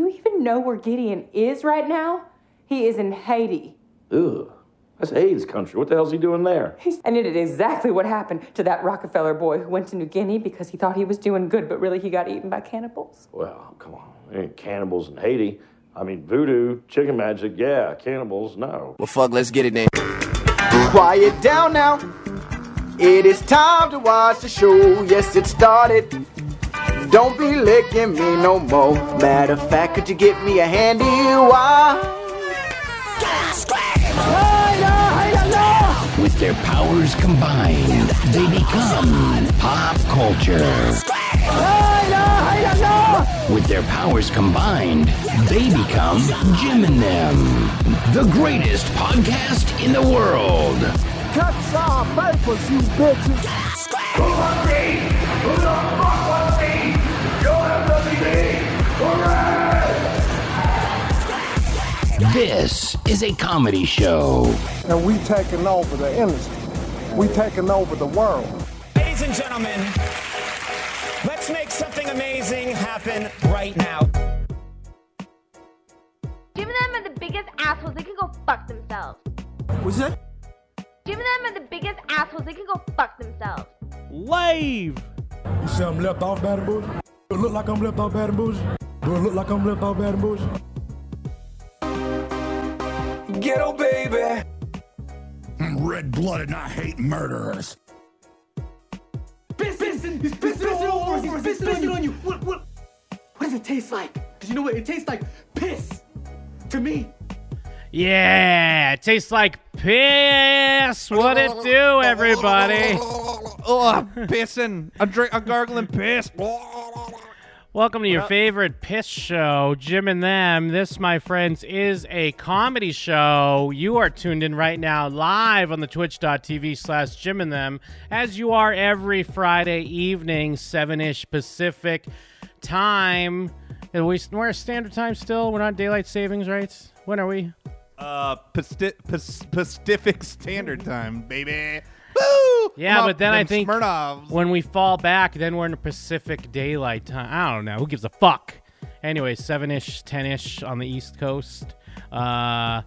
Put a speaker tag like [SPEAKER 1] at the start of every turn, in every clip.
[SPEAKER 1] you know where Gideon is right now? He is in Haiti.
[SPEAKER 2] Ugh. That's AIDS country. What the hell's he doing there?
[SPEAKER 1] He's- And it is exactly what happened to that Rockefeller boy who went to New Guinea because he thought he was doing good, but really he got eaten by cannibals.
[SPEAKER 2] Well, come on. There ain't cannibals in Haiti. I mean, voodoo, chicken magic, yeah. Cannibals, no.
[SPEAKER 3] Well, fuck, let's get it then.
[SPEAKER 4] Quiet down now. It is time to watch the show. Yes, it started. Don't be licking me no more. Matter of fact, could you get me a handy why?
[SPEAKER 5] With their powers combined, they become pop culture. With their powers combined, they become Jim and them, the greatest podcast in the world. This is a comedy show.
[SPEAKER 6] and we taking over the industry. We taking over the world.
[SPEAKER 7] Ladies and gentlemen, let's make something amazing happen right now.
[SPEAKER 8] Jim and them are the biggest assholes. They can go fuck themselves.
[SPEAKER 9] Was that?
[SPEAKER 8] Jim and them are the biggest assholes. They can go fuck themselves.
[SPEAKER 9] Lave.
[SPEAKER 6] You see, I'm left off bad and bougie. Do it look like I'm left off bad and bougie? Do it look like I'm left off bad and bougie?
[SPEAKER 9] Ghetto baby.
[SPEAKER 5] I'm red blooded and I hate murderers.
[SPEAKER 9] He's pissing. He's pissing all over us. He's pissing on you. on you. What? What? What does it taste like? Cause you know what? It tastes like piss. To me.
[SPEAKER 10] Yeah, it tastes like piss. What it do, everybody?
[SPEAKER 9] Oh, I'm pissing. I'm drink. I'm gargling piss.
[SPEAKER 10] Welcome to your favorite piss show, Jim and Them. This, my friends, is a comedy show. You are tuned in right now live on the twitch.tv slash Jim and Them, as you are every Friday evening, 7 ish Pacific time. Are we, we're standard time still? We're not daylight savings, right? When are we?
[SPEAKER 9] Uh, Pacific Standard Time, baby. Woo!
[SPEAKER 10] Yeah,
[SPEAKER 9] I'm
[SPEAKER 10] but
[SPEAKER 9] up
[SPEAKER 10] then I
[SPEAKER 9] them
[SPEAKER 10] think
[SPEAKER 9] Smirnovs.
[SPEAKER 10] when we fall back, then we're in the Pacific Daylight Time. I don't know. Who gives a fuck? Anyway, seven ish, ten ish on the East Coast. Uh,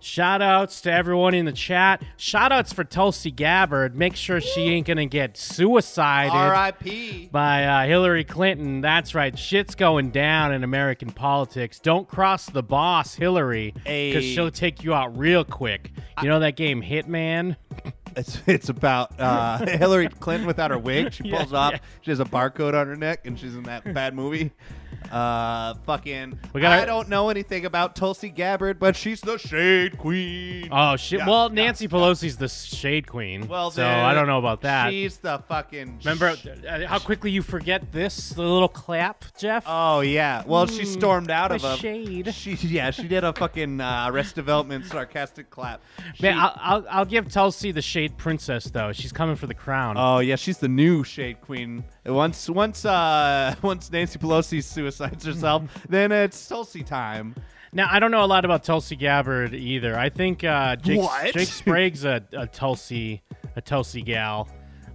[SPEAKER 10] shout outs to everyone in the chat. Shout outs for Tulsi Gabbard. Make sure she ain't gonna get suicided
[SPEAKER 9] R.I.P.
[SPEAKER 10] by uh, Hillary Clinton. That's right. Shit's going down in American politics. Don't cross the boss, Hillary, because
[SPEAKER 9] Hey.
[SPEAKER 10] she'll take you out real quick. You know that game, Hitman.
[SPEAKER 9] It's, it's about uh, Hillary Clinton without her wig. She
[SPEAKER 10] Yeah,
[SPEAKER 9] pulls off.
[SPEAKER 10] yeah.
[SPEAKER 9] She has a barcode on her neck, and she's in that bad movie. Uh, fucking.
[SPEAKER 10] We gotta-
[SPEAKER 9] I don't know anything about Tulsi Gabbard, but she's the shade queen.
[SPEAKER 10] Oh shit!
[SPEAKER 9] Yeah,
[SPEAKER 10] well,
[SPEAKER 9] yeah,
[SPEAKER 10] Nancy Pelosi's the shade queen.
[SPEAKER 9] Well,
[SPEAKER 10] so
[SPEAKER 9] then,
[SPEAKER 10] I don't know about that.
[SPEAKER 9] She's the fucking.
[SPEAKER 10] Remember
[SPEAKER 9] sh-
[SPEAKER 10] uh, how quickly you forget this? The little clap, Jeff. Mm,
[SPEAKER 9] Oh yeah. Well, she stormed out
[SPEAKER 10] the
[SPEAKER 9] of a
[SPEAKER 10] shade.
[SPEAKER 9] She yeah, she did a fucking uh, Arrest Development sarcastic clap.
[SPEAKER 10] Man,
[SPEAKER 9] She-
[SPEAKER 10] I'll, I'll I'll give Tulsi the shade princess though. She's coming for the crown.
[SPEAKER 9] Oh yeah, she's the new shade queen. Once once uh once Nancy Pelosi suicides herself, then it's Tulsi time.
[SPEAKER 10] now I don't know a lot about Tulsi Gabbard either. I think uh, Jake
[SPEAKER 9] What?
[SPEAKER 10] Jake Sprague's a, a Tulsi a Tulsi gal,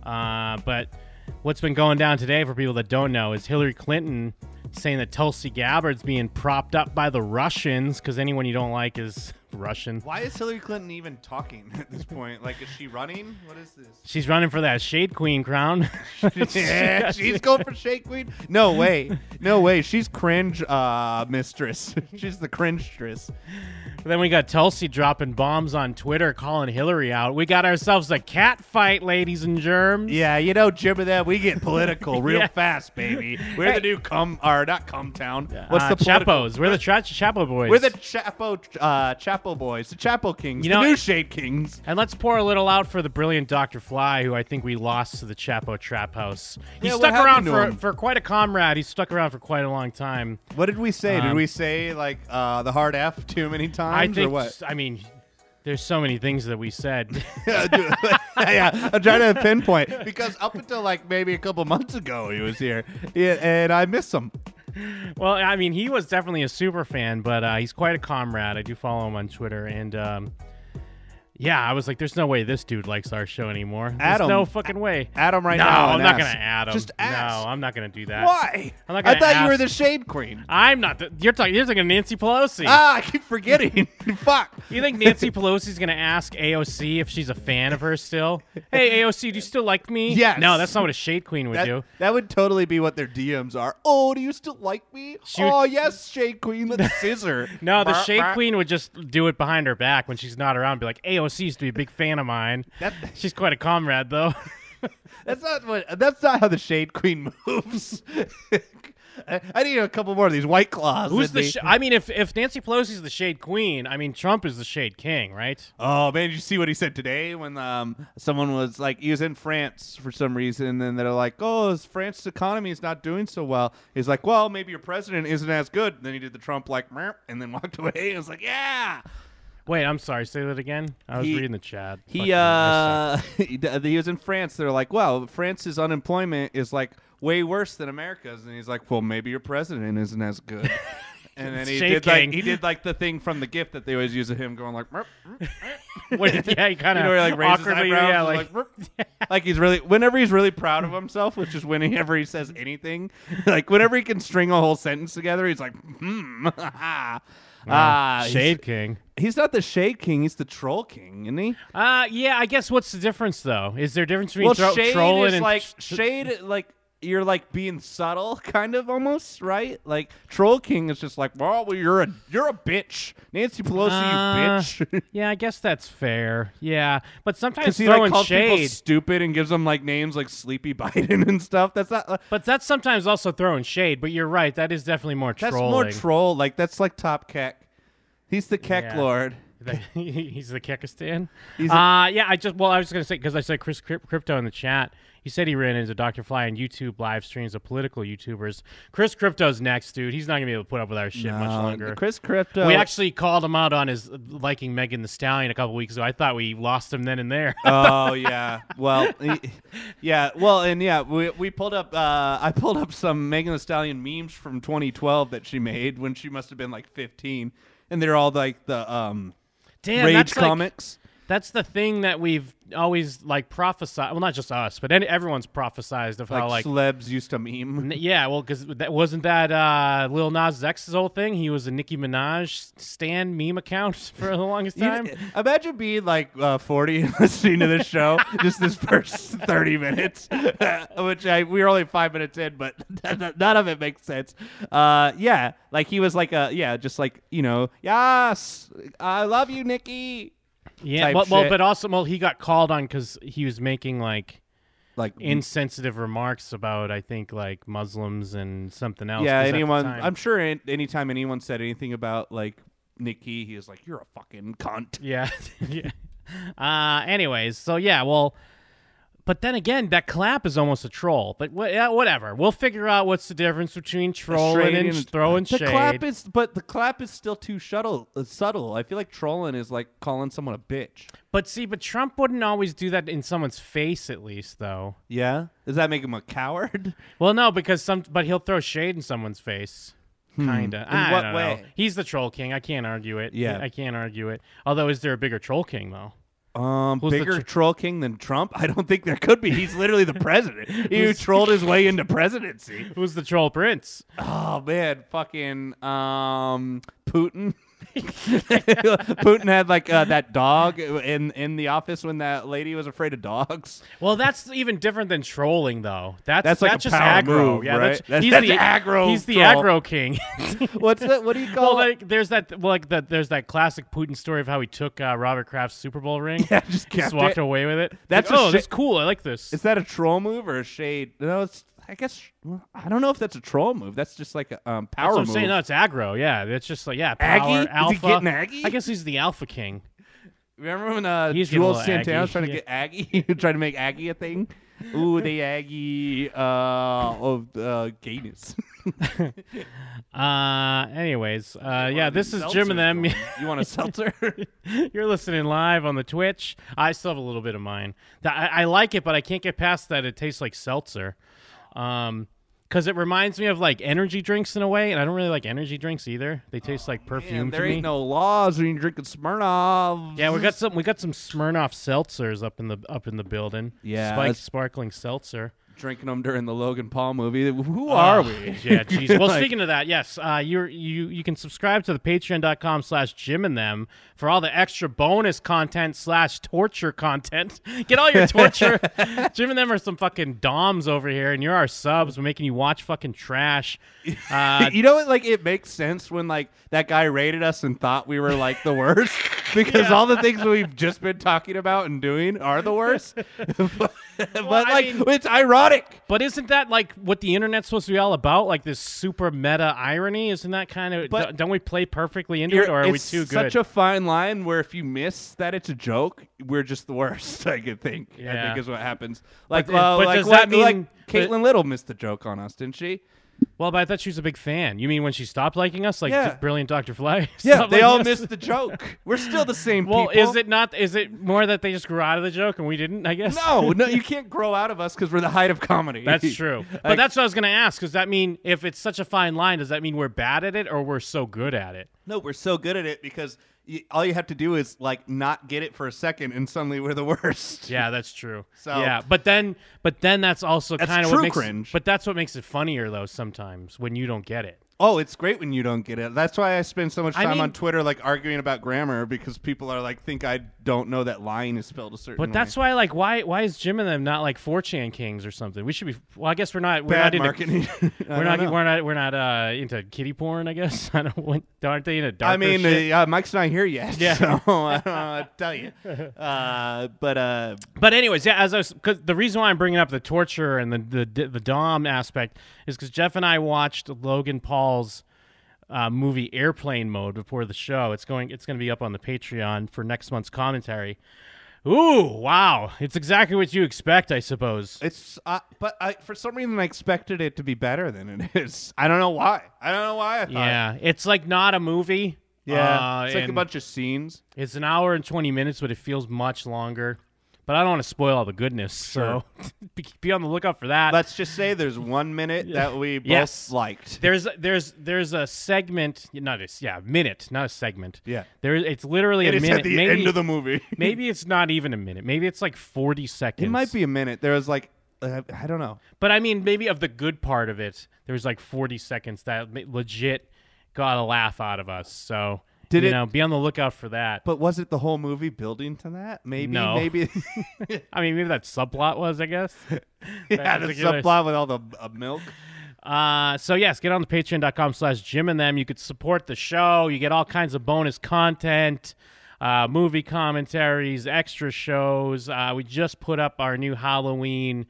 [SPEAKER 10] uh, but what's been going down today for people that don't know is Hillary Clinton saying that Tulsi Gabbard's being propped up by the Russians because anyone you don't like is Russian.
[SPEAKER 9] Why is Hillary Clinton even talking at this point? Like, is she running? What is this?
[SPEAKER 10] She's running for that shade queen crown.
[SPEAKER 9] yeah, she's going for shade queen. No way, no way. She's cringe uh mistress. she's the cringestress.
[SPEAKER 10] Then we got Tulsi dropping bombs on Twitter, calling Hillary out. We got ourselves a cat fight, ladies and germs.
[SPEAKER 9] Yeah, you know, Jim and that we get political real
[SPEAKER 10] Yeah.
[SPEAKER 9] fast, baby. We're the new cum or not cum town. What's
[SPEAKER 10] Uh,
[SPEAKER 9] the political-
[SPEAKER 10] Chapos? We're the tra- Chapo boys.
[SPEAKER 9] We're the Chapo uh, Chapo boys, the Chapo Kings,
[SPEAKER 10] You
[SPEAKER 9] the
[SPEAKER 10] know-
[SPEAKER 9] new Shade Kings.
[SPEAKER 10] and let's pour a little out for the brilliant Dr. Fly, who I think we lost to the Chapo Trap House. He
[SPEAKER 9] Yeah, what
[SPEAKER 10] stuck around
[SPEAKER 9] happened to
[SPEAKER 10] for,
[SPEAKER 9] him?
[SPEAKER 10] for quite a comrade. He stuck around for quite a long time.
[SPEAKER 9] What did we say?
[SPEAKER 10] Um,
[SPEAKER 9] did we say like uh, the hard F too many
[SPEAKER 10] I
[SPEAKER 9] times
[SPEAKER 10] think.
[SPEAKER 9] or what?
[SPEAKER 10] I mean, there's so many things that we said.
[SPEAKER 9] yeah, I'm trying to pinpoint because up until like maybe a couple months ago he was here, yeah, and I miss him.
[SPEAKER 10] Well, I mean, he was definitely a super fan, but uh, he's quite a comrade. I do follow him on Twitter, and um, Yeah, I was like, there's no way this dude likes our show anymore. There's
[SPEAKER 9] Adam,
[SPEAKER 10] no fucking way.
[SPEAKER 9] Adam right
[SPEAKER 10] no,
[SPEAKER 9] now.
[SPEAKER 10] I'm
[SPEAKER 9] and
[SPEAKER 10] not
[SPEAKER 9] ask.
[SPEAKER 10] gonna add him.
[SPEAKER 9] Just ask.
[SPEAKER 10] No, I'm not gonna do that.
[SPEAKER 9] Why?
[SPEAKER 10] I'm not
[SPEAKER 9] I
[SPEAKER 10] gonna
[SPEAKER 9] thought you were
[SPEAKER 10] ask.
[SPEAKER 9] the shade queen.
[SPEAKER 10] I'm not. The, you're talking. You're thinking Nancy Pelosi.
[SPEAKER 9] Ah, I keep forgetting. Fuck.
[SPEAKER 10] you think Nancy Pelosi's gonna ask AOC if she's a fan of hers still? Hey, AOC, do you still like me?
[SPEAKER 9] Yes.
[SPEAKER 10] No, that's not what a shade queen would
[SPEAKER 9] That,
[SPEAKER 10] do.
[SPEAKER 9] that would totally be what their DMs are. Oh, do you still like me?
[SPEAKER 10] She would-
[SPEAKER 9] oh, yes, shade queen. Let's scissor.
[SPEAKER 10] No, the
[SPEAKER 9] Brr,
[SPEAKER 10] shade
[SPEAKER 9] brr.
[SPEAKER 10] queen would just do it behind her back when she's not around. Be like, AOC used to be a big fan of mine.
[SPEAKER 9] That-
[SPEAKER 10] she's quite a comrade, though.
[SPEAKER 9] That's not what. That's not how the shade queen moves. I, I need a couple more of these white claws.
[SPEAKER 10] Who's
[SPEAKER 9] in
[SPEAKER 10] the?
[SPEAKER 9] me.
[SPEAKER 10] Sh- I mean, if if Nancy Pelosi's the shade queen, I mean Trump is the shade king, right?
[SPEAKER 9] Oh man, did you see what he said today when um someone was like he was in France for some reason and then they're like, "Oh, is France's economy is not doing so well." He's like, "Well, maybe your president isn't as good." And then he did the Trump like "Meow," and then walked away. I was like, "Yeah."
[SPEAKER 10] Wait, I'm sorry. Say that again. I was
[SPEAKER 9] He-
[SPEAKER 10] reading the chat.
[SPEAKER 9] He
[SPEAKER 10] Fucking- I
[SPEAKER 9] uh he d- he was in France. They're like, "Well, France's unemployment is like way worse than America's." And he's like, "Well, maybe your president isn't as good." And then he did
[SPEAKER 10] Shaking.
[SPEAKER 9] like he did like the thing from the gift that they always use of him going like "Meow, meow."
[SPEAKER 10] suck. Wait, yeah, he kind
[SPEAKER 9] you
[SPEAKER 10] of
[SPEAKER 9] know, he like raises his
[SPEAKER 10] awkwardly,
[SPEAKER 9] eyebrows,
[SPEAKER 10] yeah,
[SPEAKER 9] and
[SPEAKER 10] like,
[SPEAKER 9] like, like he's really whenever he's really proud of himself, which is whenever he says anything, like whenever he can string a whole sentence together, he's like, hmm, ah, he's-
[SPEAKER 10] shade king.
[SPEAKER 9] He's, not the shade king, he's the troll king, isn't he?
[SPEAKER 10] Uh, yeah. I guess what's the difference though? Is there a difference between
[SPEAKER 9] Well,
[SPEAKER 10] tro-
[SPEAKER 9] shade
[SPEAKER 10] trolling
[SPEAKER 9] is
[SPEAKER 10] and
[SPEAKER 9] like
[SPEAKER 10] sh-
[SPEAKER 9] shade, like you're like being subtle, kind of almost right. Like troll king is just like, well, well, you're a you're a bitch, Nancy Pelosi, you
[SPEAKER 10] Uh,
[SPEAKER 9] bitch.
[SPEAKER 10] yeah, I guess that's fair. Yeah, but sometimes
[SPEAKER 9] Because he like
[SPEAKER 10] throwing
[SPEAKER 9] calls people
[SPEAKER 10] shade,
[SPEAKER 9] stupid and gives them like names like Sleepy Biden and stuff. That's not. uh,
[SPEAKER 10] but that's sometimes also throwing shade. But you're right, that is definitely more
[SPEAKER 9] That's
[SPEAKER 10] trolling.
[SPEAKER 9] more troll. Like that's like top keck. He's the keck
[SPEAKER 10] Yeah.
[SPEAKER 9] lord.
[SPEAKER 10] He's the Kekistan.
[SPEAKER 9] He's a-
[SPEAKER 10] Uh, yeah, I just well, I was just gonna say because I said Chris Cryp- Crypto in the chat. He said he ran into Dr. Fly on YouTube live streams of political YouTubers. Chris Crypto's next, dude. He's not gonna be able to put up with our shit much
[SPEAKER 9] Um,
[SPEAKER 10] longer.
[SPEAKER 9] Chris Crypto.
[SPEAKER 10] we actually called him out on his liking Megan the Stallion a couple weeks ago. I thought we lost him then and there.
[SPEAKER 9] oh yeah. Well, he- yeah. Well, and yeah, we, we pulled up. Uh, I pulled up some Megan Thee Stallion memes from 2012 that she made when she must have been like 15, and they're all like the um
[SPEAKER 10] Damn,
[SPEAKER 9] rage
[SPEAKER 10] that's like-
[SPEAKER 9] comics.
[SPEAKER 10] That's the thing that we've always like prophesied. Well, not just us, but any, everyone's prophesized of how Oh, like.
[SPEAKER 9] like celebs used to meme.
[SPEAKER 10] N- yeah, well, because that wasn't that uh, Lil Nas X's whole thing. He was a Nicki Minaj stan meme account for the longest
[SPEAKER 9] You-
[SPEAKER 10] time.
[SPEAKER 9] imagine being like uh, 40 and listening to this show, just this first 30 minutes, which I we were only five minutes in, but none of it makes sense. Uh, yeah, like he was like a yeah, just like you know, yes, I love you, Nikki.
[SPEAKER 10] yeah,
[SPEAKER 9] type
[SPEAKER 10] well, well,
[SPEAKER 9] shit.
[SPEAKER 10] but also, well, he got called on because he was making like
[SPEAKER 9] Like
[SPEAKER 10] insensitive remarks about, I think, like Muslims and something else.
[SPEAKER 9] yeah,
[SPEAKER 10] 'cause at the
[SPEAKER 9] anyone.
[SPEAKER 10] time-
[SPEAKER 9] I'm sure an- anytime anyone said anything about like Nikki, he was like, you're a fucking cunt.
[SPEAKER 10] Yeah. yeah. Uh, anyways, so yeah, well, but then again, that clap is almost a troll. But wha- yeah, whatever. We'll figure out what's the difference between trolling
[SPEAKER 9] Shading
[SPEAKER 10] and sh- throwing
[SPEAKER 9] the
[SPEAKER 10] shade.
[SPEAKER 9] clap is, but the clap is still too shuttle, uh, subtle. I feel like trolling is like calling someone a bitch.
[SPEAKER 10] but see, but Trump wouldn't always do that in someone's face, at least, though.
[SPEAKER 9] Yeah. Does that make him a coward?
[SPEAKER 10] Well, no, because some, but he'll throw shade in someone's face. Kinda.
[SPEAKER 9] Hmm. In
[SPEAKER 10] I
[SPEAKER 9] what
[SPEAKER 10] don't
[SPEAKER 9] way?
[SPEAKER 10] Know. He's the troll king. I can't argue it.
[SPEAKER 9] Yeah.
[SPEAKER 10] I can't argue it. Although, is there a bigger troll king though?
[SPEAKER 9] Um,
[SPEAKER 10] Who's the
[SPEAKER 9] bigger
[SPEAKER 10] tr-
[SPEAKER 9] troll king than Trump? I don't think there could be. He's literally the president. He
[SPEAKER 10] Who's-
[SPEAKER 9] trolled his way into presidency.
[SPEAKER 10] Who's the troll prince?
[SPEAKER 9] Oh man, fucking um, Putin. Putin had like uh, that dog in in the office when that lady was afraid of dogs.
[SPEAKER 10] Well, that's even different than trolling, though. That's
[SPEAKER 9] That's like a
[SPEAKER 10] just
[SPEAKER 9] power
[SPEAKER 10] aggro.
[SPEAKER 9] move,
[SPEAKER 10] yeah,
[SPEAKER 9] right? That's-
[SPEAKER 10] that's, he's
[SPEAKER 9] that's
[SPEAKER 10] the
[SPEAKER 9] aggro
[SPEAKER 10] He's the
[SPEAKER 9] troll.
[SPEAKER 10] aggro king.
[SPEAKER 9] What's that? What do you
[SPEAKER 10] well,
[SPEAKER 9] call it?
[SPEAKER 10] like there's that, well, like that, there's that classic Putin story of how he took uh, Robert Kraft's Super Bowl ring,
[SPEAKER 9] Yeah, just kept
[SPEAKER 10] walked
[SPEAKER 9] it.
[SPEAKER 10] away with it.
[SPEAKER 9] That's
[SPEAKER 10] like,
[SPEAKER 9] a
[SPEAKER 10] oh,
[SPEAKER 9] shi-
[SPEAKER 10] that's cool. I like this.
[SPEAKER 9] Is that a troll move or a shade? No, it's. I guess well, I don't know if that's a troll move. That's just like a um, power
[SPEAKER 10] that's what I'm
[SPEAKER 9] move.
[SPEAKER 10] saying. No, it's aggro. Yeah, it's just like yeah, power,
[SPEAKER 9] Aggie? Is he
[SPEAKER 10] alpha.
[SPEAKER 9] getting Aggie?
[SPEAKER 10] I guess he's the alpha king.
[SPEAKER 9] Remember when uh,
[SPEAKER 10] He's getting a
[SPEAKER 9] Jules
[SPEAKER 10] little
[SPEAKER 9] Santana was
[SPEAKER 10] Aggie,
[SPEAKER 9] trying to
[SPEAKER 10] yeah.
[SPEAKER 9] get Aggie, trying to make Aggie a thing? Ooh, the Aggie uh, of uh, gayness.
[SPEAKER 10] Uh, anyways, uh, yeah, this is Jim and them.
[SPEAKER 9] You want a seltzer?
[SPEAKER 10] You're listening live on the Twitch. I still have a little bit of mine. Th- I, I like it, but I can't get past that. It tastes like seltzer. Um, because it reminds me of like energy drinks in a way, and I don't really like energy drinks either. They taste like perfume
[SPEAKER 3] there
[SPEAKER 10] to
[SPEAKER 3] ain't
[SPEAKER 10] me.
[SPEAKER 3] no laws when you're drinking Smirnoff.
[SPEAKER 10] yeah, we got some we got some Smirnoff seltzers up in the up in the building.
[SPEAKER 3] Yeah,
[SPEAKER 10] spiked
[SPEAKER 3] that's-
[SPEAKER 10] sparkling seltzer.
[SPEAKER 3] drinking them during the Logan Paul movie. Who are
[SPEAKER 10] Oh,
[SPEAKER 3] we?
[SPEAKER 10] yeah, jeez. Well,
[SPEAKER 3] Like-
[SPEAKER 10] speaking of that, yes, uh, you you you can subscribe to the patreon.com slash Jim and them for all the extra bonus content slash torture content. Get all your torture. Jim and them are some fucking doms over here, and you're our subs. We're making you watch fucking trash. Uh,
[SPEAKER 3] you know what? Like it makes sense when like that guy rated us and thought we were like the worst because all the things we've just been talking about and doing are the worst. but
[SPEAKER 10] I
[SPEAKER 3] like
[SPEAKER 10] mean-
[SPEAKER 3] it's ironic.
[SPEAKER 10] but isn't that like what the internet's supposed to be all about? Like this super meta irony? Isn't that kind of?
[SPEAKER 3] But-
[SPEAKER 10] don't- don't we play perfectly into
[SPEAKER 3] You're-
[SPEAKER 10] it, or are we
[SPEAKER 3] it's
[SPEAKER 10] too good?
[SPEAKER 3] such a fine line where if you miss that it's a joke, we're just the worst. I could think. I
[SPEAKER 10] Yeah.
[SPEAKER 3] think is what happens. Like,
[SPEAKER 10] But-
[SPEAKER 3] well,
[SPEAKER 10] but
[SPEAKER 3] like
[SPEAKER 10] does
[SPEAKER 3] what-
[SPEAKER 10] that mean-
[SPEAKER 3] like
[SPEAKER 10] but-
[SPEAKER 3] Caitlin Little missed the joke on us, didn't she?
[SPEAKER 10] well, but I thought she was a big fan. You mean when she stopped liking us, like
[SPEAKER 3] Yeah.
[SPEAKER 10] the brilliant Dr. Fly?
[SPEAKER 3] Yeah,
[SPEAKER 10] stopped
[SPEAKER 3] they
[SPEAKER 10] liking
[SPEAKER 3] all
[SPEAKER 10] us?
[SPEAKER 3] missed the joke. We're still the same
[SPEAKER 10] Well,
[SPEAKER 3] people.
[SPEAKER 10] is it not? Is it more that they just grew out of the joke and we didn't? I guess.
[SPEAKER 3] No, no, you can't grow out of us because we're the height of comedy.
[SPEAKER 10] that's true.
[SPEAKER 3] Like-
[SPEAKER 10] but that's what I was going to ask. Does that mean if it's such a fine line, does that mean we're bad at it or we're so good at it?
[SPEAKER 9] No, we're so good at it because y all you have to do is like not get it for a second, and suddenly we're the worst.
[SPEAKER 10] Yeah, that's true.
[SPEAKER 9] So-
[SPEAKER 10] yeah, but then, but then that's also
[SPEAKER 9] That's
[SPEAKER 10] kind of
[SPEAKER 9] true
[SPEAKER 10] what makes.
[SPEAKER 9] cringe.
[SPEAKER 10] But that's what makes it funnier though. Sometimes when you don't get it.
[SPEAKER 9] Oh, it's great when you don't get it. That's why I spend so much
[SPEAKER 10] I
[SPEAKER 9] time
[SPEAKER 10] mean-
[SPEAKER 9] on Twitter like arguing about grammar because people are like think I don't know that line is spelled a certain way.
[SPEAKER 10] But that's why, like, why why is Jim and them not like 4chan kings or something? We should be. Well, I guess we're not. We're
[SPEAKER 9] bad
[SPEAKER 10] not into,
[SPEAKER 9] marketing. I
[SPEAKER 10] We're
[SPEAKER 9] don't
[SPEAKER 10] not,
[SPEAKER 9] know.
[SPEAKER 10] we're not. We're not. uh into kitty porn. I guess. I don't. want- Aren't they into darker
[SPEAKER 9] I mean,
[SPEAKER 10] shit?
[SPEAKER 9] uh, Mike's not here yet,
[SPEAKER 10] Yeah.
[SPEAKER 9] so I don't know what to tell you. Uh, but uh,
[SPEAKER 10] But anyways, yeah, as I was, cause the reason why I'm bringing up the torture and the the the dom aspect is because Jeff and I watched Logan Paul's uh, movie Airplane Mode before the show. It's going it's going to be up on the Patreon for next month's commentary. Ooh, wow! It's exactly what you expect, I suppose.
[SPEAKER 9] it's uh, but I, for some reason I expected it to be better than it is. I don't know why. I don't know why. I thought.
[SPEAKER 10] yeah, it's like not a movie.
[SPEAKER 9] yeah.
[SPEAKER 10] Uh,
[SPEAKER 9] it's like a
[SPEAKER 10] and
[SPEAKER 9] bunch of scenes.
[SPEAKER 10] It's an hour and twenty minutes, but it feels much longer. But I don't want to spoil all the goodness, so be, be on the lookout for that.
[SPEAKER 9] Let's just say there's one minute that we both
[SPEAKER 10] Yes.
[SPEAKER 9] liked.
[SPEAKER 10] There's there's there's a segment, not a s- yeah minute, not a segment.
[SPEAKER 9] Yeah.
[SPEAKER 10] there it's literally
[SPEAKER 9] It
[SPEAKER 10] a
[SPEAKER 9] is
[SPEAKER 10] minute.
[SPEAKER 9] at the
[SPEAKER 10] maybe,
[SPEAKER 9] end of the movie.
[SPEAKER 10] maybe it's not even a minute. Maybe it's like forty seconds.
[SPEAKER 9] it might be a minute. There was like uh, I don't know.
[SPEAKER 10] but I mean, maybe of the good part of it, there was like forty seconds that ma- legit got a laugh out of us. So
[SPEAKER 9] Did
[SPEAKER 10] you
[SPEAKER 9] it-
[SPEAKER 10] know, be on the lookout for that.
[SPEAKER 9] But was it the whole movie building to that? Maybe
[SPEAKER 10] No.
[SPEAKER 9] maybe
[SPEAKER 10] I mean, maybe that subplot was, I guess.
[SPEAKER 9] yeah, the
[SPEAKER 10] particular-
[SPEAKER 9] subplot with all the uh, milk.
[SPEAKER 10] Uh, so yes, get on the patreon.com slash Jim and them. You could support the show. You get all kinds of bonus content, uh, movie commentaries, extra shows. Uh, we just put up our new Halloween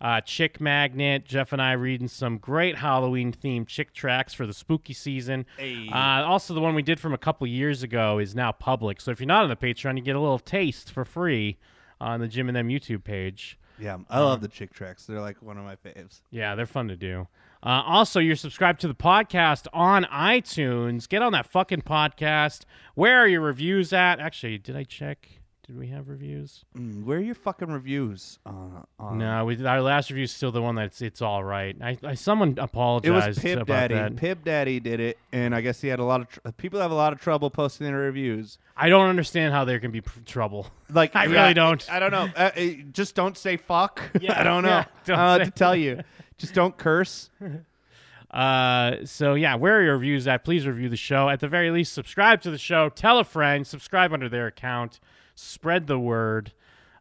[SPEAKER 10] uh, chick magnet. Jeff and I reading some great Halloween themed chick tracks for the spooky season. Uh, also, the one we did from a couple years ago is now public. So if you're not on the Patreon, you get a little taste for free on the Jim and them YouTube page.
[SPEAKER 9] Yeah, I love the chick tracks. They're like one of my faves.
[SPEAKER 10] Yeah, they're fun to do. Uh, also, you're subscribed to the podcast on iTunes. Get on that fucking podcast. Where are your reviews at? Actually, did I check? Did we have reviews?
[SPEAKER 9] Mm, where are your fucking reviews? Uh, on
[SPEAKER 10] No, we, our last review is still the one that's it's all right. I, I someone
[SPEAKER 9] It was
[SPEAKER 10] apologized
[SPEAKER 9] Pib
[SPEAKER 10] about
[SPEAKER 9] Daddy.
[SPEAKER 10] that.
[SPEAKER 9] Pib Daddy did it, and I guess he had a lot of tr- uh, people have a lot of trouble posting their reviews.
[SPEAKER 10] I don't understand how there can be pr- trouble.
[SPEAKER 9] Like
[SPEAKER 10] I
[SPEAKER 9] yeah,
[SPEAKER 10] really don't.
[SPEAKER 9] I don't know. Uh, uh, just don't say fuck.
[SPEAKER 10] Yeah,
[SPEAKER 9] I don't know.
[SPEAKER 10] yeah,
[SPEAKER 9] I don't
[SPEAKER 10] don't
[SPEAKER 9] know what
[SPEAKER 10] say-
[SPEAKER 9] to tell you. Just don't curse.
[SPEAKER 10] Uh, so yeah, where are your reviews at? Please review the show. At the very least, subscribe to the show. Tell a friend. Subscribe under their account. Spread the word.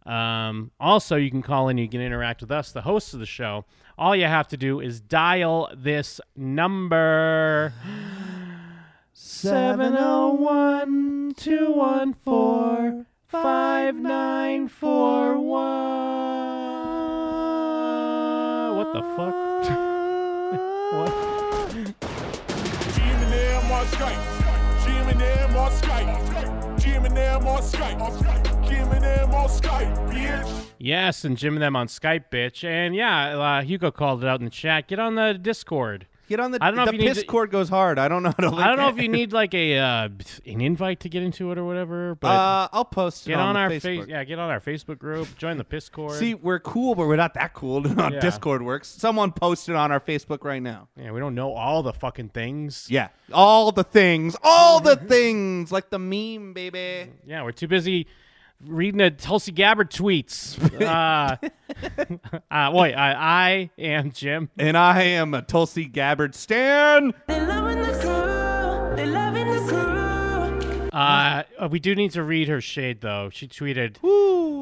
[SPEAKER 10] Um, also, you can call in. You can interact with us, the hosts of the show. All you have to do is dial this number. 701 214 5941. What the fuck? what?
[SPEAKER 6] Jim and them on Skype. Jim and them on Skype. Jim and them on Skype. Jim and them on Skype, bitch.
[SPEAKER 10] Yes, and Jim and them on Skype, bitch. And yeah, uh, Hugo called it out in the chat. Get on the Discord.
[SPEAKER 9] Get on the.
[SPEAKER 10] I don't know
[SPEAKER 9] the
[SPEAKER 10] if you need
[SPEAKER 9] piss
[SPEAKER 10] to-
[SPEAKER 9] cord goes hard. I don't know how to.
[SPEAKER 10] I don't know
[SPEAKER 9] link
[SPEAKER 10] if you
[SPEAKER 9] it.
[SPEAKER 10] need like a uh, an invite to get into it or whatever, but
[SPEAKER 9] Uh, I'll post it
[SPEAKER 10] Get
[SPEAKER 9] on
[SPEAKER 10] on,
[SPEAKER 9] the
[SPEAKER 10] our
[SPEAKER 9] Facebook.
[SPEAKER 10] yeah, get on our Facebook group. Join the piss cord.
[SPEAKER 9] See, we're cool, but we're not that cool.
[SPEAKER 10] Yeah.
[SPEAKER 9] Discord works. Someone posted on our Facebook right now.
[SPEAKER 10] Yeah, we don't know all the fucking things.
[SPEAKER 9] Yeah, all the things, all the things, like the meme, baby.
[SPEAKER 10] Yeah, we're too busy reading the Tulsi Gabbard tweets. uh, uh, wait, I, I am Jim.
[SPEAKER 9] And I am a Tulsi Gabbard stan.
[SPEAKER 10] Uh, uh, we do need to read her shade, though. She tweeted,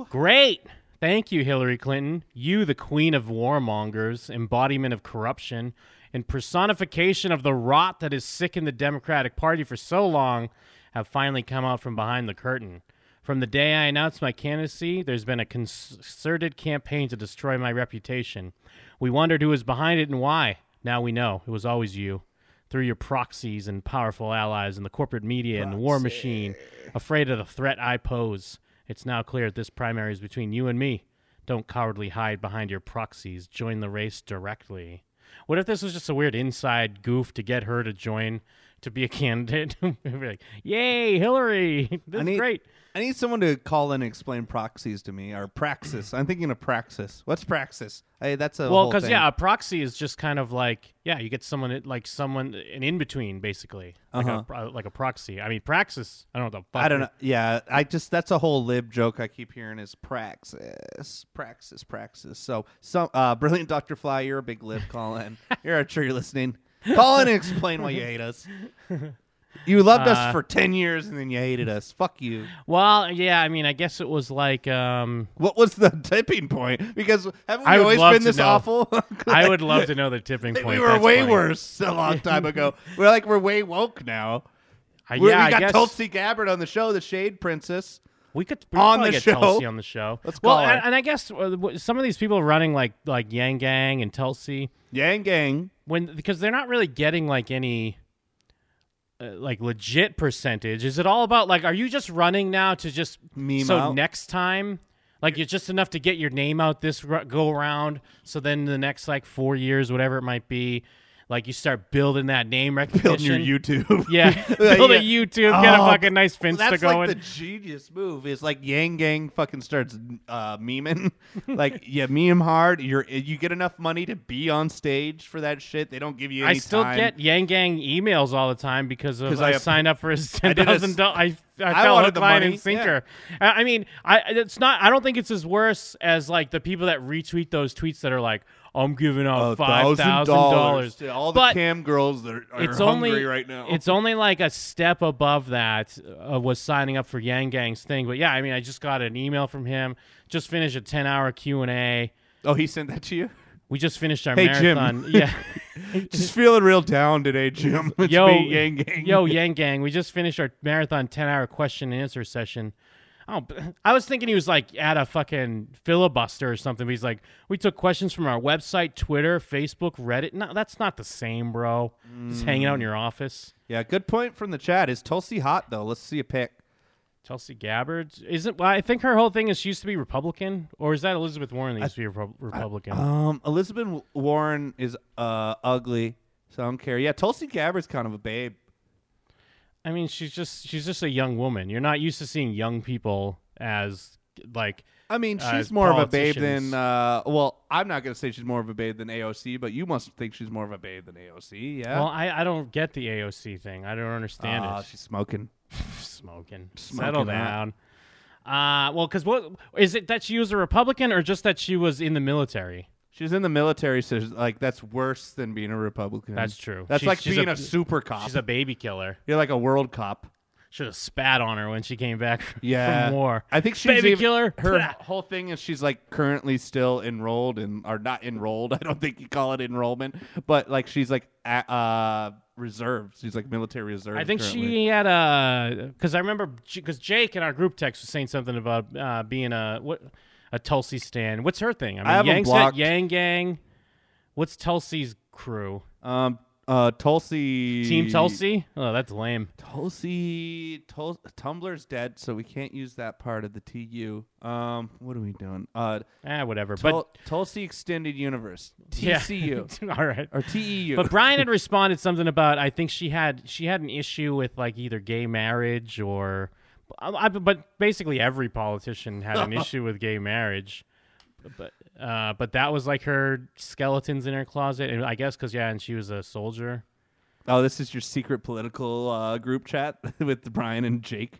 [SPEAKER 10] Great! Thank you, Hillary Clinton. You, the queen of warmongers, embodiment of corruption, and personification of the rot that has sickened the Democratic Party for so long, have finally come out from behind the curtain. From the day I announced my candidacy, there's been a concerted campaign to destroy my reputation. We wondered who was behind it and why. Now we know. It was always you. Through your proxies and powerful allies in the corporate media and the war machine, afraid of the threat I pose. It's now clear that this primary is between you and me. Don't cowardly hide behind your proxies. Join the race directly. What if this was just a weird inside goof to get her to join to be a candidate? We'd be like, Yay, Hillary! This
[SPEAKER 9] I
[SPEAKER 10] is
[SPEAKER 9] need,
[SPEAKER 10] great.
[SPEAKER 9] I need someone to call in and explain proxies to me or praxis. I'm thinking of praxis. What's praxis? Hey, that's a
[SPEAKER 10] well,
[SPEAKER 9] because
[SPEAKER 10] yeah, a proxy is just kind of like yeah, you get someone that- like someone an in between basically, like,
[SPEAKER 9] Uh-huh.
[SPEAKER 10] a, pro- like a proxy. I mean, praxis. I don't know. What the fuck
[SPEAKER 9] I don't know. Yeah, I just that's a whole lib joke I keep hearing is praxis, praxis, praxis. So, some uh, brilliant Doctor Fly, you're a big lib. Call in. you're sure you're listening. Call in and explain why you hate us. You loved us
[SPEAKER 10] Uh,
[SPEAKER 9] for ten years and then you hated us. Fuck you.
[SPEAKER 10] Well, yeah, I mean, I guess it was like um,
[SPEAKER 9] what was the tipping point? Because haven't we
[SPEAKER 10] I would
[SPEAKER 9] always
[SPEAKER 10] love
[SPEAKER 9] been
[SPEAKER 10] to
[SPEAKER 9] this
[SPEAKER 10] know.
[SPEAKER 9] awful? 'Cause
[SPEAKER 10] I would love to know the tipping
[SPEAKER 9] think
[SPEAKER 10] point.
[SPEAKER 9] We were
[SPEAKER 10] That's
[SPEAKER 9] way
[SPEAKER 10] funny.
[SPEAKER 9] worse a long time ago. we're like we're way woke now.
[SPEAKER 10] Uh,
[SPEAKER 9] We're-
[SPEAKER 10] yeah,
[SPEAKER 9] we
[SPEAKER 10] I
[SPEAKER 9] got
[SPEAKER 10] guess-
[SPEAKER 9] Tulsi Gabbard on the show, the Shade Princess.
[SPEAKER 10] We could we could
[SPEAKER 9] on
[SPEAKER 10] probably
[SPEAKER 9] the
[SPEAKER 10] get
[SPEAKER 9] show.
[SPEAKER 10] Tulsi on the show.
[SPEAKER 9] Let's
[SPEAKER 10] well,
[SPEAKER 9] call her.
[SPEAKER 10] and, and I guess uh, w- some of these people running like like Yang Gang and Tulsi,
[SPEAKER 9] Yang Gang,
[SPEAKER 10] when because they're not really getting like any uh, like legit percentage. Is it all about like are you just running now to just
[SPEAKER 9] Meme
[SPEAKER 10] so
[SPEAKER 9] out.
[SPEAKER 10] next time? Like it's just enough to get your name out this r- go around. So then the next like four years, whatever it might be, like you start building that name recognition,
[SPEAKER 9] Building your YouTube.
[SPEAKER 10] yeah,
[SPEAKER 9] Like,
[SPEAKER 10] build a
[SPEAKER 9] yeah.
[SPEAKER 10] YouTube, get a
[SPEAKER 9] Oh,
[SPEAKER 10] fucking nice
[SPEAKER 9] well,
[SPEAKER 10] Finsta
[SPEAKER 9] that's
[SPEAKER 10] going.
[SPEAKER 9] like the genius move is like Yang Gang fucking starts uh, memeing, like yeah, meme hard. You're you get enough money to be on stage for that shit. They don't give you. Any
[SPEAKER 10] I still
[SPEAKER 9] time.
[SPEAKER 10] get Yang Gang emails all the time because of
[SPEAKER 9] 'Cause
[SPEAKER 10] I,
[SPEAKER 9] I-
[SPEAKER 10] signed up for his
[SPEAKER 9] I
[SPEAKER 10] ten
[SPEAKER 9] did a s-
[SPEAKER 10] thousand. I I
[SPEAKER 9] I
[SPEAKER 10] fell
[SPEAKER 9] wanted
[SPEAKER 10] hook,
[SPEAKER 9] the
[SPEAKER 10] line,
[SPEAKER 9] money,
[SPEAKER 10] and sinker. I, I mean, I it's not. I don't think it's as worse as like the people that retweet those tweets that are like, "I'm giving out five thousand dollars
[SPEAKER 9] to all the cam girls that are, are
[SPEAKER 10] it's
[SPEAKER 9] hungry
[SPEAKER 10] only
[SPEAKER 9] right now.
[SPEAKER 10] It's only like a step above that uh, was signing up for Yang Gang's thing. But yeah, I mean, I just got an email from him. Just finished a ten hour Q and A.
[SPEAKER 9] Oh, he sent that to you.
[SPEAKER 10] We just finished our
[SPEAKER 9] Hey, Jim.
[SPEAKER 10] marathon. Yeah.
[SPEAKER 9] just feeling real down today, Jim. It's
[SPEAKER 10] yo,
[SPEAKER 9] me, Yang Gang.
[SPEAKER 10] Yo, Yang Gang. We just finished our marathon 10 hour question and answer session. Oh, b- I was thinking he was like at a fucking filibuster or something. But he's like, we took questions from our website, Twitter, Facebook, Reddit. No, that's not the same, bro. Just hanging out in your office.
[SPEAKER 9] Yeah, good point from the chat. Is Tulsi hot though? Let's see a pic.
[SPEAKER 10] Tulsi Gabbard isn't. Well, I think her whole thing is she used to be Republican, or is that Elizabeth Warren that used to be Repub- Republican?
[SPEAKER 9] Um, Elizabeth Warren is uh ugly, so I don't care. Yeah, Tulsi Gabbard's kind of a babe.
[SPEAKER 10] I mean, she's just she's just a young woman. You're not used to seeing young people as like.
[SPEAKER 9] I mean,
[SPEAKER 10] uh,
[SPEAKER 9] she's
[SPEAKER 10] as
[SPEAKER 9] more of a babe
[SPEAKER 10] politicians.
[SPEAKER 9] than uh. Well, I'm not gonna say she's more of a babe than AOC, but you must think she's more of a babe than AOC. Yeah.
[SPEAKER 10] Well, I, I don't get the AOC thing. I don't understand
[SPEAKER 9] Ah,
[SPEAKER 10] it.
[SPEAKER 9] she's smoking.
[SPEAKER 10] smoking.
[SPEAKER 9] Smoking
[SPEAKER 10] Settle
[SPEAKER 9] hot.
[SPEAKER 10] down. Uh, well, because what is it that she was a Republican or just that she was in the military?
[SPEAKER 9] She's in the military, so she's- like that's worse than being a Republican.
[SPEAKER 10] That's true.
[SPEAKER 9] That's
[SPEAKER 10] She's-
[SPEAKER 9] like
[SPEAKER 10] she's
[SPEAKER 9] being a, super cop.
[SPEAKER 10] She's a baby killer.
[SPEAKER 9] You're like a world cop.
[SPEAKER 10] Should have spat on her when she came back
[SPEAKER 9] Yeah,
[SPEAKER 10] from war.
[SPEAKER 9] I think she's
[SPEAKER 10] baby
[SPEAKER 9] even-
[SPEAKER 10] killer.
[SPEAKER 9] Her
[SPEAKER 10] Blah.
[SPEAKER 9] whole thing is she's like currently still enrolled and or not enrolled. I don't think you call it enrollment, but like she's like a uh, reserve. She's like military reserve.
[SPEAKER 10] I think
[SPEAKER 9] currently.
[SPEAKER 10] she had a because I remember because Jake in our group text was saying something about uh, being a what a Tulsi stand. What's her thing? I mean,
[SPEAKER 9] have 'em
[SPEAKER 10] Yang's got
[SPEAKER 9] blocked.
[SPEAKER 10] Yang Gang. What's Tulsi's crew?
[SPEAKER 9] Um, Uh, Tulsi.
[SPEAKER 10] Team Tulsi? Oh, that's lame.
[SPEAKER 9] Tulsi. Tul- Tumblr's dead, so we can't use that part of the TU. Um, what are we doing? Uh,
[SPEAKER 10] ah, whatever.
[SPEAKER 9] Tul- Tulsi Extended Universe.
[SPEAKER 10] Yeah.
[SPEAKER 9] TCU.
[SPEAKER 10] All right.
[SPEAKER 9] Or E TEU.
[SPEAKER 10] But Brian had responded something about I think she had she had an issue with like either gay marriage or I, I- but basically every politician had an issue with gay marriage. But uh, but that was like her skeletons in her closet, and I guess because yeah, and she was a soldier.
[SPEAKER 9] Oh, this is your secret political uh, group chat with Brian and Jake.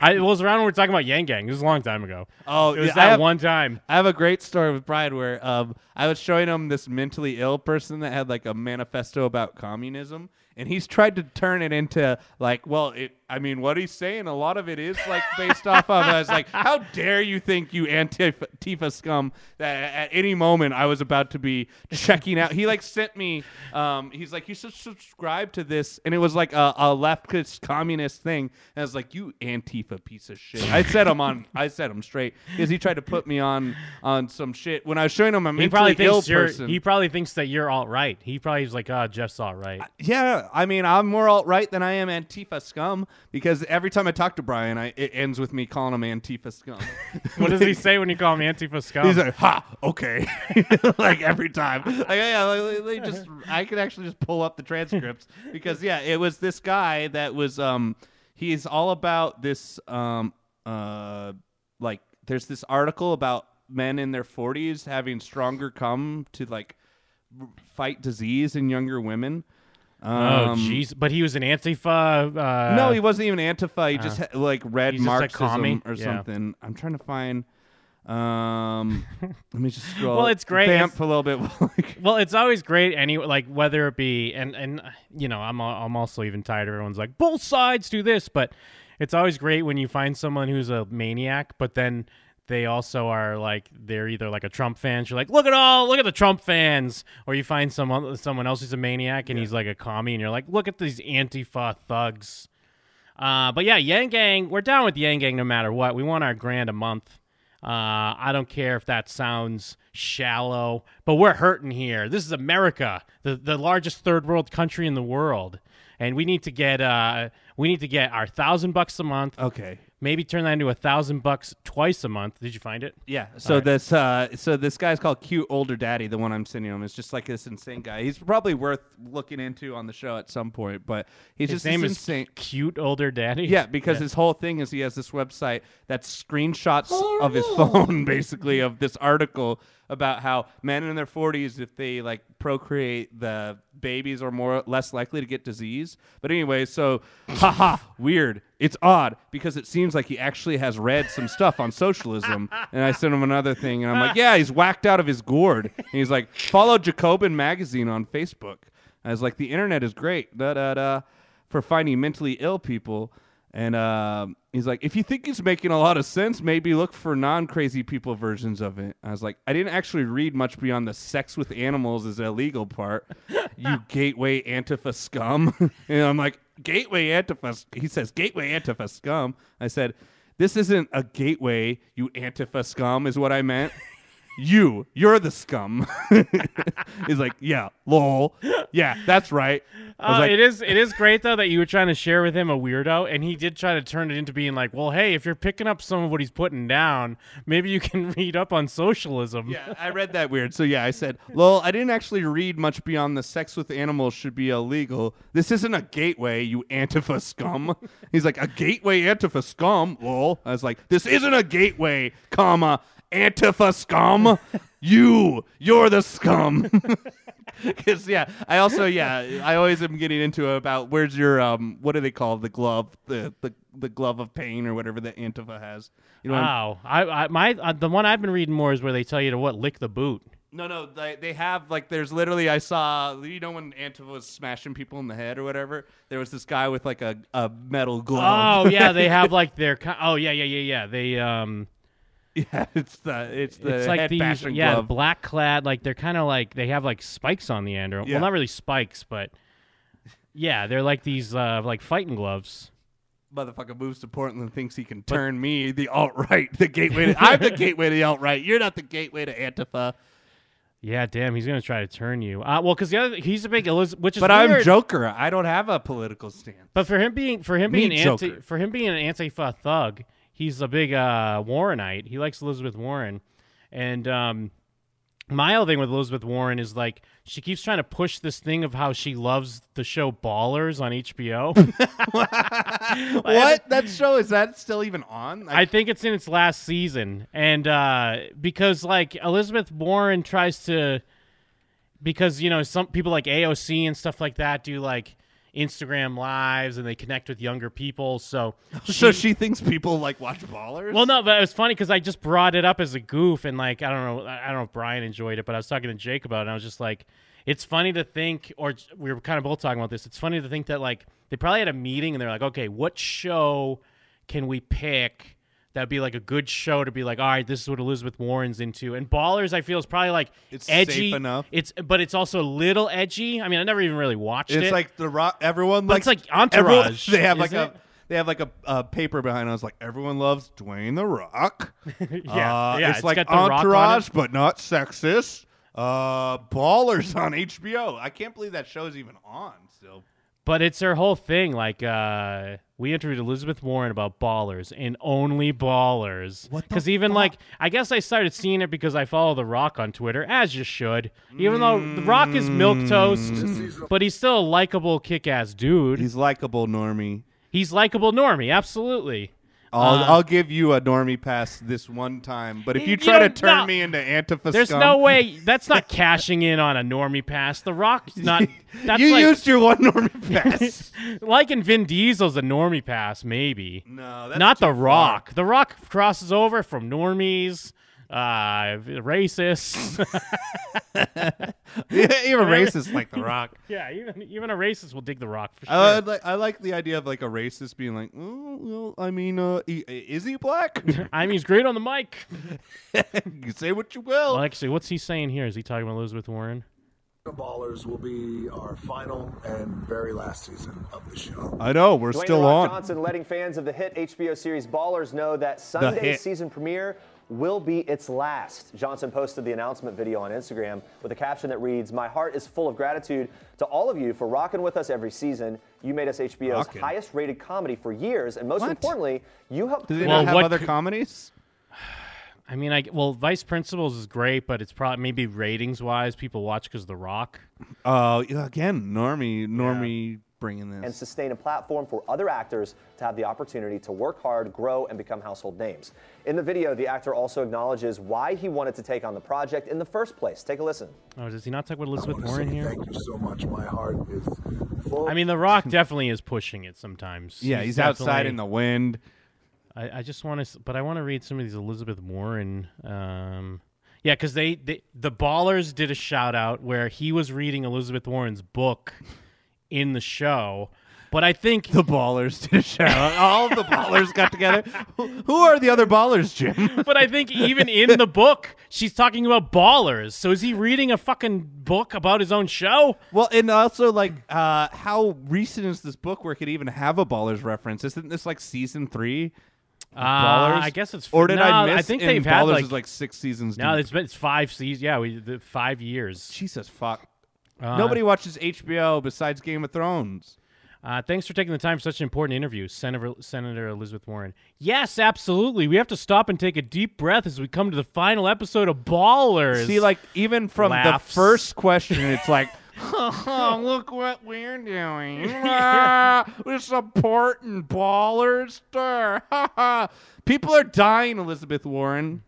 [SPEAKER 10] I it was around when we were talking about Yang Gang. This is a long time ago.
[SPEAKER 9] Oh,
[SPEAKER 10] it was
[SPEAKER 9] yeah, I
[SPEAKER 10] that
[SPEAKER 9] have-
[SPEAKER 10] one time.
[SPEAKER 9] I have a great story with Brian where um, I was showing him this mentally ill person that had like a manifesto about communism, and he's tried to turn it into like, well, it. I mean, what he's saying, a lot of it is like based off of. I was like, how dare you think you Antifa Tifa scum that at any moment I was about to be checking out. He like sent me. Um, he's like, you should subscribe to this, and it was like a, a leftist communist thing. And I was like, you Antifa piece of shit. I set him on. I set him straight because he tried to put me on on some shit when I was showing him a
[SPEAKER 10] He
[SPEAKER 9] mentally
[SPEAKER 10] probably
[SPEAKER 9] ill
[SPEAKER 10] thinks you're,
[SPEAKER 9] person.
[SPEAKER 10] he probably thinks that you're alt right. He probably is like, oh, Jeff's all right.
[SPEAKER 9] yeah, I mean, I'm more alt right than I am Antifa scum because every time I talk to Brian, I, it ends with me calling him Antifa scum.
[SPEAKER 10] what does he say when you call him Antifa scum?
[SPEAKER 9] He's like, ha, okay. like every time. Like, yeah, like, they just, I could actually just pull up the transcripts because, yeah, it was this guy that was, um, he's all about this, um, uh, like, there's this article about men in their 40s having stronger cum to, like, r- fight disease in younger women.
[SPEAKER 10] oh,
[SPEAKER 9] Um,
[SPEAKER 10] jeez. But he was an Antifa. Uh,
[SPEAKER 9] no, he wasn't even Antifa. He just
[SPEAKER 10] uh,
[SPEAKER 9] ha- like read
[SPEAKER 10] he's just a commie?
[SPEAKER 9] Marxism or
[SPEAKER 10] Yeah.
[SPEAKER 9] something. I'm trying to find. Um, let me just scroll.
[SPEAKER 10] Well, it's great.
[SPEAKER 9] Vamp
[SPEAKER 10] It's-
[SPEAKER 9] a little bit. while I
[SPEAKER 10] Well, it's always great, any like whether it be and and you know I'm al- I'm also even tired of everyone's like both sides do this, but it's always great when you find someone who's a maniac, but then they also are like they're either like a Trump fan, so you're like look at all look at the Trump fans, or you find someone someone else who's a maniac and he's like a commie, and you're like look at these antifa thugs. Uh, but yeah, Yang Gang, we're down with Yang Gang no matter what. We want our grand a month. Uh, I don't care if that sounds shallow, but we're hurting here. This is America, the, the largest third world country in the world, and we need to get uh, we need to get our thousand bucks a month.
[SPEAKER 9] Okay,
[SPEAKER 10] maybe turn that into a thousand bucks twice a month. Did you find it?
[SPEAKER 9] Yeah. So this uh, so this guy's called cute older daddy. The one I'm sending him is just like this insane guy. He's probably worth looking into on the show at some point. But he's
[SPEAKER 10] His
[SPEAKER 9] just
[SPEAKER 10] name
[SPEAKER 9] this
[SPEAKER 10] is
[SPEAKER 9] insane.
[SPEAKER 10] cute older daddy.
[SPEAKER 9] Yeah, because
[SPEAKER 10] Yeah.
[SPEAKER 9] his whole thing is he has this website that's screenshots of his phone, basically, of this article about how men in their 40s, if they like procreate, the babies are more less likely to get disease. But anyway, so haha, weird. It's odd because it seems like he actually has read some stuff on socialism. And I sent him another thing, and I'm like, yeah, he's whacked out of his gourd. And he's like, follow Jacobin magazine on Facebook. I was like, the internet is great. Da da da. For finding mentally ill people. And um, he's like, if you think it's making a lot of sense, maybe look for non crazy people versions of it. I was like, I didn't actually read much beyond the sex with animals is illegal part. you gateway Antifa scum. and I'm like, gateway Antifa. sc-" He says, gateway Antifa scum. I said, this isn't a gateway, you Antifa scum, is what I meant. you, you're the scum. he's like, yeah, lol. Yeah, that's right. I was
[SPEAKER 10] Uh,
[SPEAKER 9] like,
[SPEAKER 10] it is it is great though that you were trying to share with him a weirdo, and he did try to turn it into being like, well, hey, if you're picking up some of what he's putting down, maybe you can read up on socialism.
[SPEAKER 9] Yeah, I read that weird. So yeah, I said, "Lol, I didn't actually read much beyond the sex with animals should be illegal. This isn't a gateway, you Antifa scum." He's like, "A gateway Antifa scum." Lol. I was like, "This isn't a gateway, comma Antifa scum. You, you're the scum." Because yeah, I also yeah, I always am getting into about where's your um, what do they call the glove, the the the glove of pain or whatever that Antifa has. You know. what I'm-
[SPEAKER 10] Wow, I, I my uh, the one I've been reading more is where they tell you to what lick the boot.
[SPEAKER 9] No, no, they, they have like there's literally I saw you know when Antifa was smashing people in the head or whatever. There was this guy with like a, a metal glove.
[SPEAKER 10] Oh yeah, they have like their co- oh yeah yeah yeah yeah they um
[SPEAKER 9] yeah it's the it's the
[SPEAKER 10] it's like
[SPEAKER 9] head
[SPEAKER 10] these
[SPEAKER 9] bashing
[SPEAKER 10] yeah the
[SPEAKER 9] glove.
[SPEAKER 10] black clad like they're kind of like they have like spikes on the end or
[SPEAKER 9] Yeah.
[SPEAKER 10] well not really spikes but yeah they're like these uh like fighting gloves.
[SPEAKER 9] motherfucker moves to Portland thinks he can turn me the alt right the gateway. To, I'm the gateway to the alt right. You're not the gateway to Antifa.
[SPEAKER 10] Yeah, damn, he's gonna try to turn you. Uh, well, because the other he's a big Elizabeth, which is
[SPEAKER 3] But I'm
[SPEAKER 10] weird.
[SPEAKER 3] Joker. I don't have a political stance.
[SPEAKER 10] But for him being for him
[SPEAKER 3] Me,
[SPEAKER 10] being anti
[SPEAKER 3] Joker.
[SPEAKER 10] for him being an Antifa thug, he's a big uh, Warrenite. He likes Elizabeth Warren, and um, my other thing with Elizabeth Warren is like she keeps trying to push this thing of how she loves the show Ballers on HBO.
[SPEAKER 9] What that show is that still even on?
[SPEAKER 10] I think it's in its last season, and uh, because like Elizabeth Warren tries to, because you know some people like AOC and stuff like that do like Instagram lives and they connect with younger people. So
[SPEAKER 9] so she thinks people like watch ballers.
[SPEAKER 10] well, no, but it was funny because I just brought it up as a goof, and like I don't know, I I don't know if Brian enjoyed it, but I was talking to Jake about it, and I was just like, it's funny to think, or j- we were kind of both talking about this. It's funny to think that like they probably had a meeting and they're like, okay, what show can we pick that'd be like a good show to be like, all right, this is what Elizabeth Warren's into, and Ballers I feel is probably like
[SPEAKER 9] It's safe
[SPEAKER 10] edgy
[SPEAKER 9] enough.
[SPEAKER 10] It's but it's also a little edgy. I mean, I never even really watched it.
[SPEAKER 9] It's like the rock. Everyone
[SPEAKER 10] But
[SPEAKER 9] likes
[SPEAKER 10] it's like Entourage,
[SPEAKER 9] everyone- they have like
[SPEAKER 10] isn't
[SPEAKER 9] a they have like a, a paper behind us like everyone loves Dwayne the Rock. yeah,
[SPEAKER 10] yeah,
[SPEAKER 9] it's,
[SPEAKER 10] it's
[SPEAKER 9] like
[SPEAKER 10] got The Rock on
[SPEAKER 9] Entourage,
[SPEAKER 10] it.
[SPEAKER 9] but not sexist. Uh, Ballers on HBO. I can't believe that show's even on still.
[SPEAKER 10] But it's her whole thing. Like uh, we interviewed Elizabeth Warren about ballers and only ballers. What? Because even like I guess I started seeing it because I follow The Rock on Twitter, as you should. Even though The Rock is
[SPEAKER 9] Mm.
[SPEAKER 10] milk toast, but he's still a likable kick-ass dude.
[SPEAKER 9] He's likable, Normie.
[SPEAKER 10] He's likable, normie, absolutely.
[SPEAKER 9] I'll,
[SPEAKER 10] Uh,
[SPEAKER 9] I'll give you a normie pass this one time, but if you
[SPEAKER 10] You
[SPEAKER 9] try to
[SPEAKER 10] don't-
[SPEAKER 9] turn
[SPEAKER 10] no.
[SPEAKER 9] me into Antifa
[SPEAKER 10] There's
[SPEAKER 9] scum,
[SPEAKER 10] no way that's not cashing in on a normie pass. The Rock's not. That's
[SPEAKER 9] you
[SPEAKER 10] like,
[SPEAKER 9] used your one normie pass.
[SPEAKER 10] liking Vin Diesel's a normie pass, maybe.
[SPEAKER 9] No, that's
[SPEAKER 10] not
[SPEAKER 9] too
[SPEAKER 10] The Rock. The Rock crosses over from normies, uh, racists.
[SPEAKER 9] Even racists like The Rock.
[SPEAKER 10] Yeah, even even a racist will dig The Rock for sure.
[SPEAKER 9] I, Oh, like, I like the idea of like a racist being like, oh, well, I mean, uh, i- is he black?
[SPEAKER 10] I mean, he's great on the mic.
[SPEAKER 9] you say what you will.
[SPEAKER 10] Well, actually, what's he saying here? Is he talking about Elizabeth Warren?
[SPEAKER 11] The Ballers will be our final and very last season of the show.
[SPEAKER 9] I know we're
[SPEAKER 7] Dwayne
[SPEAKER 9] still
[SPEAKER 7] "The
[SPEAKER 9] on.
[SPEAKER 7] Rock" Johnson letting fans of the hit HBO series Ballers know that Sunday's
[SPEAKER 9] hit.
[SPEAKER 7] season premiere will be its last. Johnson posted the announcement video on Instagram with a caption that reads, "My heart is full of gratitude to all of you for rocking with us every season. You made us HBO's
[SPEAKER 9] Rockin'.
[SPEAKER 7] highest-rated comedy for years, and most importantly, you helped."
[SPEAKER 9] Do they
[SPEAKER 10] Well,
[SPEAKER 9] not have
[SPEAKER 10] what
[SPEAKER 9] other
[SPEAKER 10] cou-
[SPEAKER 9] comedies?
[SPEAKER 10] I mean, I well, Vice Principals is great, but it's probably maybe ratings wise, people watch because The Rock.
[SPEAKER 9] Uh, yeah, again, normie, normie bringing this.
[SPEAKER 7] and sustain a platform for other actors to have the opportunity to work hard, grow, and become household names. In the video, the actor also acknowledges why he wanted to take on the project in the first place. Take a listen.
[SPEAKER 10] Oh, does he not talk about Elizabeth Warren here?
[SPEAKER 11] Thank you so much. My heart is full.
[SPEAKER 10] I mean, The Rock definitely is pushing it sometimes.
[SPEAKER 9] Yeah, he's outside
[SPEAKER 10] definitely-
[SPEAKER 9] in the wind.
[SPEAKER 10] I, I just want to, but I want to read some of these Elizabeth Warren. Um, yeah, because they, they the Ballers did a shout out where he was reading Elizabeth Warren's book in the show. But I think
[SPEAKER 9] the Ballers did a shout out. All the ballers got together. Who are the other ballers, Jim?
[SPEAKER 10] But I think even in the book, she's talking about ballers. So is he reading a fucking book about his own show?
[SPEAKER 9] Well, and also like, uh, how recent is this book where it could even have a ballers reference? Isn't this like season three? of
[SPEAKER 10] Uh,
[SPEAKER 9] ballers,
[SPEAKER 10] I guess it's.
[SPEAKER 9] or did I
[SPEAKER 10] no,
[SPEAKER 9] miss?
[SPEAKER 10] I think
[SPEAKER 9] and
[SPEAKER 10] they've
[SPEAKER 9] ballers
[SPEAKER 10] had like,
[SPEAKER 9] is like six seasons.
[SPEAKER 10] No,
[SPEAKER 9] deep?
[SPEAKER 10] it's been it's five seasons. Yeah, we the, five years.
[SPEAKER 9] Jesus fuck.
[SPEAKER 10] Uh,
[SPEAKER 9] Nobody watches HBO besides Game of Thrones.
[SPEAKER 10] Uh, thanks for taking the time for such an important interview, Senator, Senator Elizabeth Warren. Yes, absolutely. We have to stop and take a deep breath as we come to the final episode of Ballers.
[SPEAKER 9] See, like even from
[SPEAKER 10] Laughs.
[SPEAKER 9] the first question, it's like
[SPEAKER 10] look what we're doing.
[SPEAKER 9] "Ah, we're supporting ballers. sir." People are dying, Elizabeth Warren,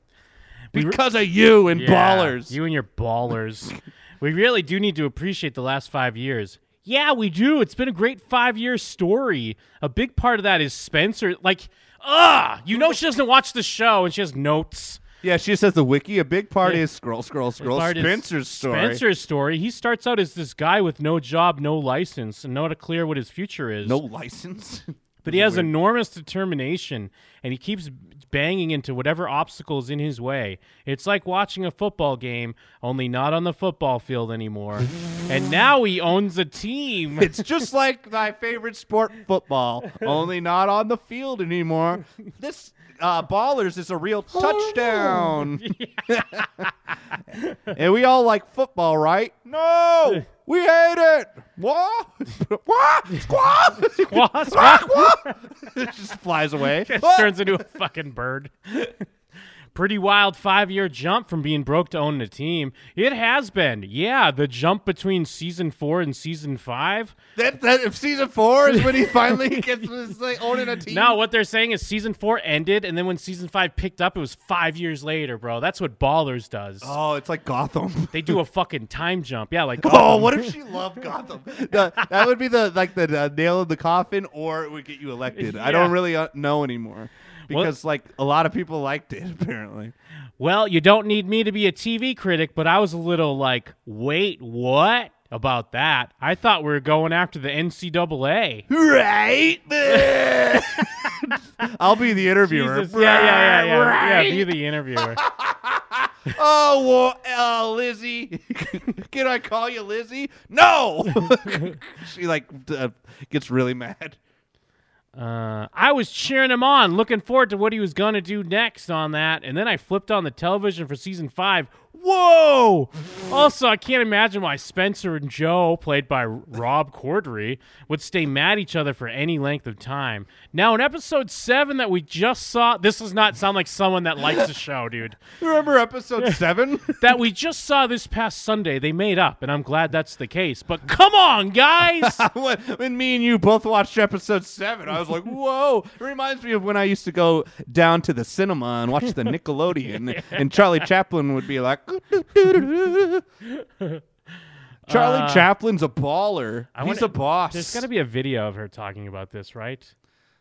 [SPEAKER 9] because of you and
[SPEAKER 10] Yeah,
[SPEAKER 9] ballers.
[SPEAKER 10] You and your ballers. we really do need to appreciate the last five years. Yeah, we do. It's been a great five year story. A big part of that is Spencer. Like, ah, you know she doesn't watch the show and she has notes.
[SPEAKER 9] Yeah, she says the wiki. A big part
[SPEAKER 10] Yeah.
[SPEAKER 9] is scroll, scroll, scroll.
[SPEAKER 10] Bart is-
[SPEAKER 9] Spencer's story.
[SPEAKER 10] Spencer's story. He starts out as this guy with no job, no license, and no to clear what his future is.
[SPEAKER 9] No license.
[SPEAKER 10] But he has enormous determination and he keeps banging into whatever obstacles in his way. It's like watching a football game, only not on the football field anymore. and now he owns a team.
[SPEAKER 9] It's just like my favorite sport, football, only not on the field anymore. This uh, Ballers is a real touchdown. and we all like football, right? No, we hate it. What? What? Squawk!
[SPEAKER 10] Squawk! Squawk!
[SPEAKER 9] it just flies away.
[SPEAKER 10] Just turns into a fucking bird. Pretty wild five year jump from being broke to owning a team. It has been. Yeah, the jump between season four and season five.
[SPEAKER 9] That, that if season four is when he finally gets this, like, owning a team.
[SPEAKER 10] No, what they're saying is season four ended, and then when season five picked up, it was five years later, bro. That's what Ballers does.
[SPEAKER 9] Oh, it's like Gotham.
[SPEAKER 10] They do a fucking time jump. Yeah, like
[SPEAKER 9] Oh,
[SPEAKER 10] Gotham.
[SPEAKER 9] what if she loved Gotham? The- that would be the like the uh, nail in the coffin, or it would get you elected. I don't
[SPEAKER 10] Yeah.
[SPEAKER 9] really uh, know anymore because like a lot of people liked it apparently.
[SPEAKER 10] Well, you don't need me to be a TV critic, but I was a little like, wait, what about that? I thought we were going after the NCAA.
[SPEAKER 9] Right? I'll be the interviewer.
[SPEAKER 10] Jesus. Yeah, yeah, yeah, yeah.
[SPEAKER 9] Right?
[SPEAKER 10] Yeah, be the interviewer.
[SPEAKER 9] oh, well, uh, Lizzie, can I call you Lizzie? No. she like uh, gets really mad.
[SPEAKER 10] Uh, I was cheering him on, looking forward to what he was going to do next on that. And then I flipped on the television for season five. Whoa! Also, I can't imagine why Spencer and Joe, played by Rob Corddry, would stay mad at each other for any length of time. Now, in episode seven that we just saw, this does not sound like someone that likes the show, dude.
[SPEAKER 9] Remember episode seven?
[SPEAKER 10] that we just saw this past Sunday, they made up, and I'm glad that's the case. But come on, guys!
[SPEAKER 9] when, when me and you both watched episode seven, I was like, "Whoa!" It reminds me of when I used to go down to the cinema and watch the Nickelodeon, and Charlie Chaplin would be like, "Charlie
[SPEAKER 10] Uh,
[SPEAKER 9] Chaplin's a baller.
[SPEAKER 10] I
[SPEAKER 9] He's
[SPEAKER 10] wanna-
[SPEAKER 9] a boss."
[SPEAKER 10] There's got to be a video of her talking about this, right?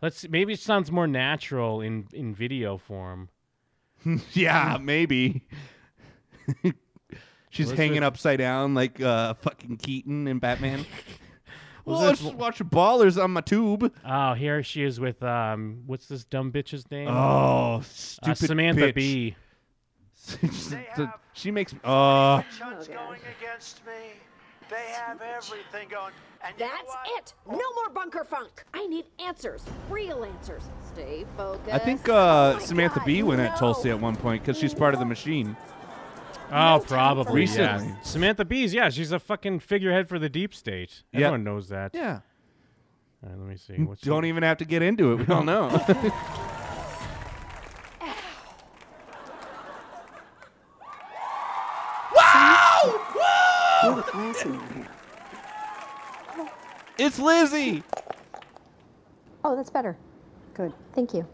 [SPEAKER 10] Let's see, maybe it sounds more natural in in video form.
[SPEAKER 9] yeah, maybe. She's
[SPEAKER 10] What's
[SPEAKER 9] hanging
[SPEAKER 10] with-
[SPEAKER 9] upside down like uh, fucking Keaton and Batman. well,
[SPEAKER 10] What's
[SPEAKER 9] let's
[SPEAKER 10] with-
[SPEAKER 9] watch ballers on my tube.
[SPEAKER 10] Oh, here she is with um, what's this dumb bitch's name?
[SPEAKER 9] Oh,
[SPEAKER 10] Uh,
[SPEAKER 9] stupid
[SPEAKER 10] Samantha
[SPEAKER 9] bitch.
[SPEAKER 10] B.
[SPEAKER 9] she makes. Uh,
[SPEAKER 12] Chuds going against me. They have everything going. And you know
[SPEAKER 13] That's
[SPEAKER 12] what?
[SPEAKER 13] it. No more bunker funk. I need answers, real answers. Stay focused.
[SPEAKER 9] I think uh, Samantha Bee went at Tulsi at one point because she's part of the machine.
[SPEAKER 10] Oh, probably
[SPEAKER 9] recently.
[SPEAKER 10] yeah. Samantha Bees, yeah, she's a fucking figurehead for the deep state.
[SPEAKER 9] Yeah.
[SPEAKER 10] Everyone knows that.
[SPEAKER 9] Yeah. Mm.
[SPEAKER 10] All right, let me see. What's
[SPEAKER 9] Don't even have to get into it. We all know. it's Lizzie.
[SPEAKER 14] Oh, that's better. Good. Thank you.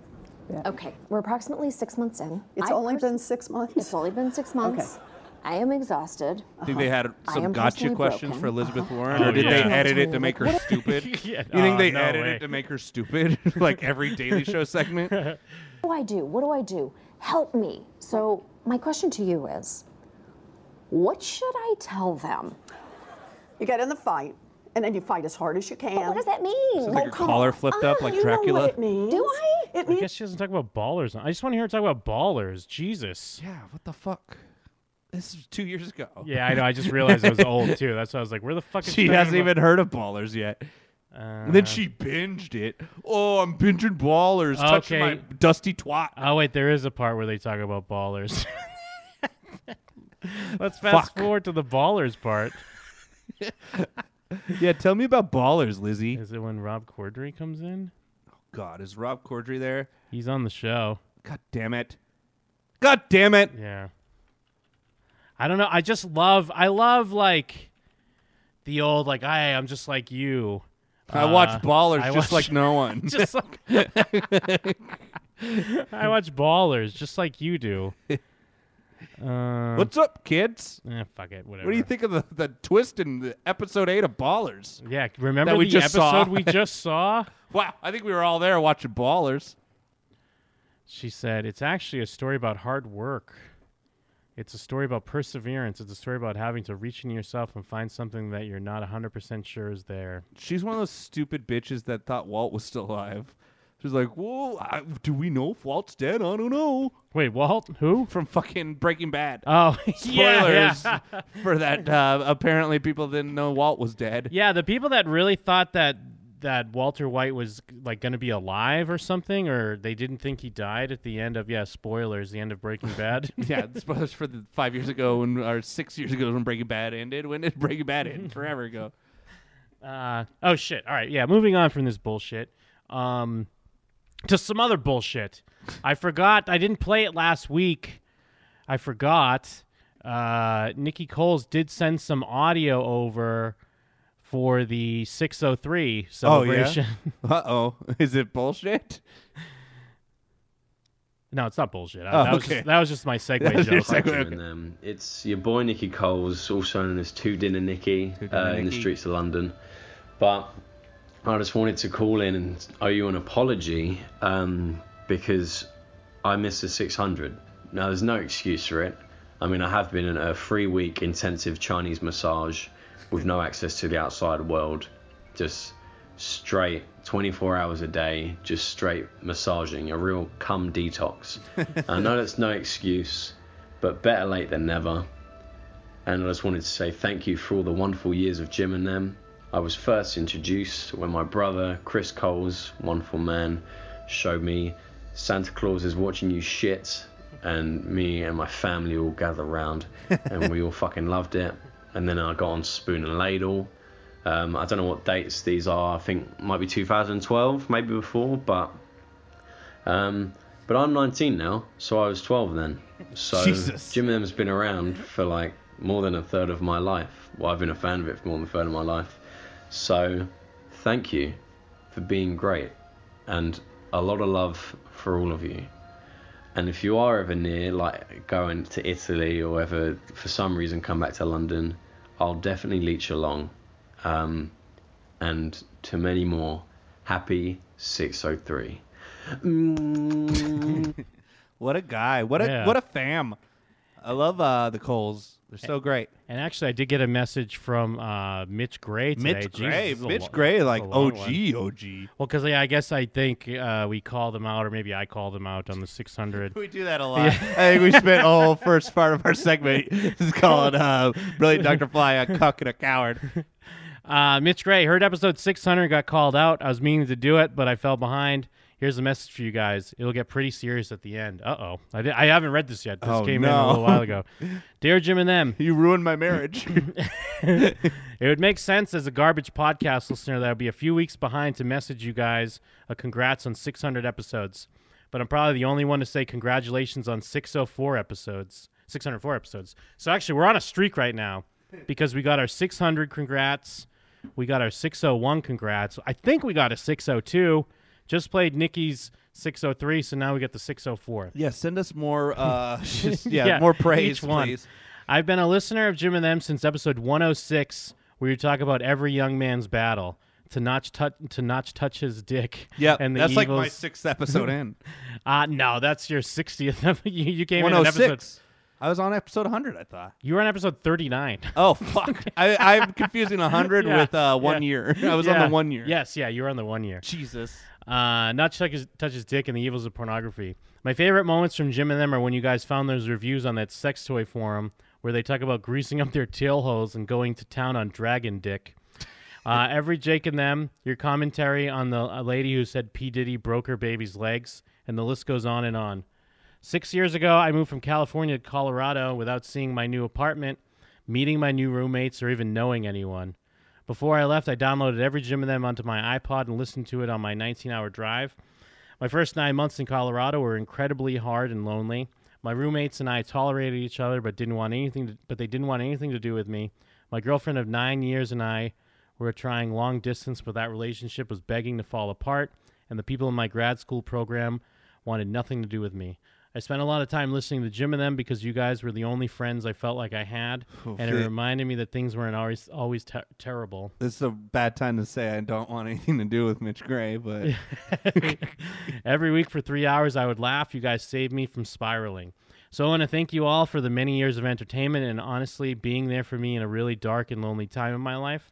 [SPEAKER 14] Okay, we're approximately six months in.
[SPEAKER 15] It's only been six months?
[SPEAKER 14] It's only been six months. I am exhausted.
[SPEAKER 9] I think they had
[SPEAKER 14] I
[SPEAKER 9] some
[SPEAKER 14] am
[SPEAKER 9] gotcha
[SPEAKER 14] personally
[SPEAKER 9] questions for
[SPEAKER 14] broken.
[SPEAKER 9] Elizabeth Warren,
[SPEAKER 10] Oh,
[SPEAKER 9] or did
[SPEAKER 10] yeah.
[SPEAKER 9] they edit it to make her stupid?
[SPEAKER 10] Yeah.
[SPEAKER 9] You think
[SPEAKER 10] Oh,
[SPEAKER 9] they
[SPEAKER 10] no
[SPEAKER 9] edited
[SPEAKER 10] way.
[SPEAKER 9] it to make her stupid, like every Daily Show segment?
[SPEAKER 14] What do I do? What do I do? Help me. So, my question to you is what should I tell them?
[SPEAKER 15] You get in the fight, and then you fight as hard as you can. what does
[SPEAKER 14] that mean?
[SPEAKER 9] like her collar flipped up like
[SPEAKER 15] you Know
[SPEAKER 9] Dracula.
[SPEAKER 15] what it means. Do I? It
[SPEAKER 10] I guess she doesn't talk about ballers. I just want to hear her talk about ballers. Jesus.
[SPEAKER 9] Yeah, what the fuck? This was two years ago.
[SPEAKER 10] Yeah, I know. I just realized it was old too. That's why I was like, "Where the fuck?" Is
[SPEAKER 9] she
[SPEAKER 10] Barry
[SPEAKER 9] hasn't
[SPEAKER 10] Bo-
[SPEAKER 9] even heard of Ballers yet. and
[SPEAKER 10] Uh,
[SPEAKER 9] then she binged it. Oh, I'm binging Ballers. Touching my
[SPEAKER 10] Okay.
[SPEAKER 9] dusty twat.
[SPEAKER 10] Oh wait, there is a part where they talk about ballers. Let's fast forward to the ballers part.
[SPEAKER 9] yeah, tell me about Ballers, Lizzie.
[SPEAKER 10] Is it when Rob Corddry comes in?
[SPEAKER 9] God, is Rob Corddry there?
[SPEAKER 10] He's on the show.
[SPEAKER 9] God damn it! God damn it!
[SPEAKER 10] Yeah. I don't know. I just love. I love like the old like. I I'm just like you.
[SPEAKER 9] Uh,
[SPEAKER 10] Uh,
[SPEAKER 9] I watch Ballers
[SPEAKER 10] I
[SPEAKER 9] just like no one.
[SPEAKER 10] just like. I watch Ballers just like you do. Um,
[SPEAKER 9] What's up, kids?
[SPEAKER 10] Eh, fuck it. Whatever.
[SPEAKER 9] What do you think of the, the twist in the episode eight of Ballers?
[SPEAKER 10] Yeah, remember
[SPEAKER 9] that we
[SPEAKER 10] the
[SPEAKER 9] just saw?
[SPEAKER 10] episode we just saw?
[SPEAKER 9] wow, I think we were all there watching Ballers.
[SPEAKER 10] She said, It's actually a story about hard work. It's a story about perseverance. It's a story about having to reach in yourself and find something that you're not 100% sure is there.
[SPEAKER 9] She's one of those stupid bitches that thought Walt was still alive. She's like, "Whoa, I, do we know if Walt's dead? I don't know."
[SPEAKER 10] Wait, Walt? Who?
[SPEAKER 9] From fucking Breaking Bad.
[SPEAKER 10] Oh, yeah,
[SPEAKER 9] spoilers
[SPEAKER 10] yeah.
[SPEAKER 9] for that. Uh, apparently, people didn't know Walt was dead.
[SPEAKER 10] Yeah, the people that really thought that that Walter White was like going to be alive or something, or they didn't think he died at the end of yeah, spoilers, the end of Breaking Bad.
[SPEAKER 9] yeah, spoilers for the five years ago when, or six years ago when Breaking Bad ended. When did Breaking Bad end? Forever ago.
[SPEAKER 10] Uh, oh shit. All right. Yeah. Moving on from this bullshit. Um, to some other bullshit. I forgot. I didn't play it last week. I forgot. Uh, Nikki Coles did send some audio over for the 603 celebration.
[SPEAKER 9] Oh yeah. Uh oh, is it bullshit?
[SPEAKER 10] no, it's not bullshit. I-
[SPEAKER 9] Oh,
[SPEAKER 10] that, was
[SPEAKER 9] okay.
[SPEAKER 10] just, that was just my segue
[SPEAKER 9] That was
[SPEAKER 10] joke.
[SPEAKER 9] your
[SPEAKER 16] And, um, it's your boy Nicky Coles, also known as Two Dinner Nicky, uh, in the
[SPEAKER 9] Nicky.
[SPEAKER 16] streets of London. But I just wanted to call in and owe you an apology um, because I missed the 600. Now, there's no excuse for it. I mean, I have been in a three week intensive Chinese massage with no access to the outside world, just straight 24 hours a day, just straight massaging, a real cum detox. I know that's no excuse, but better late than never. And I just wanted to say thank you for all the wonderful years of Jim and them. I was first introduced when my brother, Chris Coles, wonderful man, showed me Santa Claus is watching you shit. And me and my family all gathered around and we all fucking loved it. And then I got on Spoon and Ladle. Um, I don't know what dates these are. I think might be 2012, maybe before, but um, but I'm 19 now, so I was 12 then. So
[SPEAKER 9] Jesus.
[SPEAKER 16] Jim and them's been around for like more than a third of my life. Well, I've been a fan of it for more than a third of my life. So thank you for being great, and a lot of love for all of you. And if you are ever near, like going to Italy or ever for some reason come back to London, I'll definitely leech along. Um, and to many more, happy 603.
[SPEAKER 9] What a guy. What a
[SPEAKER 10] Yeah.
[SPEAKER 9] what a fam. I love uh, the Coles. They're so great.
[SPEAKER 10] And actually, I did get a message from uh, Mitch Gray today.
[SPEAKER 9] Mitch
[SPEAKER 10] Jesus,
[SPEAKER 9] Gray.
[SPEAKER 10] it's a
[SPEAKER 9] Mitch
[SPEAKER 10] lo-
[SPEAKER 9] Gray,
[SPEAKER 10] it's a
[SPEAKER 9] like,
[SPEAKER 10] long
[SPEAKER 9] OG,
[SPEAKER 10] one.
[SPEAKER 9] OG.
[SPEAKER 10] Well, because yeah, I guess I think uh, we call them out, or maybe I call them out on the 600.
[SPEAKER 9] We do that a lot. I think we spent all first part of our segment is called uh, "Brilliant Dr. Fly, a cuck and a coward."
[SPEAKER 10] Uh, Mitch Gray heard episode 600, got called out. I was meaning to do it, but I fell behind. Here's a message for you guys. It'll get pretty serious at the end. Uh oh, I, di- I haven't read this yet. This
[SPEAKER 9] Oh,
[SPEAKER 10] came in
[SPEAKER 9] no.
[SPEAKER 10] a little while ago. Dear Jim and them,
[SPEAKER 9] you ruined my marriage.
[SPEAKER 10] it would make sense as a garbage podcast listener that I'd be a few weeks behind to message you guys a congrats on 600 episodes. But I'm probably the only one to say congratulations on 604 episodes. 604 episodes. So actually, we're on a streak right now because we got our 600 congrats. We got our 601 congrats. I think we got a 602. Just played Nikki's 603, so now we get the 604
[SPEAKER 9] Yeah, send us more. Uh, just, yeah, more praise,
[SPEAKER 10] each one.
[SPEAKER 9] please.
[SPEAKER 10] I've been a listener of Jim and Them since episode 106, where you talk about every young man's battle to notch touch to notch touch his dick.
[SPEAKER 9] Yep,
[SPEAKER 10] and the
[SPEAKER 9] that's like my
[SPEAKER 10] evils-
[SPEAKER 9] sixth episode in.
[SPEAKER 10] Uh no, that's your 60th. ep- you, you came in at episode.
[SPEAKER 9] 106. I was on episode 100. I thought.
[SPEAKER 10] You were on episode 39.
[SPEAKER 9] Oh fuck! I, I'm confusing 100
[SPEAKER 10] Yeah,
[SPEAKER 9] with uh, one
[SPEAKER 10] yeah.
[SPEAKER 9] year. I was on
[SPEAKER 10] Yeah.
[SPEAKER 9] the one year.
[SPEAKER 10] Yes, yeah, you were on the one year.
[SPEAKER 9] Jesus.
[SPEAKER 10] Uh, not touch his, touch his dick and the evils of pornography. My favorite moments from Jim and them are when you guys found those reviews on that sex toy forum where they talk about greasing up their tail holes and going to town on dragon dick. Uh, every Jake and them, your commentary on the uh, lady who said P Diddy broke her baby's legs, and the list goes on and on. Six years ago, I moved from California to Colorado without seeing my new apartment, meeting my new roommates, or even knowing anyone. Before I left, I downloaded every Jim and Them onto my iPod and listened to it on my 19 hour drive. My first nine months in Colorado were incredibly hard and lonely. My roommates and I tolerated each other, but didn't want anything. To, but they didn't want anything to do with me. My girlfriend of nine years and I were trying long distance, but that relationship was begging to fall apart. And the people in my grad school program wanted nothing to do with me. I spent a lot of time listening to Jim and them because you guys were the only friends I felt like I had,
[SPEAKER 9] Oh,
[SPEAKER 10] and it
[SPEAKER 9] shit.
[SPEAKER 10] reminded me that things weren't always always ter- terrible.
[SPEAKER 9] This is a bad time to say I don't want anything to do with Mitch Gray, but
[SPEAKER 10] Every week for three hours, I would laugh. You guys saved me from spiraling. So I want to thank you all for the many years of entertainment and honestly being there for me in a really dark and lonely time in my life.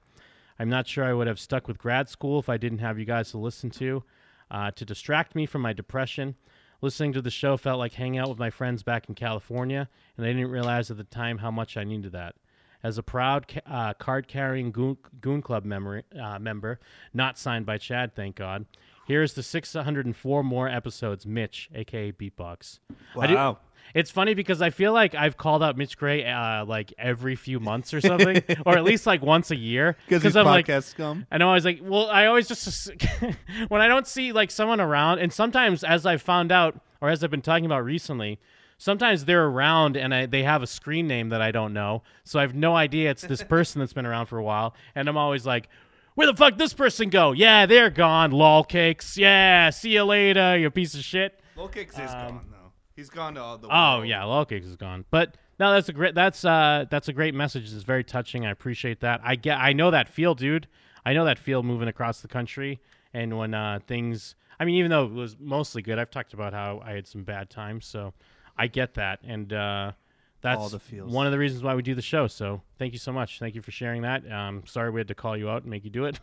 [SPEAKER 10] I'm not sure I would have stuck with grad school if I didn't have you guys to listen to uh, to distract me from my depression. Listening to the show felt like hanging out with my friends back in California, and I didn't realize at the time how much I needed that. As a proud ca- uh, card carrying goon, goon Club memory, uh, member, not signed by Chad, thank God, here's the 604 more episodes Mitch, aka Beatbox. I do-
[SPEAKER 9] Wow.
[SPEAKER 10] it's funny because I feel like I've called out Mitch Gray uh, like every few months or something, or at least like once a year.
[SPEAKER 9] 'Cause he's
[SPEAKER 10] I'm like,
[SPEAKER 9] podcast scum.
[SPEAKER 10] I know I was like, well, I always just ass- when I don't see like someone around, and sometimes as I've found out or as I've been talking about recently, sometimes they're around and I, they have a screen name that I don't know, so I have no idea it's this person that's been around for a while, and I'm always like. Where the fuck this person go? Yeah, they're gone. Lol cakes. Yeah, see you later, you piece of shit.
[SPEAKER 9] Low kicks is gone though. He's gone to all the.
[SPEAKER 10] Um, Oh yeah, Lol Cakes is gone. But no, that's a great that's uh that's a great message. It's very touching. I appreciate that. I get I know that feel, dude. I know that feel moving across the country and when uh things I mean, even though it was mostly good, I've talked about how I had some bad times, so I get that and uh that's
[SPEAKER 9] All the feels.
[SPEAKER 10] one of the reasons why we do the show. So thank you so much. Thank you for sharing that. Um, sorry we had to call you out and make you do it.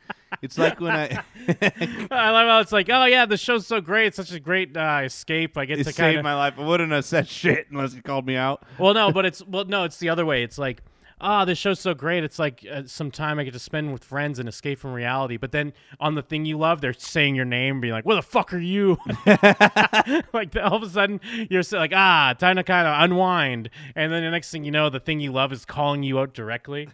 [SPEAKER 9] it's like when I-
[SPEAKER 10] I love how it's like, oh yeah, the show's so great. It's such a great uh, escape. I get
[SPEAKER 9] It
[SPEAKER 10] to
[SPEAKER 9] saved
[SPEAKER 10] kind of
[SPEAKER 9] my life. I wouldn't have said shit unless he called me out.
[SPEAKER 10] well, no, but it's well, no, it's the other way. It's like, ah, this show's so great. It's like uh, some time I get to spend with friends and escape from reality. But then on the thing you love, they're saying your name, being like, "Where the fuck are you?" like all of a sudden, you're so- like, ah, time to kind of unwind. And then the next thing you know, the thing you love is calling you out directly.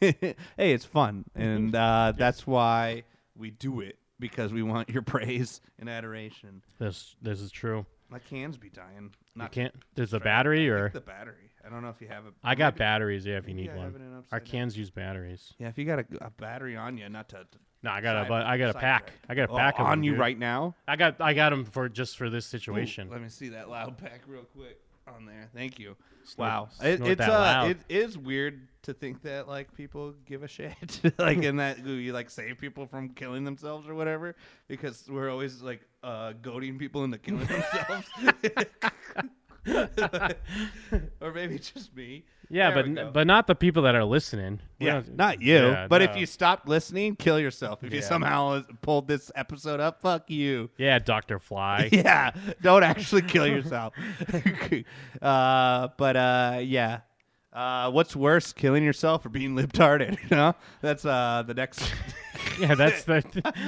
[SPEAKER 9] hey, it's fun, and uh, that's why we do it because we want your praise and adoration.
[SPEAKER 10] This this is true.
[SPEAKER 9] My cans be dying.
[SPEAKER 10] You
[SPEAKER 9] Not
[SPEAKER 10] can't. There's a battery, or
[SPEAKER 9] the battery. I don't know if you have a.
[SPEAKER 10] I got
[SPEAKER 9] maybe-
[SPEAKER 10] batteries. Yeah, if you
[SPEAKER 9] maybe
[SPEAKER 10] need
[SPEAKER 9] I have it in
[SPEAKER 10] one.
[SPEAKER 9] upside
[SPEAKER 10] Our
[SPEAKER 9] down.
[SPEAKER 10] cans use batteries.
[SPEAKER 9] Yeah, if you got a, a battery on you, not to.
[SPEAKER 10] No, I got a
[SPEAKER 9] side-
[SPEAKER 10] bu- I got a
[SPEAKER 9] side
[SPEAKER 10] pack.
[SPEAKER 9] track.
[SPEAKER 10] I got a
[SPEAKER 9] Oh,
[SPEAKER 10] pack of
[SPEAKER 9] on
[SPEAKER 10] them,
[SPEAKER 9] you
[SPEAKER 10] dude.
[SPEAKER 9] right now.
[SPEAKER 10] I got I got them for just for this situation.
[SPEAKER 9] Ooh, let me see that loud pack real quick on there. Thank you.
[SPEAKER 10] Snort-
[SPEAKER 9] wow, it,
[SPEAKER 10] snort
[SPEAKER 9] it's
[SPEAKER 10] that
[SPEAKER 9] uh,
[SPEAKER 10] loud.
[SPEAKER 9] it is weird to think that like people give a shit, like in that ooh, you like save people from killing themselves or whatever, because we're always like uh, goading people into killing themselves. or maybe it's just me.
[SPEAKER 10] Yeah,
[SPEAKER 9] There we
[SPEAKER 10] but
[SPEAKER 9] go.
[SPEAKER 10] but not the people that are listening. We
[SPEAKER 9] Yeah,
[SPEAKER 10] don't-
[SPEAKER 9] not you.
[SPEAKER 10] Yeah,
[SPEAKER 9] but
[SPEAKER 10] no.
[SPEAKER 9] if you stopped listening, kill yourself. If you
[SPEAKER 10] Yeah.
[SPEAKER 9] somehow uh, pulled this episode up, fuck you.
[SPEAKER 10] yeah, Doctor Fly.
[SPEAKER 9] yeah, don't actually kill yourself. uh, but uh, yeah, uh, what's worse, killing yourself or being libtarded? You know, that's uh, the next.
[SPEAKER 10] yeah, that's the.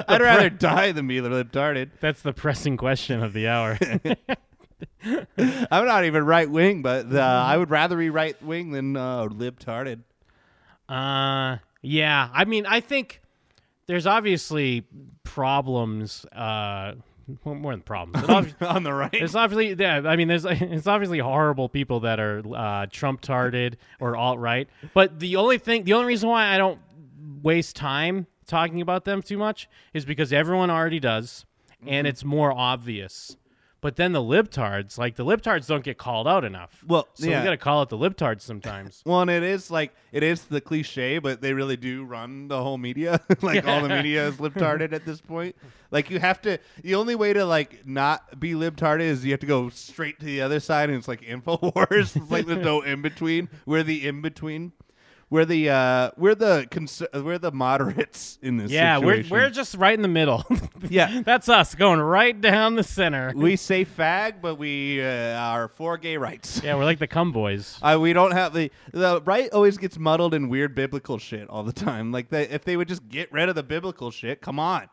[SPEAKER 9] I'd
[SPEAKER 10] the
[SPEAKER 9] rather
[SPEAKER 10] pre-
[SPEAKER 9] die than be libtarded.
[SPEAKER 10] That's the pressing question of the hour.
[SPEAKER 9] I'm not even right wing, but uh, I would rather be right wing than uh, libtarded.
[SPEAKER 10] Uh, yeah. I mean, I think there's obviously problems. Uh, well, more than problems There's obvi-
[SPEAKER 9] On the right.
[SPEAKER 10] There's obviously, yeah. I mean, there's it's obviously horrible people that are uh, Trump tarded or alt right. But the only thing, the only reason why I don't waste time talking about them too much is because everyone already does, and it's more obvious. But then the libtards, like the libtards, don't get called out enough.
[SPEAKER 9] Well,
[SPEAKER 10] so
[SPEAKER 9] yeah.
[SPEAKER 10] we got to call out the libtards sometimes.
[SPEAKER 9] Well, and it is like it is the cliche, but they really do run the whole media. like all the media is libtarded at this point. Like you have to. The only way to like not be libtarded is you have to go straight to the other side, and it's like Infowars. it's like there's no in between. We're the in between. We're the uh, we're the cons- we're the moderates in this.
[SPEAKER 10] Yeah,
[SPEAKER 9] situation.
[SPEAKER 10] we're we're just right in the middle.
[SPEAKER 9] yeah,
[SPEAKER 10] that's us going right down the center.
[SPEAKER 9] we say fag, but we uh, are for gay rights.
[SPEAKER 10] yeah, we're like the cum boys.
[SPEAKER 9] Uh, we don't have the the right always gets muddled in weird biblical shit all the time. Like they, if they would just get rid of the biblical shit, come on.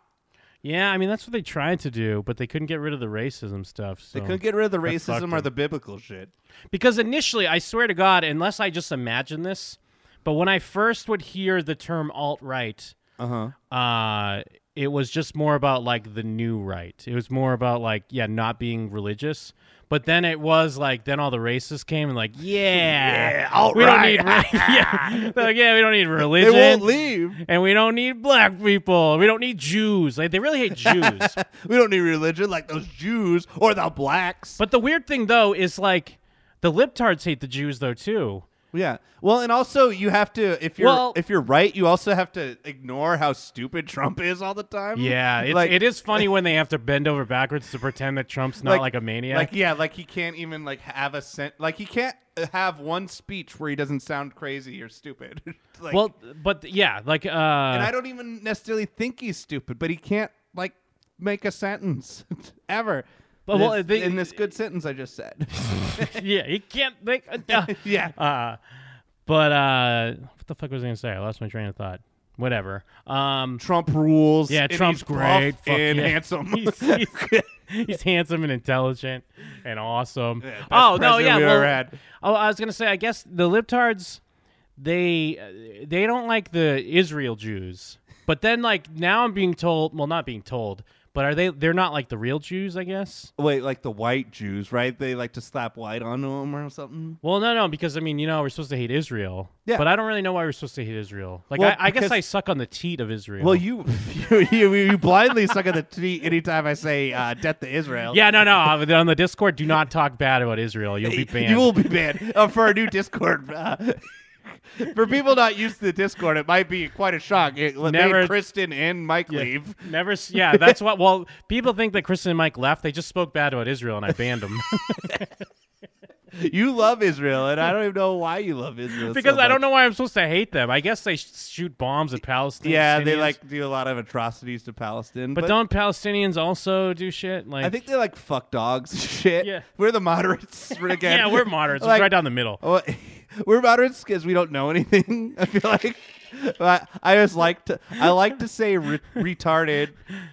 [SPEAKER 10] Yeah, I mean that's what they tried to do, but they couldn't get rid of the racism stuff.
[SPEAKER 9] They
[SPEAKER 10] so
[SPEAKER 9] could get rid of the
[SPEAKER 10] Oh, that sucked
[SPEAKER 9] racism or
[SPEAKER 10] them.
[SPEAKER 9] the biblical shit.
[SPEAKER 10] because initially, I swear to God, unless I just imagine this, but when I first would hear the term alt right,
[SPEAKER 9] Uh-huh.
[SPEAKER 10] uh, it was just more about like the new right. It was more about like yeah, not being religious. But then it was like then all the racists came and like yeah,
[SPEAKER 9] Yeah, alt
[SPEAKER 10] we don't
[SPEAKER 9] right.
[SPEAKER 10] need re- yeah, They're like, yeah, we don't need religion.
[SPEAKER 9] won't leave,
[SPEAKER 10] and we don't need black people. We don't need Jews. Like they really hate Jews.
[SPEAKER 9] we don't need religion like those Jews or the blacks.
[SPEAKER 10] But the weird thing though is like the libtards hate the Jews though too.
[SPEAKER 9] Yeah. Well, and also you have to if you're
[SPEAKER 10] Well-
[SPEAKER 9] if you're right, you also have to ignore how stupid Trump is all the time.
[SPEAKER 10] Yeah, it's,
[SPEAKER 9] Like-
[SPEAKER 10] it is funny when they have to bend over backwards to pretend that Trump's not like, a maniac.
[SPEAKER 9] Like yeah, like he can't even like have a sent like he can't uh, have one speech where he doesn't sound crazy or stupid. like,
[SPEAKER 10] well, but yeah, like uh,
[SPEAKER 9] and I don't even necessarily think he's stupid, but he can't like make a sentence ever.
[SPEAKER 10] But, well,
[SPEAKER 9] This-
[SPEAKER 10] they-
[SPEAKER 9] in this good sentence I just said.
[SPEAKER 10] yeah, he can't make. A,
[SPEAKER 9] yeah.
[SPEAKER 10] Uh, but uh, what the fuck was I gonna say? I lost my train of thought. Whatever. Um,
[SPEAKER 9] Trump rules.
[SPEAKER 10] Yeah,
[SPEAKER 9] and
[SPEAKER 10] Trump's
[SPEAKER 9] he's buff
[SPEAKER 10] great. Fuck
[SPEAKER 9] and
[SPEAKER 10] yeah.
[SPEAKER 9] handsome.
[SPEAKER 10] he's, he's- he's handsome and intelligent and awesome.
[SPEAKER 9] best
[SPEAKER 10] oh no,
[SPEAKER 9] president
[SPEAKER 10] yeah.
[SPEAKER 9] we
[SPEAKER 10] well,
[SPEAKER 9] ever had.
[SPEAKER 10] Oh, I was gonna say. I guess the libtards, they uh, they don't like the Israel Jews. But then, like now, I'm being told. Well, not being told. But are they? They're not like the real Jews, I guess.
[SPEAKER 9] Wait, like the white Jews, right? They like to slap white onto him or something.
[SPEAKER 10] Well, no, no, because I mean, you know, we're supposed to hate Israel.
[SPEAKER 9] Yeah.
[SPEAKER 10] But I don't really know why we're supposed to hate Israel. Like,
[SPEAKER 9] Well,
[SPEAKER 10] I, I guess
[SPEAKER 9] because-
[SPEAKER 10] I suck on the teat of Israel.
[SPEAKER 9] Well, you you, you, you blindly suck at the tea anytime I say uh, death to Israel.
[SPEAKER 10] Yeah, no, no. on the- on the Discord, do not talk bad about Israel. You'll be banned.
[SPEAKER 9] You will be banned uh, for a new Discord. uh, for people not used to the Discord, it might be quite a shock. It, they had
[SPEAKER 10] Never-
[SPEAKER 9] Kristen and Mike leave.
[SPEAKER 10] Never. s- Yeah, that's what. Well, people think that Kristen and Mike left. They just spoke bad about Israel, and I banned them
[SPEAKER 9] You love Israel, and I don't even know why you love Israel. so
[SPEAKER 10] because I
[SPEAKER 9] much.
[SPEAKER 10] don't know why I'm supposed to hate them. I guess they sh- shoot bombs at Palestine.
[SPEAKER 9] Yeah, they like do a lot of atrocities to Palestine,
[SPEAKER 10] But,
[SPEAKER 9] but,
[SPEAKER 10] don't Palestinians also do shit? Like,
[SPEAKER 9] I think they like fuck dogs and shit.
[SPEAKER 10] Yeah.
[SPEAKER 9] We're the moderates again. oh.
[SPEAKER 10] Yeah, we're moderates. It's right down the middle.
[SPEAKER 9] well, We're moderates because we don't know anything. I feel like But I just like to I like to say re- retarded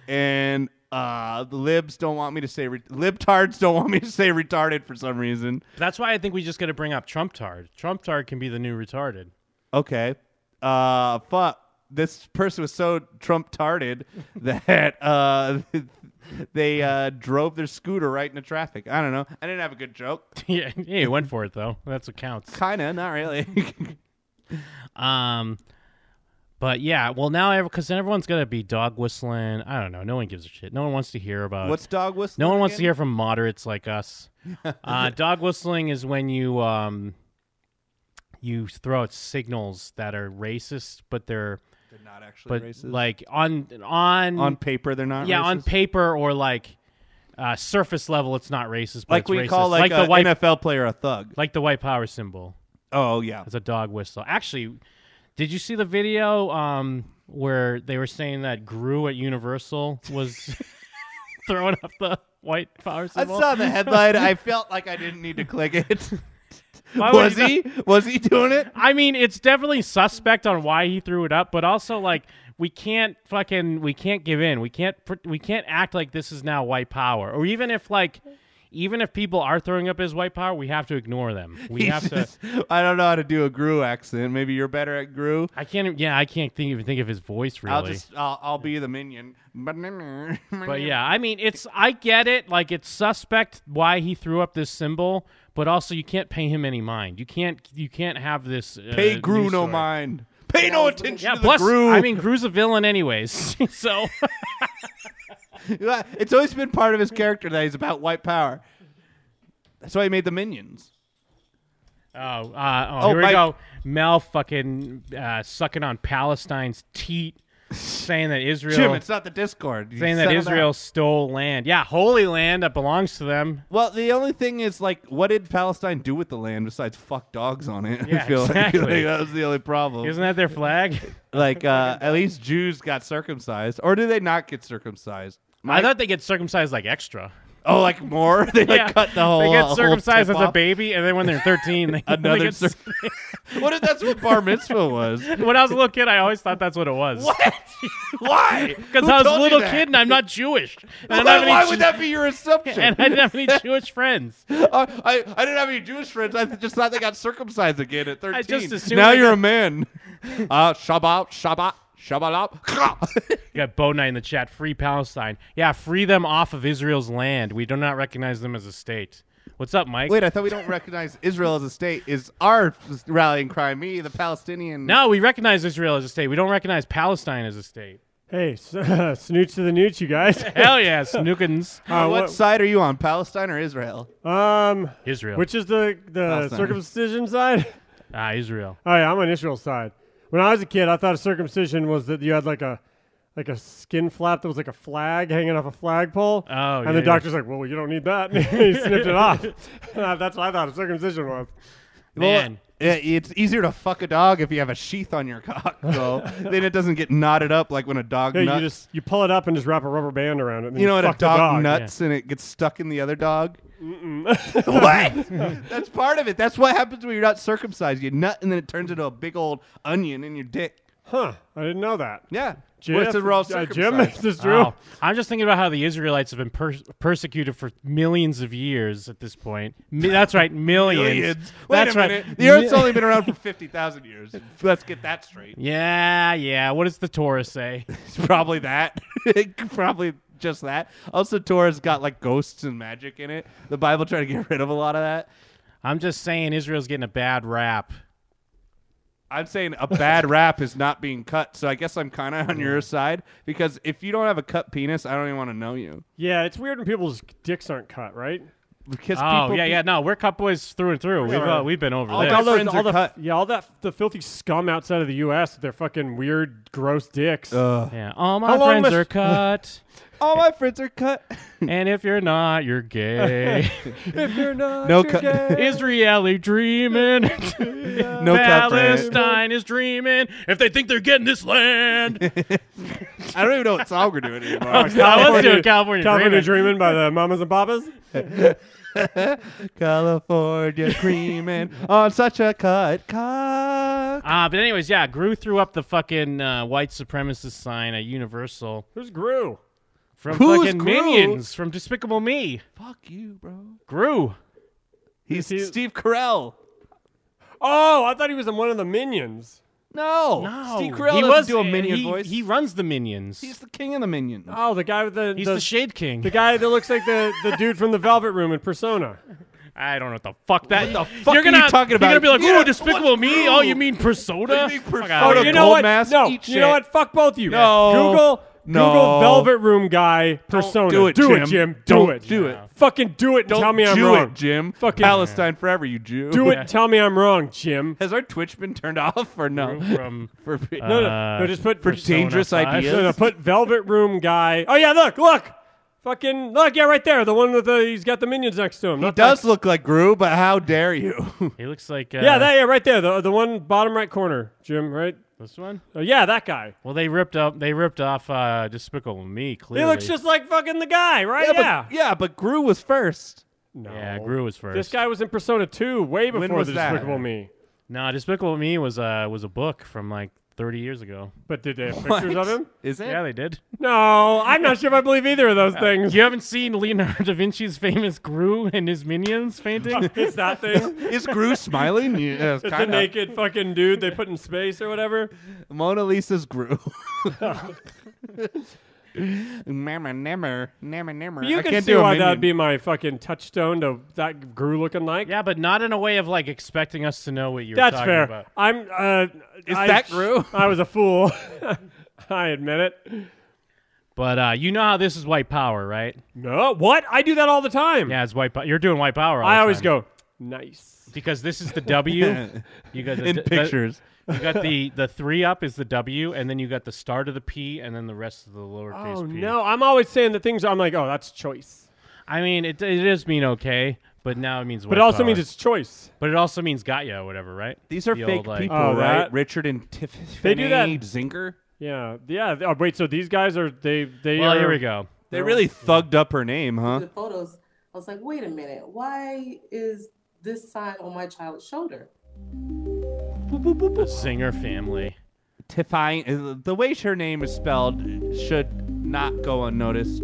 [SPEAKER 9] and uh the libs don't want me to say re- libtards don't want me to say retarded for some reason.
[SPEAKER 10] that's why I think we just got to bring up Trump tard. Trump tard can be the new retarded.
[SPEAKER 9] Okay. Uh fuck. This person was so Trump tarded that uh they uh drove their scooter right into traffic. I don't know. I didn't have a good joke.
[SPEAKER 10] yeah, yeah, you went for it though. That's what counts.
[SPEAKER 9] Kinda, not really.
[SPEAKER 10] um, but yeah, well now because then everyone's gonna be dog whistling. I don't know. No one gives a shit. No one wants to hear about
[SPEAKER 9] What's dog whistling
[SPEAKER 10] No one wants to
[SPEAKER 9] again?
[SPEAKER 10] hear from moderates like us. uh, dog whistling is when you um, you throw out signals that are racist, but they're
[SPEAKER 9] They're not actually
[SPEAKER 10] but
[SPEAKER 9] racist?
[SPEAKER 10] Like on on
[SPEAKER 9] On paper, they're not
[SPEAKER 10] Yeah, on
[SPEAKER 9] racist?
[SPEAKER 10] paper or like. Uh, surface level, it's not racist. But
[SPEAKER 9] Like
[SPEAKER 10] it's
[SPEAKER 9] we
[SPEAKER 10] racist.
[SPEAKER 9] call, like, uh,
[SPEAKER 10] the
[SPEAKER 9] a
[SPEAKER 10] white
[SPEAKER 9] NFL player a thug,
[SPEAKER 10] like the white power symbol.
[SPEAKER 9] Oh yeah,
[SPEAKER 10] it's a dog whistle. Actually, did you see the video um, where they were saying that Gru at Universal was throwing up the white power
[SPEAKER 9] I
[SPEAKER 10] symbol?
[SPEAKER 9] saw the headline. I felt like I didn't need to click it.
[SPEAKER 10] Why would
[SPEAKER 9] was he?
[SPEAKER 10] not-
[SPEAKER 9] Was he doing it?
[SPEAKER 10] I mean, it's definitely suspect on why he threw it up, but also like we can't fucking we can't give in. We can't pr- we can't act like this is now white power, or even if like. Even if people are throwing up his white power, we have to ignore them. We
[SPEAKER 9] He's
[SPEAKER 10] have to.
[SPEAKER 9] just- I don't know how to do a Gru accent. Maybe you're better at Gru.
[SPEAKER 10] I can't. Yeah, I can't think, even think of his voice really.
[SPEAKER 9] I'll just I'll, I'll be the minion. But
[SPEAKER 10] But yeah, I mean, it's I get it. Like it's suspect why he threw up this symbol, but also you can't pay him any mind. You can't you can't have this uh,
[SPEAKER 9] Pay Gru
[SPEAKER 10] news
[SPEAKER 9] no
[SPEAKER 10] story.
[SPEAKER 9] mind. Pay no attention
[SPEAKER 10] Yeah,
[SPEAKER 9] to the
[SPEAKER 10] plus
[SPEAKER 9] Gru.
[SPEAKER 10] I mean, Gru's a villain anyways. so
[SPEAKER 9] it's always been part of his character that he's about white power. That's why he made the minions.
[SPEAKER 10] oh, uh, oh,
[SPEAKER 9] Oh,
[SPEAKER 10] here we
[SPEAKER 9] Mike-
[SPEAKER 10] go. Mel fucking uh, sucking on Palestine's teat, saying that Israel.
[SPEAKER 9] Jim, it's not the Discord. You
[SPEAKER 10] Saying that
[SPEAKER 9] settle
[SPEAKER 10] Israel
[SPEAKER 9] down.
[SPEAKER 10] stole land. Yeah, holy land that belongs to them.
[SPEAKER 9] Well, the only thing is, like, what did Palestine do with the land besides fuck dogs on it?
[SPEAKER 10] Yeah,
[SPEAKER 9] I feel like-
[SPEAKER 10] exactly.
[SPEAKER 9] like, that was the only problem.
[SPEAKER 10] Isn't that their flag?
[SPEAKER 9] like, uh, at least Jews got circumcised, or do they not get circumcised?
[SPEAKER 10] I thought they get circumcised like extra.
[SPEAKER 9] Oh, like more? They like
[SPEAKER 10] Yeah.
[SPEAKER 9] cut the whole.
[SPEAKER 10] They get
[SPEAKER 9] uh, whole
[SPEAKER 10] circumcised
[SPEAKER 9] tip
[SPEAKER 10] as a
[SPEAKER 9] off?
[SPEAKER 10] baby, and then when they're 13, they,
[SPEAKER 9] Another
[SPEAKER 10] they get
[SPEAKER 9] cir- what if that's what bar mitzvah was?
[SPEAKER 10] when I was a little kid, I always thought that's what it was. What?
[SPEAKER 9] Why?
[SPEAKER 10] Because
[SPEAKER 9] Who
[SPEAKER 10] I was a
[SPEAKER 9] told you
[SPEAKER 10] little
[SPEAKER 9] that?
[SPEAKER 10] kid and I'm not Jewish. And I
[SPEAKER 9] Well,
[SPEAKER 10] don't have any
[SPEAKER 9] why
[SPEAKER 10] Ju-
[SPEAKER 9] would that be your assumption?
[SPEAKER 10] And I didn't have any Jewish friends.
[SPEAKER 9] Uh, I, I didn't have any Jewish friends. I just thought they got circumcised again at 13.
[SPEAKER 10] I just assumed
[SPEAKER 9] now
[SPEAKER 10] they
[SPEAKER 9] you're
[SPEAKER 10] got-
[SPEAKER 9] a man. Uh, Shabbat, Shabbat, Shabbat.
[SPEAKER 10] You got Bo Knight in the chat. Free Palestine. Yeah, free them off of Israel's land. We do not recognize them as a state. What's up, Mike?
[SPEAKER 9] Wait, I thought we don't recognize Israel as a state. Is our rallying cry me, the Palestinian?
[SPEAKER 10] No, we recognize Israel as a state. We don't recognize Palestine as a state.
[SPEAKER 17] Hey, s- snooch to the nooch, you guys. Uh,
[SPEAKER 10] Hell yeah, snookins.
[SPEAKER 9] On Uh, what, side are you on, Palestine or Israel?
[SPEAKER 17] Um,
[SPEAKER 10] Israel.
[SPEAKER 17] Which is the the
[SPEAKER 9] Palestine.
[SPEAKER 17] circumcision side?
[SPEAKER 10] Ah, Israel.
[SPEAKER 17] Oh yeah, I'm on Israel's side. When I was a kid, I thought a circumcision was that you had like a like a skin flap that was like a flag hanging off a flagpole.
[SPEAKER 10] Oh,
[SPEAKER 17] And
[SPEAKER 10] yeah,
[SPEAKER 17] the
[SPEAKER 10] yeah.
[SPEAKER 17] doctor's like, "Well, you don't need that." And he snipped it off. Uh, That's what I thought a circumcision was.
[SPEAKER 9] Man. it's easier to fuck a dog if you have a sheath on your cock, though. then it doesn't get knotted up like when a dog
[SPEAKER 17] Yeah, you
[SPEAKER 9] nuts.
[SPEAKER 17] just you pull it up and just wrap a rubber band around it. And then
[SPEAKER 9] you know what? A
[SPEAKER 17] fuck the
[SPEAKER 9] dog,
[SPEAKER 17] dog
[SPEAKER 9] nuts and it gets stuck in the other dog.
[SPEAKER 17] what?
[SPEAKER 9] That's part of it. That's what happens when you're not circumcised. You nut and then it turns into a big old onion in your dick.
[SPEAKER 17] Huh? I didn't know that.
[SPEAKER 9] Yeah.
[SPEAKER 17] Jeff-
[SPEAKER 9] Where's the raw
[SPEAKER 17] uh, Jim,
[SPEAKER 9] circumcised?
[SPEAKER 17] this is true.
[SPEAKER 10] Wow. I'm just thinking about how the Israelites have been per- persecuted for millions of years at this point. Mi- that's right, millions.
[SPEAKER 9] Millions. Wait
[SPEAKER 10] That's
[SPEAKER 9] a
[SPEAKER 10] right.
[SPEAKER 9] minute. The Earth's
[SPEAKER 10] Mi-
[SPEAKER 9] only been around for fifty thousand years. Let's get that straight.
[SPEAKER 10] Yeah, yeah. What does the Torah say?
[SPEAKER 9] it's probably that. probably just that. Also, Torah's got like ghosts and magic in it. The Bible tried to get rid of a lot of that.
[SPEAKER 10] I'm just saying Israel's getting a bad rap.
[SPEAKER 9] I'm saying a bad rap is not being cut, so I guess I'm kind of on your side because if you don't have a cut penis, I don't even want to know you.
[SPEAKER 17] Yeah, it's weird when people's dicks aren't cut, right?
[SPEAKER 9] Because
[SPEAKER 10] Oh yeah, yeah. No, we're cut boys through and through. We've uh, we've been over
[SPEAKER 17] all
[SPEAKER 10] this.
[SPEAKER 17] those- all the, Yeah, all that the filthy scum outside of the U.S. with their fucking weird, gross dicks.
[SPEAKER 10] Yeah, all
[SPEAKER 17] How
[SPEAKER 10] my friends
[SPEAKER 17] long must-
[SPEAKER 10] are cut.
[SPEAKER 9] all "Oh, my friends are cut.
[SPEAKER 10] and if you're not, you're gay.
[SPEAKER 17] if you're not,
[SPEAKER 9] No
[SPEAKER 17] you're
[SPEAKER 9] cut.
[SPEAKER 17] gay.
[SPEAKER 10] Israeli dreaming.
[SPEAKER 9] No cut, Brad.
[SPEAKER 10] Palestine is dreaming. If they think they're getting this land.
[SPEAKER 9] I don't even know what song we're doing anymore.
[SPEAKER 10] I was doing California
[SPEAKER 17] Oh, California
[SPEAKER 10] Dreamin'.
[SPEAKER 17] Dreamin' by the Mamas and Papas.
[SPEAKER 9] California creaming on such a cut cock.
[SPEAKER 10] Uh, but anyways, yeah, Gru threw up the fucking uh, white supremacist sign at Universal
[SPEAKER 17] Who's Gru?
[SPEAKER 10] from
[SPEAKER 9] Who's
[SPEAKER 10] fucking
[SPEAKER 9] Gru?
[SPEAKER 10] minions from Despicable Me.
[SPEAKER 9] Fuck you, bro.
[SPEAKER 10] Gru.
[SPEAKER 9] He's Steve Carell.
[SPEAKER 17] Oh, I thought he was in one of the Minions.
[SPEAKER 9] No,
[SPEAKER 10] No,
[SPEAKER 9] Steve Carell
[SPEAKER 10] he
[SPEAKER 9] doesn't
[SPEAKER 10] was
[SPEAKER 9] do a minion
[SPEAKER 10] he,
[SPEAKER 9] voice.
[SPEAKER 10] He runs the minions.
[SPEAKER 9] He's the king of the minion.
[SPEAKER 17] Oh, the guy with the
[SPEAKER 10] He's the Shade King.
[SPEAKER 17] the guy that looks like the the dude from the Velvet Room in Persona.
[SPEAKER 10] I don't know what the fuck that.
[SPEAKER 9] What the fuck
[SPEAKER 10] you're
[SPEAKER 9] are
[SPEAKER 10] gonna,
[SPEAKER 9] you talking about?
[SPEAKER 10] You're gonna be like,
[SPEAKER 9] Yeah,
[SPEAKER 10] "Ooh, Despicable
[SPEAKER 9] what's
[SPEAKER 10] Me."
[SPEAKER 9] Gru?
[SPEAKER 10] Oh, you mean Persona?
[SPEAKER 9] What do you mean
[SPEAKER 10] Fuck
[SPEAKER 9] Persona?
[SPEAKER 10] outta
[SPEAKER 9] Oh,
[SPEAKER 10] here.
[SPEAKER 9] you
[SPEAKER 17] know
[SPEAKER 9] Gold
[SPEAKER 17] what?
[SPEAKER 9] mask,
[SPEAKER 17] no,
[SPEAKER 9] eat
[SPEAKER 17] you
[SPEAKER 9] shit.
[SPEAKER 17] know what? Fuck both of you.
[SPEAKER 9] No.
[SPEAKER 17] Google
[SPEAKER 9] No.
[SPEAKER 17] Google Velvet Room guy Persona.
[SPEAKER 9] do it, Jim.
[SPEAKER 17] it, Jim. Do
[SPEAKER 9] Don't
[SPEAKER 17] it.
[SPEAKER 9] do it.
[SPEAKER 17] Fucking do it. and
[SPEAKER 9] Don't
[SPEAKER 17] tell me I'm
[SPEAKER 9] do
[SPEAKER 17] wrong.
[SPEAKER 9] it, Jim.
[SPEAKER 17] Fucking-
[SPEAKER 9] Palestine forever, you Jew.
[SPEAKER 17] Do it. and Tell me I'm wrong, Jim.
[SPEAKER 9] Has our Twitch been turned off or no?
[SPEAKER 10] From
[SPEAKER 9] for Uh,
[SPEAKER 17] No, no,
[SPEAKER 10] Uh,
[SPEAKER 17] no. Just put
[SPEAKER 9] for dangerous ideas.
[SPEAKER 17] No, no, put Velvet Room guy. Oh yeah, look, look. Fucking look, yeah, right there. The one with the he's got the minions next to him.
[SPEAKER 9] he does look like Gru, but how dare you?
[SPEAKER 10] He looks like uh,
[SPEAKER 17] Yeah, that yeah, right there. The the one bottom right corner, Jim. Right.
[SPEAKER 10] This one?
[SPEAKER 17] Oh, yeah, that guy.
[SPEAKER 10] Well, they ripped up. They ripped off uh, Despicable Me. Clearly,
[SPEAKER 17] He looks just like fucking the guy, right?
[SPEAKER 9] yeah,
[SPEAKER 17] Yeah.
[SPEAKER 9] But, yeah, but Gru was first.
[SPEAKER 17] no.
[SPEAKER 10] Yeah, Gru was first.
[SPEAKER 17] This guy was in Persona 2 way
[SPEAKER 9] When
[SPEAKER 17] before
[SPEAKER 9] was
[SPEAKER 17] the
[SPEAKER 9] that?
[SPEAKER 17] Despicable Me.
[SPEAKER 10] No, Despicable Me was uh, was a book from like 30 years ago.
[SPEAKER 17] But did they have
[SPEAKER 9] What?
[SPEAKER 17] pictures of him?
[SPEAKER 9] Is it?
[SPEAKER 10] Yeah, they did.
[SPEAKER 17] No, I'm not sure if I believe either of those things.
[SPEAKER 10] You haven't seen Leonardo da Vinci's famous Gru and his minions painting?
[SPEAKER 17] It's that thing.
[SPEAKER 9] Is Gru smiling? Yeah,
[SPEAKER 17] It's a
[SPEAKER 9] kinda.
[SPEAKER 17] naked fucking dude they put in space or whatever.
[SPEAKER 9] Mona Lisa's Gru. Mamma nimmer, nammer nimmer.
[SPEAKER 17] You
[SPEAKER 9] I
[SPEAKER 17] can
[SPEAKER 9] can't
[SPEAKER 17] see
[SPEAKER 9] do a
[SPEAKER 17] why
[SPEAKER 9] minion.
[SPEAKER 17] that'd be my fucking touchstone to that Gru looking like.
[SPEAKER 10] yeah, but not in a way of like expecting us to know what you're
[SPEAKER 17] That's
[SPEAKER 10] talking
[SPEAKER 17] fair.
[SPEAKER 10] about.
[SPEAKER 17] I'm. Uh,
[SPEAKER 9] Is
[SPEAKER 17] I-
[SPEAKER 9] that Gru?
[SPEAKER 17] I was a fool. I admit it.
[SPEAKER 10] But uh, you know how this is white power, right?
[SPEAKER 17] No, what? I do that all the time.
[SPEAKER 10] Yeah, it's white. Po- you're doing white power. All
[SPEAKER 17] I
[SPEAKER 10] the
[SPEAKER 17] always
[SPEAKER 10] time.
[SPEAKER 17] go nice.
[SPEAKER 10] because this is the W. you got the,
[SPEAKER 9] In
[SPEAKER 10] the-
[SPEAKER 9] pictures.
[SPEAKER 10] you got the the three up is the W, and then you got the start of the P, and then the rest of the lowercase
[SPEAKER 17] Oh
[SPEAKER 10] p.
[SPEAKER 17] no, I'm always saying the things I'm like, oh, that's choice.
[SPEAKER 10] I mean, it it does mean okay, but now it means.
[SPEAKER 17] But
[SPEAKER 10] white
[SPEAKER 17] it also
[SPEAKER 10] power.
[SPEAKER 17] means it's choice.
[SPEAKER 10] But it also means got ya, or whatever, right?
[SPEAKER 9] These are
[SPEAKER 10] The
[SPEAKER 9] fake
[SPEAKER 10] old, like-
[SPEAKER 9] people,
[SPEAKER 17] Oh,
[SPEAKER 9] right?
[SPEAKER 17] that-
[SPEAKER 9] Richard and Tiffany.
[SPEAKER 17] They do that-
[SPEAKER 9] Zinger.
[SPEAKER 17] Yeah, yeah. Oh, wait, so these guys are they? They
[SPEAKER 10] Well,
[SPEAKER 17] are,
[SPEAKER 10] here we go.
[SPEAKER 9] They really thugged up her name, huh?
[SPEAKER 18] the photos, I was like, wait a minute, why is this sign on my child's shoulder?
[SPEAKER 10] The Zinger family.
[SPEAKER 9] Tiffany. uh, The way her name is spelled should not go unnoticed.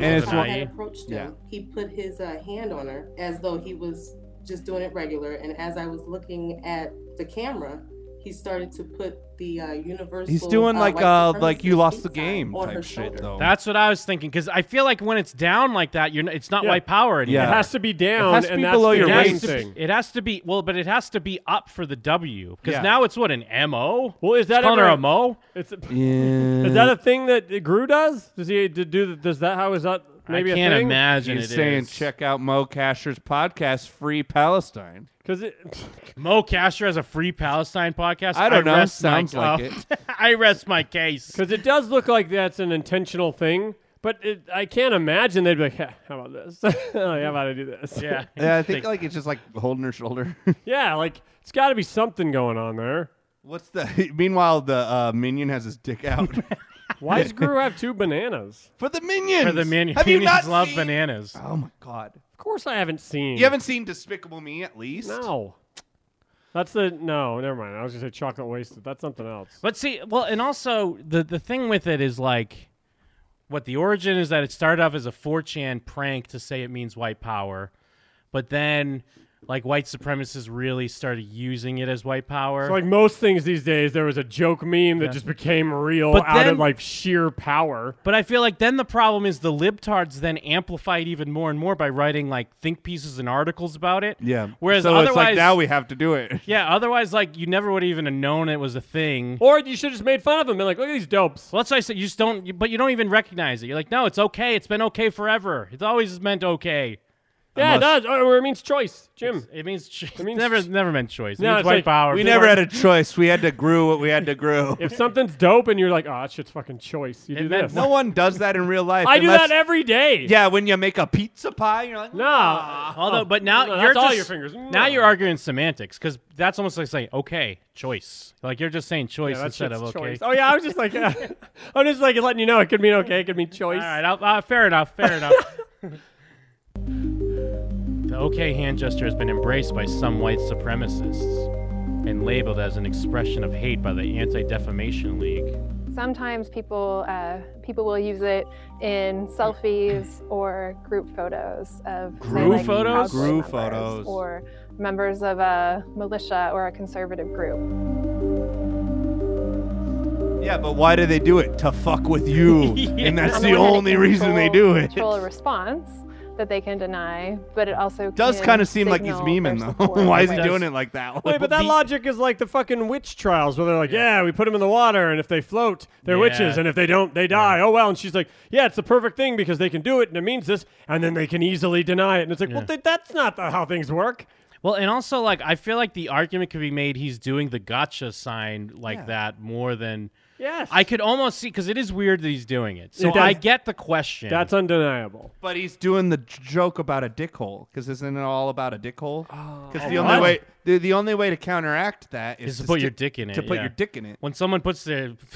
[SPEAKER 9] And it's
[SPEAKER 18] When I had
[SPEAKER 9] one.
[SPEAKER 18] approached
[SPEAKER 9] Yeah.
[SPEAKER 18] him, he put his uh, hand on her as though he was just doing it regular. And as I was looking at the camera, he started to put the uh, universal.
[SPEAKER 3] He's doing
[SPEAKER 18] uh,
[SPEAKER 3] like
[SPEAKER 18] white
[SPEAKER 3] uh
[SPEAKER 18] supremacist
[SPEAKER 3] like you lost the
[SPEAKER 18] sign
[SPEAKER 3] game
[SPEAKER 18] on her
[SPEAKER 3] type shit
[SPEAKER 18] shoulder.
[SPEAKER 3] though.
[SPEAKER 10] That's what I was thinking because I feel like when it's down like that, you're n- it's not
[SPEAKER 17] Yeah.
[SPEAKER 10] white power
[SPEAKER 17] It
[SPEAKER 10] anymore.
[SPEAKER 17] has to be down,
[SPEAKER 10] It has to
[SPEAKER 17] and
[SPEAKER 10] be
[SPEAKER 17] that's
[SPEAKER 10] below
[SPEAKER 17] the
[SPEAKER 10] your
[SPEAKER 17] game
[SPEAKER 10] waist.
[SPEAKER 17] thing.
[SPEAKER 10] It has to be well, but it has to be up for the W because
[SPEAKER 17] Yeah.
[SPEAKER 10] now it's what an mo.
[SPEAKER 17] Well, is that
[SPEAKER 10] Calling her
[SPEAKER 17] ever-
[SPEAKER 10] a mo?
[SPEAKER 17] It's a,
[SPEAKER 3] Yeah.
[SPEAKER 17] Is that a thing that Gru does? Does he d- do? Does that? How is that? Maybe
[SPEAKER 9] can't
[SPEAKER 17] a thing?
[SPEAKER 9] Imagine He's saying check out Mo Casher's podcast, Free Palestine.
[SPEAKER 17] Because it,
[SPEAKER 10] Mo Casher has a free Palestine podcast.
[SPEAKER 9] I don't know.
[SPEAKER 10] rest my-
[SPEAKER 9] Sounds like
[SPEAKER 10] oh.
[SPEAKER 9] it.
[SPEAKER 10] I rest my case.
[SPEAKER 17] Because it does look like that's an intentional thing, but it, I can't imagine they'd be like, "Huh, "How about this? Like, how about I do this?"
[SPEAKER 9] yeah. I think like it's just like holding her shoulder.
[SPEAKER 17] yeah, like it's got to be something going on there.
[SPEAKER 9] What's the? Meanwhile, the uh, minion has his dick out.
[SPEAKER 17] Why does Gru have two bananas?
[SPEAKER 9] For the minions.
[SPEAKER 10] For the minions.
[SPEAKER 9] Have you
[SPEAKER 10] Minions
[SPEAKER 9] not
[SPEAKER 10] love Mm.
[SPEAKER 9] seen-
[SPEAKER 10] bananas.
[SPEAKER 9] Oh my god.
[SPEAKER 17] Of course, I haven't seen.
[SPEAKER 9] You haven't seen Despicable Me at least.
[SPEAKER 17] No. That's the no. Never mind. I was gonna say chocolate wasted. That's something else.
[SPEAKER 10] But see, well, and also the the thing with it is like, what the origin is that it started off as a 4chan prank to say it means white power, but then like white supremacists really started using it as white power.
[SPEAKER 17] So like most things these days, there was a joke meme that
[SPEAKER 10] Yeah.
[SPEAKER 17] just became real
[SPEAKER 10] But
[SPEAKER 17] out
[SPEAKER 10] then-
[SPEAKER 17] of like sheer power.
[SPEAKER 10] but I feel like then the problem is the libtards then amplified even more and more by writing like think pieces and articles about it.
[SPEAKER 9] Yeah.
[SPEAKER 10] Whereas
[SPEAKER 9] so
[SPEAKER 10] otherwise,
[SPEAKER 9] it's like now we have to do it.
[SPEAKER 10] yeah, otherwise like you never would have even known it was a thing.
[SPEAKER 17] Or you should have just made fun of them. Been like, look at these dopes.
[SPEAKER 10] Well, that's what I said. You just don't, you- but you don't even recognize it. You're like, no, it's okay. It's been okay forever. It's always meant okay.
[SPEAKER 17] Yeah, it does. Oh, Or it means choice, Jim.
[SPEAKER 10] it means it means never never meant choice. It
[SPEAKER 17] No,
[SPEAKER 10] means
[SPEAKER 17] it's
[SPEAKER 10] white
[SPEAKER 17] like-
[SPEAKER 10] power.
[SPEAKER 9] We
[SPEAKER 17] If
[SPEAKER 9] never
[SPEAKER 17] they
[SPEAKER 9] had a choice. We had to grew what we had to grew.
[SPEAKER 17] if something's dope and you're like, oh, that shit's fucking choice. You do
[SPEAKER 9] meant
[SPEAKER 17] this.
[SPEAKER 9] no one does that in real life.
[SPEAKER 17] I do
[SPEAKER 9] unless-
[SPEAKER 17] that every day.
[SPEAKER 9] Yeah, when you make a pizza pie, you're like,
[SPEAKER 17] nah.
[SPEAKER 10] Although, but now
[SPEAKER 17] No,
[SPEAKER 10] you're
[SPEAKER 17] that's all
[SPEAKER 10] just-
[SPEAKER 17] your fingers.
[SPEAKER 10] Now you're arguing semantics because that's almost like saying okay choice. Like you're just saying choice
[SPEAKER 17] Yeah, that
[SPEAKER 10] instead
[SPEAKER 17] shit's
[SPEAKER 10] of okay.
[SPEAKER 17] choice. Oh yeah, I was just like, I'm just like letting you know it could mean okay, it could mean choice.
[SPEAKER 10] All right, I'll, uh, fair enough. Fair enough. the okay hand gesture has been embraced by some white supremacists and labeled as an expression of hate by the Anti Defamation League.
[SPEAKER 19] Sometimes people uh, people will use it in selfies or group photos of say,
[SPEAKER 9] Group
[SPEAKER 19] like,
[SPEAKER 9] photos?
[SPEAKER 19] Proud Boy
[SPEAKER 9] Group
[SPEAKER 19] members
[SPEAKER 9] photos.
[SPEAKER 19] or members of a militia or a conservative group.
[SPEAKER 9] yeah, but why do they do it? To fuck with you. And that's
[SPEAKER 19] On
[SPEAKER 9] the
[SPEAKER 19] one hand, it
[SPEAKER 9] only
[SPEAKER 19] can
[SPEAKER 9] reason they do
[SPEAKER 19] control-
[SPEAKER 9] it.
[SPEAKER 19] Control a response that they can deny, but it also
[SPEAKER 9] Does
[SPEAKER 19] kind
[SPEAKER 9] of seem like he's memeing though.
[SPEAKER 19] support.
[SPEAKER 9] Why is he
[SPEAKER 19] It
[SPEAKER 9] doing
[SPEAKER 19] does.
[SPEAKER 9] it like that?
[SPEAKER 17] Wait, but that logic is like the fucking witch trials where they're like, yeah, we put them in the water, and if they float, they're
[SPEAKER 9] Yeah.
[SPEAKER 17] witches, and if they don't, they die. Oh well. And she's like, yeah, it's the perfect thing because they can do it, and it means this, and then they can easily deny it. And it's like, well,
[SPEAKER 10] Yeah.
[SPEAKER 17] th- that's not the, how things work.
[SPEAKER 10] Well, and also like I feel like the argument could be made he's doing the gotcha sign like
[SPEAKER 17] Yeah.
[SPEAKER 10] that more than
[SPEAKER 17] Yes.
[SPEAKER 10] I could almost see because it is weird that he's doing it. So
[SPEAKER 9] It does.
[SPEAKER 10] I get the question.
[SPEAKER 9] That's
[SPEAKER 17] undeniable.
[SPEAKER 9] But he's doing the j- joke about a dick hole because isn't it all about a dick hole? Because the
[SPEAKER 10] Oh,
[SPEAKER 9] only
[SPEAKER 10] what?
[SPEAKER 9] way the, the only way to counteract that is,
[SPEAKER 10] is to put your
[SPEAKER 9] stick-
[SPEAKER 10] dick in it.
[SPEAKER 9] To put
[SPEAKER 10] yeah.
[SPEAKER 9] your dick in it.
[SPEAKER 10] When someone puts their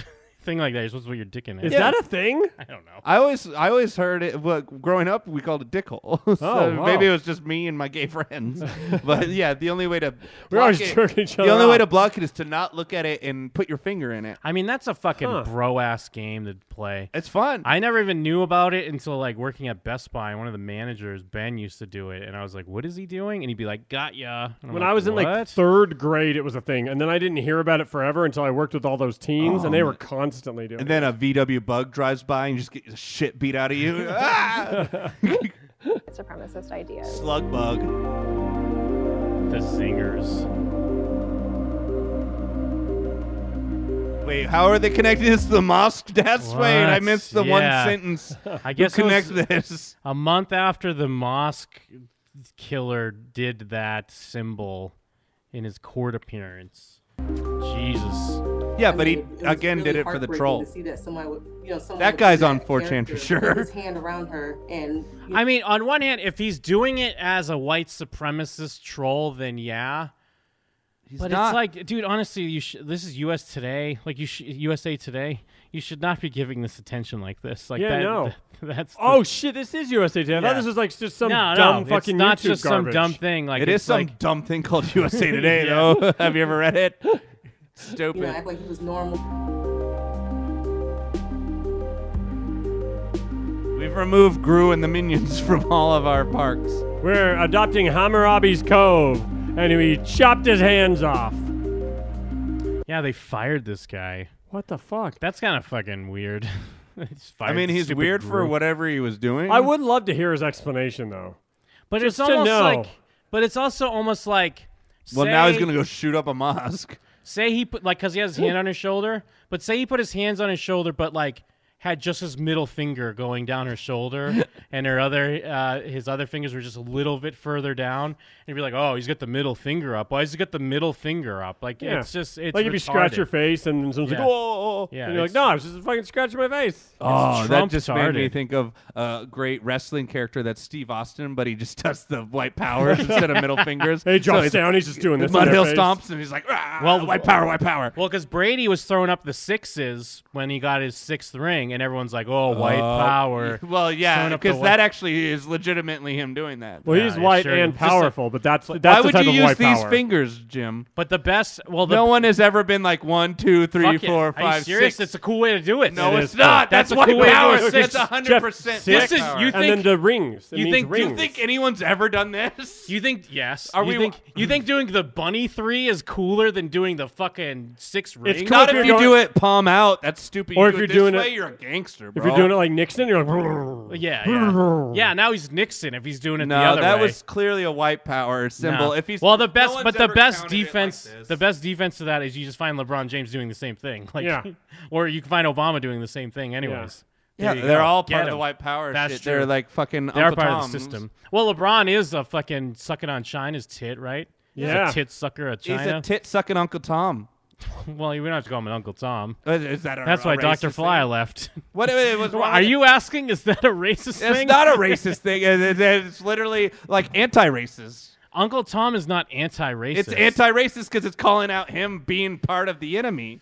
[SPEAKER 10] thing like that, you're supposed to put your dick in it.
[SPEAKER 9] Is Yeah. that
[SPEAKER 17] a thing?
[SPEAKER 10] I don't know.
[SPEAKER 9] I always I always heard it. Well, growing up, we called it dick hole. so
[SPEAKER 10] Oh, wow.
[SPEAKER 9] maybe it was just me and my gay friends. but yeah, the only way to
[SPEAKER 10] We're
[SPEAKER 9] block
[SPEAKER 10] always
[SPEAKER 9] it-
[SPEAKER 10] jerking each
[SPEAKER 9] The
[SPEAKER 10] other
[SPEAKER 9] only way
[SPEAKER 10] off.
[SPEAKER 9] to block it is to not look at it and put your finger in it.
[SPEAKER 10] I mean, that's a fucking
[SPEAKER 9] Huh.
[SPEAKER 10] bro ass game to play.
[SPEAKER 9] It's fun.
[SPEAKER 10] I never even knew about it until like working at Best Buy. One of the managers, Ben, used to do it, and I was like, "What is he doing?" And he'd be like, "Got ya." And I'm
[SPEAKER 17] When I was in
[SPEAKER 10] "What?"
[SPEAKER 17] like third grade, it was a thing, and then I didn't hear about it forever until I worked with all those teens, and they
[SPEAKER 9] Oh.
[SPEAKER 17] were constantly doing.
[SPEAKER 9] And
[SPEAKER 17] it.
[SPEAKER 9] then a VW bug drives by and you just get the shit beat out of you. Ah!
[SPEAKER 19] Supremacist ideas.
[SPEAKER 9] Slug bug.
[SPEAKER 10] The zingers.
[SPEAKER 9] Wait, how are they connecting this to the mosque? That's right. I
[SPEAKER 10] What?
[SPEAKER 9] missed the one
[SPEAKER 10] Yeah.
[SPEAKER 9] sentence.
[SPEAKER 10] I
[SPEAKER 9] Who
[SPEAKER 10] guess it
[SPEAKER 9] connects
[SPEAKER 10] was
[SPEAKER 9] this.
[SPEAKER 10] A month after the mosque killer did that symbol in his court appearance. Jesus.
[SPEAKER 9] Yeah,
[SPEAKER 18] I
[SPEAKER 9] but
[SPEAKER 18] mean,
[SPEAKER 9] he
[SPEAKER 18] was
[SPEAKER 9] again
[SPEAKER 18] really
[SPEAKER 9] did it for the
[SPEAKER 18] heartbreaking
[SPEAKER 9] troll.
[SPEAKER 18] To see that somebody would, you know, someone
[SPEAKER 9] That
[SPEAKER 18] would
[SPEAKER 9] guy's
[SPEAKER 18] do
[SPEAKER 9] on 4chan for
[SPEAKER 18] character,
[SPEAKER 9] sure.
[SPEAKER 18] Put his hand around her and you
[SPEAKER 10] I mean, on one hand, if he's doing it as a white supremacist troll, then yeah. but
[SPEAKER 9] not.
[SPEAKER 10] it's like, dude, honestly, you sh- this is U.S. Today, like you sh- USA Today. You should not be giving this attention like this. Like
[SPEAKER 17] yeah,
[SPEAKER 10] that,
[SPEAKER 17] no.
[SPEAKER 10] that's the-
[SPEAKER 17] oh shit, this is USA Today. I
[SPEAKER 10] Yeah.
[SPEAKER 17] thought this was like just some
[SPEAKER 10] No, no,
[SPEAKER 17] dumb
[SPEAKER 10] it's
[SPEAKER 17] fucking
[SPEAKER 10] not
[SPEAKER 17] YouTube
[SPEAKER 10] just some
[SPEAKER 17] garbage.
[SPEAKER 10] dumb thing, like,
[SPEAKER 9] it is
[SPEAKER 10] it's
[SPEAKER 9] some
[SPEAKER 10] like-
[SPEAKER 9] dumb thing called USA Today,
[SPEAKER 10] Yeah.
[SPEAKER 9] though. Have you ever read it? Stupid.
[SPEAKER 18] you know, act like he was normal.
[SPEAKER 9] We've removed Gru and the minions from all of our parks.
[SPEAKER 17] We're adopting Hammurabi's Cove, and we chopped his hands off.
[SPEAKER 10] Yeah, they fired this guy.
[SPEAKER 17] What the fuck?
[SPEAKER 10] That's kind of fucking weird. They just
[SPEAKER 9] I
[SPEAKER 10] fired
[SPEAKER 9] mean,
[SPEAKER 10] this
[SPEAKER 9] he's
[SPEAKER 10] stupid
[SPEAKER 9] weird for
[SPEAKER 10] group.
[SPEAKER 9] whatever he was doing.
[SPEAKER 17] I would love to hear his explanation though.
[SPEAKER 10] But
[SPEAKER 17] Just
[SPEAKER 10] it's
[SPEAKER 17] to
[SPEAKER 10] almost
[SPEAKER 17] know.
[SPEAKER 10] like. But it's also almost like.
[SPEAKER 9] Well, now he's
[SPEAKER 10] say-
[SPEAKER 9] gonna go shoot up a mosque.
[SPEAKER 10] Say he put like because he has his hand on his shoulder, but say he put his hands on his shoulder, but like had just his middle finger going down her shoulder, and her other uh, his other fingers were just a little bit further down, and you'd be like, oh, he's got the middle finger up. Why has he got the middle finger up? Like
[SPEAKER 17] Yeah.
[SPEAKER 10] it's just it's
[SPEAKER 17] like if you scratch
[SPEAKER 10] retarded.
[SPEAKER 17] your face and then someone's
[SPEAKER 10] Yeah.
[SPEAKER 17] like, oh,
[SPEAKER 10] Yeah,
[SPEAKER 17] and you're like,
[SPEAKER 10] it's-
[SPEAKER 17] no, I was just fucking scratching my face.
[SPEAKER 9] Oh, that
[SPEAKER 10] Trump
[SPEAKER 9] just made me
[SPEAKER 10] started.
[SPEAKER 9] think of a great wrestling character that's Steve Austin, but he just does the white powers instead of middle fingers.
[SPEAKER 17] He drops
[SPEAKER 9] it's-
[SPEAKER 17] down, he's just doing this in
[SPEAKER 9] Mud
[SPEAKER 17] their
[SPEAKER 9] Hill
[SPEAKER 17] face.
[SPEAKER 9] stomps, and he's like, "Ah, white power, white power.
[SPEAKER 10] Well, because Brady was throwing up the sixes when he got his sixth ring, and everyone's like, "Oh, white
[SPEAKER 9] Uh,
[SPEAKER 10] power."
[SPEAKER 9] Well, yeah,
[SPEAKER 10] Throwing up the
[SPEAKER 9] because
[SPEAKER 10] white-
[SPEAKER 9] that actually is legitimately him doing that.
[SPEAKER 17] Well, he's
[SPEAKER 10] Yeah,
[SPEAKER 17] white
[SPEAKER 10] sure.
[SPEAKER 17] and
[SPEAKER 10] Just like-
[SPEAKER 17] powerful, but that's that's
[SPEAKER 9] Why
[SPEAKER 17] the
[SPEAKER 9] would
[SPEAKER 17] type
[SPEAKER 9] you
[SPEAKER 17] of
[SPEAKER 9] use
[SPEAKER 17] white
[SPEAKER 9] these
[SPEAKER 17] power.
[SPEAKER 9] fingers, Jim?
[SPEAKER 10] But the best, well, the
[SPEAKER 9] no one has ever been like one, two, three,
[SPEAKER 10] Fuck it.
[SPEAKER 9] four,
[SPEAKER 10] Are
[SPEAKER 9] five,
[SPEAKER 10] you serious?
[SPEAKER 9] six.
[SPEAKER 10] It's a cool way to do it.
[SPEAKER 9] No,
[SPEAKER 17] It
[SPEAKER 9] it's
[SPEAKER 17] is
[SPEAKER 9] not. That's,
[SPEAKER 17] cool. That's a
[SPEAKER 9] white
[SPEAKER 17] cool way to
[SPEAKER 9] power.
[SPEAKER 17] do it.
[SPEAKER 9] That's
[SPEAKER 17] Jeff,
[SPEAKER 9] 100%
[SPEAKER 10] This
[SPEAKER 9] white
[SPEAKER 10] is
[SPEAKER 9] power.
[SPEAKER 10] you
[SPEAKER 17] and
[SPEAKER 10] think
[SPEAKER 17] then the rings. It
[SPEAKER 10] you
[SPEAKER 17] means
[SPEAKER 10] think-
[SPEAKER 9] Do
[SPEAKER 17] rings.
[SPEAKER 9] you think anyone's ever done this?
[SPEAKER 10] You think yes?
[SPEAKER 9] Are
[SPEAKER 10] you
[SPEAKER 9] we-
[SPEAKER 10] Think, you think doing the bunny three is cooler than doing the fucking six ring?
[SPEAKER 17] cool
[SPEAKER 9] Not
[SPEAKER 17] if
[SPEAKER 9] if
[SPEAKER 17] you're
[SPEAKER 9] you do
[SPEAKER 17] going-
[SPEAKER 9] it palm out. That's stupid. You
[SPEAKER 17] Or if
[SPEAKER 9] do
[SPEAKER 17] you're
[SPEAKER 9] it this
[SPEAKER 17] doing it-
[SPEAKER 9] way, you're a gangster, bro.
[SPEAKER 17] if you're doing it like Nixon, you're like,
[SPEAKER 10] Yeah, yeah, yeah. Now he's Nixon if he's doing it the
[SPEAKER 9] no,
[SPEAKER 10] other
[SPEAKER 9] that
[SPEAKER 10] way.
[SPEAKER 9] was clearly a white power symbol.
[SPEAKER 10] No.
[SPEAKER 9] If he's
[SPEAKER 10] well, the best,
[SPEAKER 9] no
[SPEAKER 10] but
[SPEAKER 9] one's
[SPEAKER 10] the
[SPEAKER 9] ever
[SPEAKER 10] best
[SPEAKER 9] counted it like
[SPEAKER 10] defense,
[SPEAKER 9] this.
[SPEAKER 10] the best defense to that is you just find LeBron James doing the same thing, like,
[SPEAKER 17] Yeah.
[SPEAKER 10] or you can find Obama doing the same thing, anyways.
[SPEAKER 9] Yeah,
[SPEAKER 10] There you
[SPEAKER 9] they're
[SPEAKER 10] go.
[SPEAKER 9] all part
[SPEAKER 10] Get
[SPEAKER 9] of the
[SPEAKER 10] 'em.
[SPEAKER 9] white power
[SPEAKER 10] That's
[SPEAKER 9] shit.
[SPEAKER 10] True.
[SPEAKER 9] They're like fucking
[SPEAKER 10] They are
[SPEAKER 9] Uncle
[SPEAKER 10] part of
[SPEAKER 9] Toms.
[SPEAKER 10] the system. Well, LeBron is a fucking sucking on China's tit, right?
[SPEAKER 9] Yeah.
[SPEAKER 10] He's a tit sucker of China.
[SPEAKER 9] He's a tit sucking Uncle Tom.
[SPEAKER 10] well, we don't have to call him an Uncle Tom.
[SPEAKER 9] Is- is that a-
[SPEAKER 10] That's
[SPEAKER 9] a
[SPEAKER 10] why
[SPEAKER 9] racist
[SPEAKER 10] Dr. Fly
[SPEAKER 9] thing?
[SPEAKER 10] left.
[SPEAKER 9] What it was wrong
[SPEAKER 10] Are
[SPEAKER 9] with-
[SPEAKER 10] you asking? Is that a racist
[SPEAKER 9] It's
[SPEAKER 10] thing?
[SPEAKER 9] not a racist thing. It- it- It's literally like anti-racist.
[SPEAKER 10] Uncle Tom is not anti-racist.
[SPEAKER 9] It's anti-racist because it's calling out him being part of the enemy.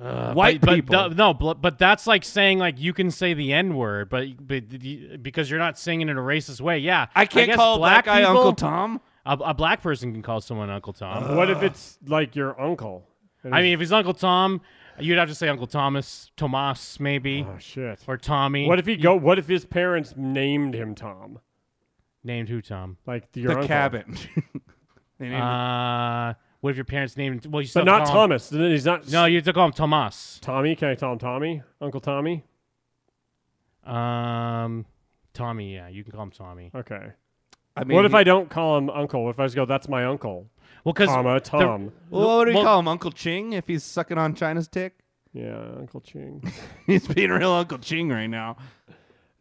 [SPEAKER 10] Uh,
[SPEAKER 9] White
[SPEAKER 10] but,
[SPEAKER 9] people.
[SPEAKER 10] But, th- no, bl- but that's like saying like you can say the N word, but, but y- because you're not saying it in a racist way. Yeah,
[SPEAKER 9] I can't
[SPEAKER 10] guess
[SPEAKER 9] call a
[SPEAKER 10] black
[SPEAKER 9] black guy
[SPEAKER 10] people-
[SPEAKER 9] Uncle Tom.
[SPEAKER 10] A, a black person can call someone Uncle Tom.
[SPEAKER 17] What if it's like your uncle? And
[SPEAKER 10] I mean, if he's Uncle Tom, you'd have to say Uncle Thomas, Tomas, maybe.
[SPEAKER 17] Oh shit.
[SPEAKER 10] Or Tommy.
[SPEAKER 17] What if he go? What if his parents named him Tom?
[SPEAKER 10] named who Tom?
[SPEAKER 17] Like your
[SPEAKER 9] the
[SPEAKER 17] uncle.
[SPEAKER 9] cabin. They named it-
[SPEAKER 10] Uh, what if your parents named? Well, you still
[SPEAKER 17] But
[SPEAKER 10] have to
[SPEAKER 17] not
[SPEAKER 10] call him-
[SPEAKER 17] Thomas. He's not.
[SPEAKER 10] No, you have to call him Tomas.
[SPEAKER 17] Tommy. Can I call him Tommy? Uncle Tommy.
[SPEAKER 10] Um, Tommy. Yeah, you can call him Tommy.
[SPEAKER 17] Okay.
[SPEAKER 9] I
[SPEAKER 17] what if
[SPEAKER 9] he-
[SPEAKER 17] I don't call him uncle? What if I just go, "That's my uncle."
[SPEAKER 10] Well, 'cause
[SPEAKER 17] comma
[SPEAKER 10] the-
[SPEAKER 17] Tom.
[SPEAKER 9] Well, what do we
[SPEAKER 10] Well-
[SPEAKER 9] call him? Uncle Ching if he's sucking on China's dick?
[SPEAKER 17] yeah, Uncle Ching.
[SPEAKER 9] He's being real Uncle Ching right now.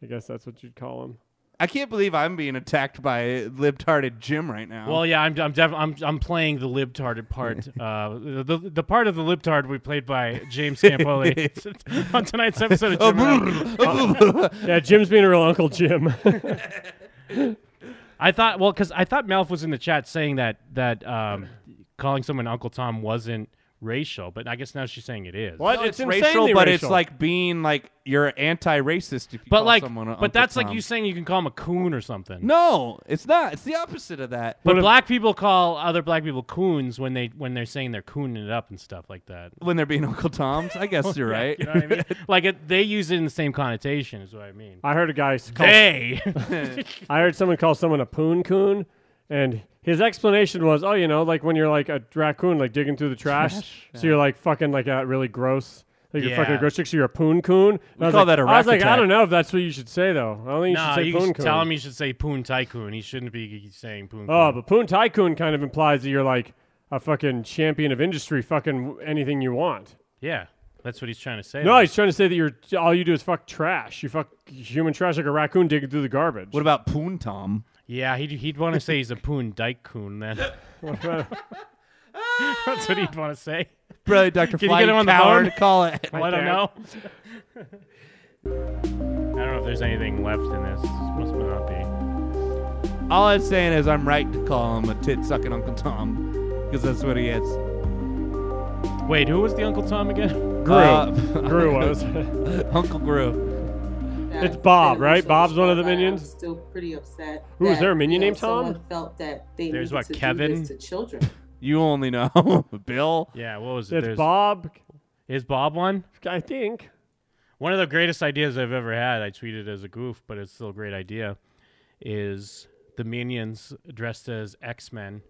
[SPEAKER 17] I guess that's what you'd call him.
[SPEAKER 9] I can't believe I'm being attacked by libtarded Jim right now.
[SPEAKER 10] Well, yeah, I'm I'm def- I'm I'm playing the libtarded part, uh, the the part of the libtard we played by James Campoli on tonight's episode of Jim and I.
[SPEAKER 17] yeah, Jim's being a real Uncle Jim.
[SPEAKER 10] I thought well, because I thought Melf was in the chat saying that that um, calling someone Uncle Tom wasn't racial, but I guess now she's saying it is.
[SPEAKER 17] What?
[SPEAKER 9] No,
[SPEAKER 17] it's
[SPEAKER 9] it's,
[SPEAKER 17] insanely
[SPEAKER 9] racial, but it's
[SPEAKER 17] racial.
[SPEAKER 9] like being like you're anti-racist if you
[SPEAKER 10] But
[SPEAKER 9] call
[SPEAKER 10] like,
[SPEAKER 9] someone.
[SPEAKER 10] but that's like you saying you can call him a coon or something.
[SPEAKER 9] No, it's not. It's the opposite of that.
[SPEAKER 10] But black people call other black people coons when they when they're saying they're cooning it up and stuff like that.
[SPEAKER 9] when they're being Uncle Toms, I guess you're
[SPEAKER 10] Oh, Yeah,
[SPEAKER 9] right.
[SPEAKER 10] You know what I mean? like it, they use it in the same connotation, is what I mean.
[SPEAKER 17] I heard a guy. s- Call,
[SPEAKER 10] They.
[SPEAKER 17] I heard someone call someone a poon coon, and his explanation was, "Oh, you know, like when you're like a raccoon, like digging through the trash,
[SPEAKER 9] Trash,
[SPEAKER 17] so you're like fucking like a really gross." Like you're fucking
[SPEAKER 10] Yeah.
[SPEAKER 17] gross chick, so you're a poon coon. And
[SPEAKER 9] We
[SPEAKER 17] I was
[SPEAKER 9] call
[SPEAKER 17] like,
[SPEAKER 9] that a
[SPEAKER 17] I was like, I
[SPEAKER 9] racketat.
[SPEAKER 17] don't know if that's what you should say though. I don't think you
[SPEAKER 10] no,
[SPEAKER 17] should say
[SPEAKER 10] you
[SPEAKER 17] poon
[SPEAKER 10] should
[SPEAKER 17] coon.
[SPEAKER 10] tell him you should say poon tycoon. He shouldn't be saying poon.
[SPEAKER 17] Oh,
[SPEAKER 10] coon.
[SPEAKER 17] but Poon Tycoon kind of implies that you're like a fucking champion of industry, fucking w- anything you want.
[SPEAKER 10] yeah, that's what he's trying to say.
[SPEAKER 17] No,
[SPEAKER 10] there.
[SPEAKER 17] he's trying to say that you're all you do is fuck trash. You fuck human trash like a raccoon digging through the garbage.
[SPEAKER 9] What about Poon Tom?
[SPEAKER 10] yeah, he'd he'd want to say he's a poon tycoon then. that's what he'd want to say.
[SPEAKER 9] Bro, Dr.
[SPEAKER 10] Can
[SPEAKER 9] Fly,
[SPEAKER 10] you get him on the
[SPEAKER 9] coward,
[SPEAKER 10] phone?
[SPEAKER 9] call it.
[SPEAKER 10] Well, I don't know. I don't know if there's anything left in this. Must not be.
[SPEAKER 9] All I'm saying is I'm right to call him a tit-sucking Uncle Tom because that's what he is.
[SPEAKER 10] Wait, who was the Uncle Tom again?
[SPEAKER 17] Grew,
[SPEAKER 9] Uh,
[SPEAKER 17] Grew was.
[SPEAKER 9] Uncle Grew.
[SPEAKER 17] It's Bob, right? Bob's one of the minions?
[SPEAKER 18] I'm still pretty upset.
[SPEAKER 17] Who is
[SPEAKER 18] that,
[SPEAKER 17] there, a minion
[SPEAKER 18] you know,
[SPEAKER 17] named Tom?
[SPEAKER 18] Someone felt that they
[SPEAKER 10] There's
[SPEAKER 18] needed
[SPEAKER 10] what,
[SPEAKER 18] to do
[SPEAKER 10] Kevin?
[SPEAKER 18] this to children.
[SPEAKER 9] You only know Bill.
[SPEAKER 10] Yeah, what was it?
[SPEAKER 17] It's
[SPEAKER 10] There's-
[SPEAKER 17] Bob,
[SPEAKER 10] Is Bob one?
[SPEAKER 17] I think.
[SPEAKER 10] One of the greatest ideas I've ever had, I tweeted as a goof, but it's still a great idea, is the minions dressed as X Men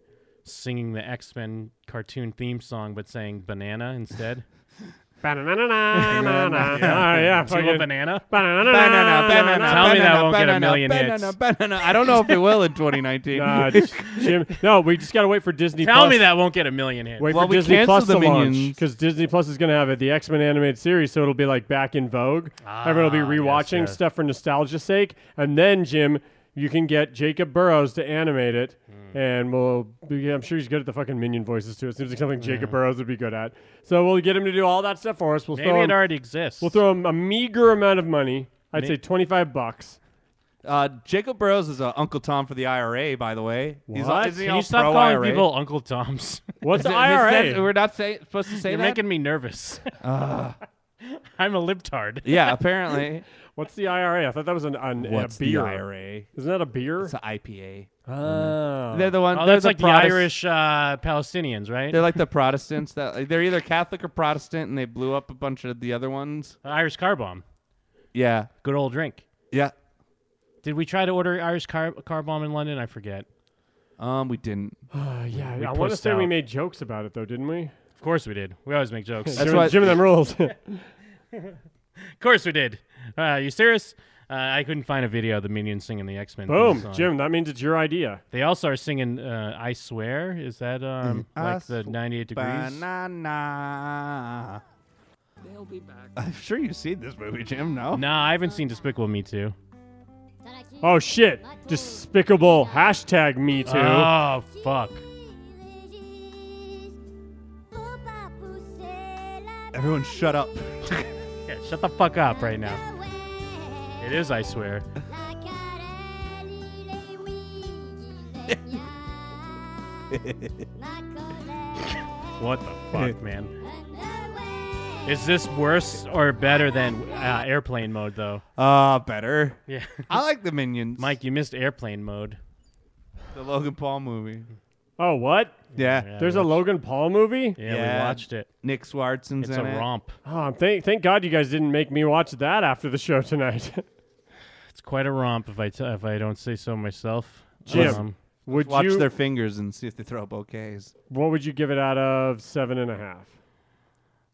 [SPEAKER 10] singing the X Men cartoon theme song, but saying banana instead.
[SPEAKER 17] Ba-na-na-na-na-na-na. Oh, yeah,
[SPEAKER 10] Do you
[SPEAKER 17] fucking-
[SPEAKER 10] want banana?
[SPEAKER 17] Ba-na-na-na-na-na-na. Banana, banana,
[SPEAKER 10] Tell me that
[SPEAKER 17] banana,
[SPEAKER 10] won't get a
[SPEAKER 17] banana,
[SPEAKER 10] million hits.
[SPEAKER 17] banana,
[SPEAKER 9] banana. I don't know if it will in 2019.
[SPEAKER 17] Nah, just- Jim, no, we just got to wait for Disney.
[SPEAKER 10] Tell
[SPEAKER 17] Plus.
[SPEAKER 10] me that won't get a million hits.
[SPEAKER 17] Wait
[SPEAKER 10] Well,
[SPEAKER 17] for
[SPEAKER 10] we
[SPEAKER 17] Disney
[SPEAKER 10] canceled
[SPEAKER 17] Plus
[SPEAKER 10] the
[SPEAKER 17] to launch
[SPEAKER 10] Minions.
[SPEAKER 17] because Disney Plus is going to have it, the X Men animated series, so it'll be like back in vogue. Everyone will be rewatching
[SPEAKER 10] Ah, yes.
[SPEAKER 17] stuff for nostalgia's sake, and then Jim, you can get Jacob Burrows to animate it,
[SPEAKER 10] Hmm.
[SPEAKER 17] and we'll. yeah, I'm sure he's good at the fucking minion voices too. It seems like something Jacob
[SPEAKER 10] Hmm.
[SPEAKER 17] Burrows would be good at. So we'll get him to do all that stuff for us. We'll
[SPEAKER 10] Maybe
[SPEAKER 17] throw
[SPEAKER 10] it
[SPEAKER 17] him-
[SPEAKER 10] already exists.
[SPEAKER 17] We'll throw him a meager amount of money. I'd
[SPEAKER 9] May-
[SPEAKER 17] say 25 bucks.
[SPEAKER 9] Uh, Jacob Burrows is uh, Uncle Tom for the IRA, by the way.
[SPEAKER 17] What?
[SPEAKER 9] isn't he
[SPEAKER 10] Can
[SPEAKER 9] all
[SPEAKER 10] you stop
[SPEAKER 9] pro
[SPEAKER 10] calling
[SPEAKER 9] IRA?
[SPEAKER 10] people Uncle Toms?
[SPEAKER 17] What's
[SPEAKER 9] Is it- is
[SPEAKER 10] IRA?
[SPEAKER 9] that- we're not say, supposed to say
[SPEAKER 10] You're
[SPEAKER 9] that.
[SPEAKER 10] making me nervous.
[SPEAKER 9] Ah.
[SPEAKER 10] I'm a libtard.
[SPEAKER 9] yeah, apparently.
[SPEAKER 17] What's the IRA? I thought that was an, an
[SPEAKER 9] What's
[SPEAKER 17] a
[SPEAKER 9] the
[SPEAKER 17] beer.
[SPEAKER 9] IRA?
[SPEAKER 17] Isn't that a beer?
[SPEAKER 9] It's an IPA.
[SPEAKER 17] Oh.
[SPEAKER 9] They're the one.
[SPEAKER 10] Oh,
[SPEAKER 9] they're
[SPEAKER 10] that's
[SPEAKER 9] the
[SPEAKER 10] like
[SPEAKER 9] Protest-
[SPEAKER 10] the Irish uh, Palestinians, right?
[SPEAKER 9] They're like the Protestants that like, they're either Catholic or Protestant, and they blew up a bunch of the other ones.
[SPEAKER 10] Irish car bomb.
[SPEAKER 9] Yeah,
[SPEAKER 10] Good old drink.
[SPEAKER 9] yeah.
[SPEAKER 10] Did we try to order Irish car, car bomb in London? I forget.
[SPEAKER 9] Um, we didn't.
[SPEAKER 17] Uh, yeah,
[SPEAKER 10] We
[SPEAKER 17] I want to
[SPEAKER 10] pushed
[SPEAKER 17] say we
[SPEAKER 10] out.
[SPEAKER 17] made jokes about it though, didn't we?
[SPEAKER 10] Of course we did. We always make jokes.
[SPEAKER 17] That's Jim, why Jim and them rules.
[SPEAKER 10] Of course we did. Uh, are you serious? Uh, I couldn't find a video of the Minions singing the X Men.
[SPEAKER 17] Boom, Jim. That means it's your idea.
[SPEAKER 10] They also are singing uh, "I Swear." Is that um,
[SPEAKER 17] Mm-hmm.
[SPEAKER 9] I
[SPEAKER 10] like the 98 Degrees?
[SPEAKER 9] Banana.
[SPEAKER 1] They'll be back.
[SPEAKER 9] I'm sure you've seen this movie, Jim. No.
[SPEAKER 10] Nah, I haven't seen Despicable Me Too.
[SPEAKER 17] Oh shit! Despicable hashtag Me Too.
[SPEAKER 10] Oh fuck!
[SPEAKER 9] Everyone, shut up.
[SPEAKER 10] Yeah, shut the fuck up right now. It is "I Swear." What the fuck, man? Is this worse or better than uh, airplane mode, though?
[SPEAKER 9] Uh, better.
[SPEAKER 10] Yeah.
[SPEAKER 9] I like the Minions.
[SPEAKER 10] Mike, you missed airplane mode.
[SPEAKER 9] The Logan Paul movie.
[SPEAKER 17] Oh what?
[SPEAKER 9] Yeah.
[SPEAKER 17] There's a Logan Paul movie.
[SPEAKER 10] Yeah, we watched it.
[SPEAKER 9] Nick Swartzen's
[SPEAKER 10] It's
[SPEAKER 9] in
[SPEAKER 10] a
[SPEAKER 9] it.
[SPEAKER 10] romp.
[SPEAKER 17] Oh, I'm thank thank God you guys didn't make me watch that after the show tonight.
[SPEAKER 10] It's quite a romp, if I t- if I don't say so myself.
[SPEAKER 17] Jim,
[SPEAKER 10] Um,
[SPEAKER 17] would
[SPEAKER 9] Watch
[SPEAKER 17] you?
[SPEAKER 9] their fingers and see if they throw up bouquets.
[SPEAKER 17] what would you give it out of seven and a half?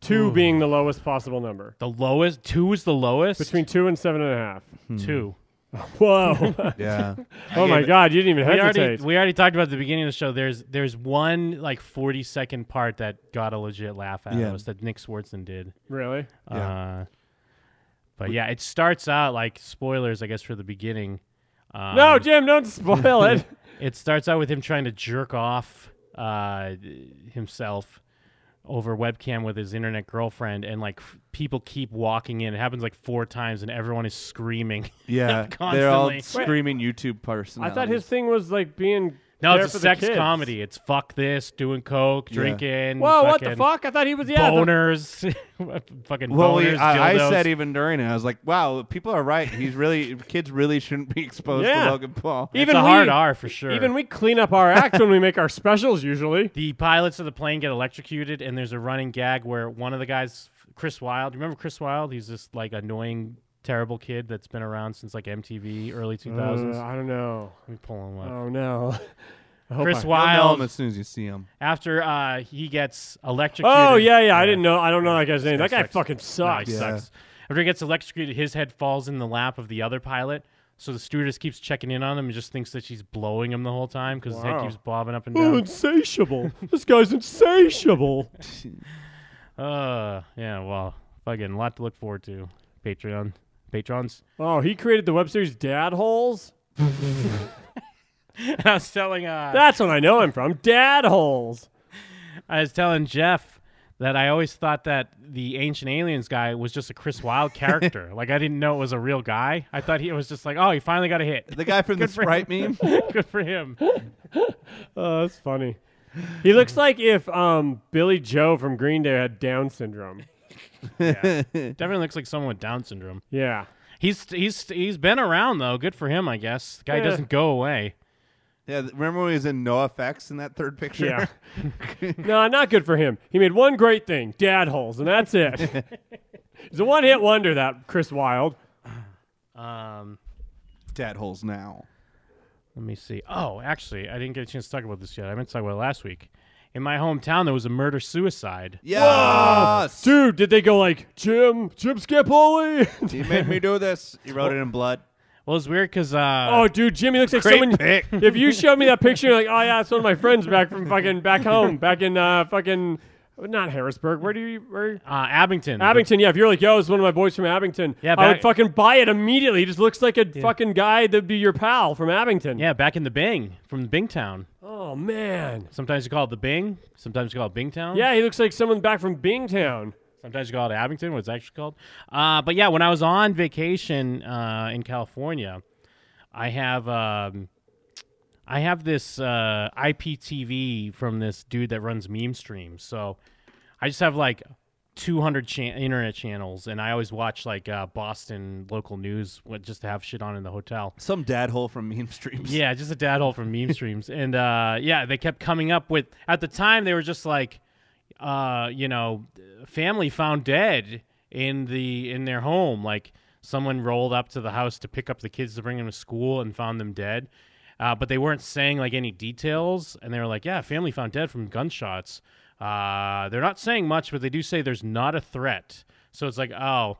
[SPEAKER 17] Two being the lowest possible number.
[SPEAKER 10] Hmm. the lowest two is the lowest
[SPEAKER 17] Between two and seven and a half.
[SPEAKER 10] two.
[SPEAKER 17] Whoa.
[SPEAKER 9] Yeah.
[SPEAKER 17] Oh my God! You didn't even
[SPEAKER 10] we already,
[SPEAKER 17] hesitate.
[SPEAKER 10] we already talked about at the beginning of the show. There's there's one like 40 second part that got a legit laugh out
[SPEAKER 17] Yeah.
[SPEAKER 10] of us that Nick Swartzen did.
[SPEAKER 17] Really?
[SPEAKER 10] Uh, but yeah, it starts out like spoilers, I guess, for the beginning. Um,
[SPEAKER 17] no, Jim, don't spoil it.
[SPEAKER 10] it starts out with him trying to jerk off uh, himself over webcam with his internet girlfriend, and like f- people keep walking in. It happens like four times, and everyone is screaming.
[SPEAKER 9] Yeah.
[SPEAKER 10] constantly.
[SPEAKER 9] They're all screaming YouTube person.
[SPEAKER 17] I thought his thing was like being.
[SPEAKER 10] No,
[SPEAKER 17] there
[SPEAKER 10] it's
[SPEAKER 17] for
[SPEAKER 10] a
[SPEAKER 17] the
[SPEAKER 10] sex
[SPEAKER 17] kids.
[SPEAKER 10] comedy. It's fuck this, doing coke,
[SPEAKER 9] Yeah.
[SPEAKER 10] drinking.
[SPEAKER 17] Whoa, what the
[SPEAKER 10] fucking
[SPEAKER 17] fuck? I thought he was- yeah, the-
[SPEAKER 10] boners, fucking
[SPEAKER 9] Well, we-
[SPEAKER 10] boners.
[SPEAKER 9] I, I
[SPEAKER 10] dildos.
[SPEAKER 9] said even during it, I was like, "Wow, people are right. He's really kids really shouldn't be exposed
[SPEAKER 17] Yeah.
[SPEAKER 9] to Logan Paul."
[SPEAKER 17] Even we, Even we clean up our act when we make our specials usually.
[SPEAKER 10] the pilots of the plane get electrocuted, and there's a running gag where one of the guys, Chris Wilde, remember Chris Wilde? He's this like annoying, terrible kid that's been around since like MTV early 2000s.
[SPEAKER 17] Uh, I don't know.
[SPEAKER 10] We pull him up.
[SPEAKER 17] Oh no. I hope I-
[SPEAKER 10] Chris
[SPEAKER 9] You'll know him
[SPEAKER 10] Wilde.
[SPEAKER 9] as soon as you see him.
[SPEAKER 10] After uh, he gets electrocuted.
[SPEAKER 17] Oh yeah, yeah. I didn't know. I don't know that guy's name. That guy
[SPEAKER 10] sucks.
[SPEAKER 17] fucking sucks.
[SPEAKER 10] No, he sucks. After he gets electrocuted, his head falls in the lap of the other pilot. So the stewardess keeps checking in on him and just thinks that she's blowing him the whole time because his head
[SPEAKER 17] Wow.
[SPEAKER 10] keeps bobbing up and
[SPEAKER 17] Oh,
[SPEAKER 10] down.
[SPEAKER 17] insatiable. this guy's insatiable.
[SPEAKER 10] Uh, yeah, well, fucking a lot to look forward to. Patreon. Patrons.
[SPEAKER 17] Oh, he created the web series Dad Holes.
[SPEAKER 10] I was telling uh,
[SPEAKER 17] That's what I know him from. Dad Holes.
[SPEAKER 10] I was telling Jeff that I always thought that the Ancient Aliens guy was just a Chris Wilde character. like I didn't know it was a real guy. I thought he was just like, oh, he finally got a hit.
[SPEAKER 9] The guy from the
[SPEAKER 10] Good for him.
[SPEAKER 9] Sprite meme?
[SPEAKER 10] Good for him.
[SPEAKER 17] Oh, that's funny. He looks like if um Billy Joe from Green Day had Down syndrome.
[SPEAKER 10] Yeah. Definitely looks like someone with Down syndrome.
[SPEAKER 17] Yeah.
[SPEAKER 10] He's he's he's been around though. Good for him, I guess. The guy
[SPEAKER 9] Yeah.
[SPEAKER 10] doesn't go away.
[SPEAKER 9] Yeah, th- remember when he was in No Effects in that third picture?
[SPEAKER 17] Yeah. no, not good for him. He made one great thing, dad holes, and that's it. He's a one hit wonder, that Chris Wilde.
[SPEAKER 10] Um,
[SPEAKER 9] Dad holes now.
[SPEAKER 10] Let me see. Oh, actually, I didn't get a chance to talk about this yet. I meant to talk about it last week. In my hometown, there was a murder suicide.
[SPEAKER 17] Whoa! Dude, did they go like, Jim, Jim Scapoli?
[SPEAKER 9] He made me do this. He wrote it in blood.
[SPEAKER 10] Well, it's weird because uh,
[SPEAKER 17] Oh, dude, Jimmy looks like
[SPEAKER 10] Great
[SPEAKER 17] someone.
[SPEAKER 10] pick.
[SPEAKER 17] If you showed me that picture, you're like, oh yeah, it's one of my friends back from fucking back home, back in uh, fucking not Harrisburg. Where do you where?
[SPEAKER 10] Uh, Abington.
[SPEAKER 17] Abington, yeah. If you're like, yo, it's one of my boys from Abington.
[SPEAKER 10] Yeah,
[SPEAKER 17] I
[SPEAKER 10] back-
[SPEAKER 17] would fucking buy it immediately. He just looks like a fucking guy that'd be your pal from Abington.
[SPEAKER 10] Yeah, back in the Bing from Bingtown.
[SPEAKER 17] Oh man.
[SPEAKER 10] Sometimes you call it the Bing. Sometimes you call it Bingtown.
[SPEAKER 17] Yeah, he looks like someone back from Bingtown.
[SPEAKER 10] Sometimes you call it Abington, what it's actually called. Uh, but yeah, when I was on vacation uh, in California, I have um, I have this uh, IPTV from this dude that runs meme streams. So I just have like 200 chan internet channels, and I always watch like uh, Boston local news what- just to have shit on in the hotel.
[SPEAKER 9] Some dad hole from meme streams.
[SPEAKER 10] Yeah, just a dad hole from meme streams. And uh, yeah, they kept coming up with. At the time, they were just like, uh, you know, family found dead in the in their home. Like someone rolled up to the house to pick up the kids to bring them to school and found them dead. Uh, but they weren't saying like any details, and they were like, "Yeah, family found dead from gunshots." Uh, they're not saying much, but they do say there's not a threat. So it's like, oh,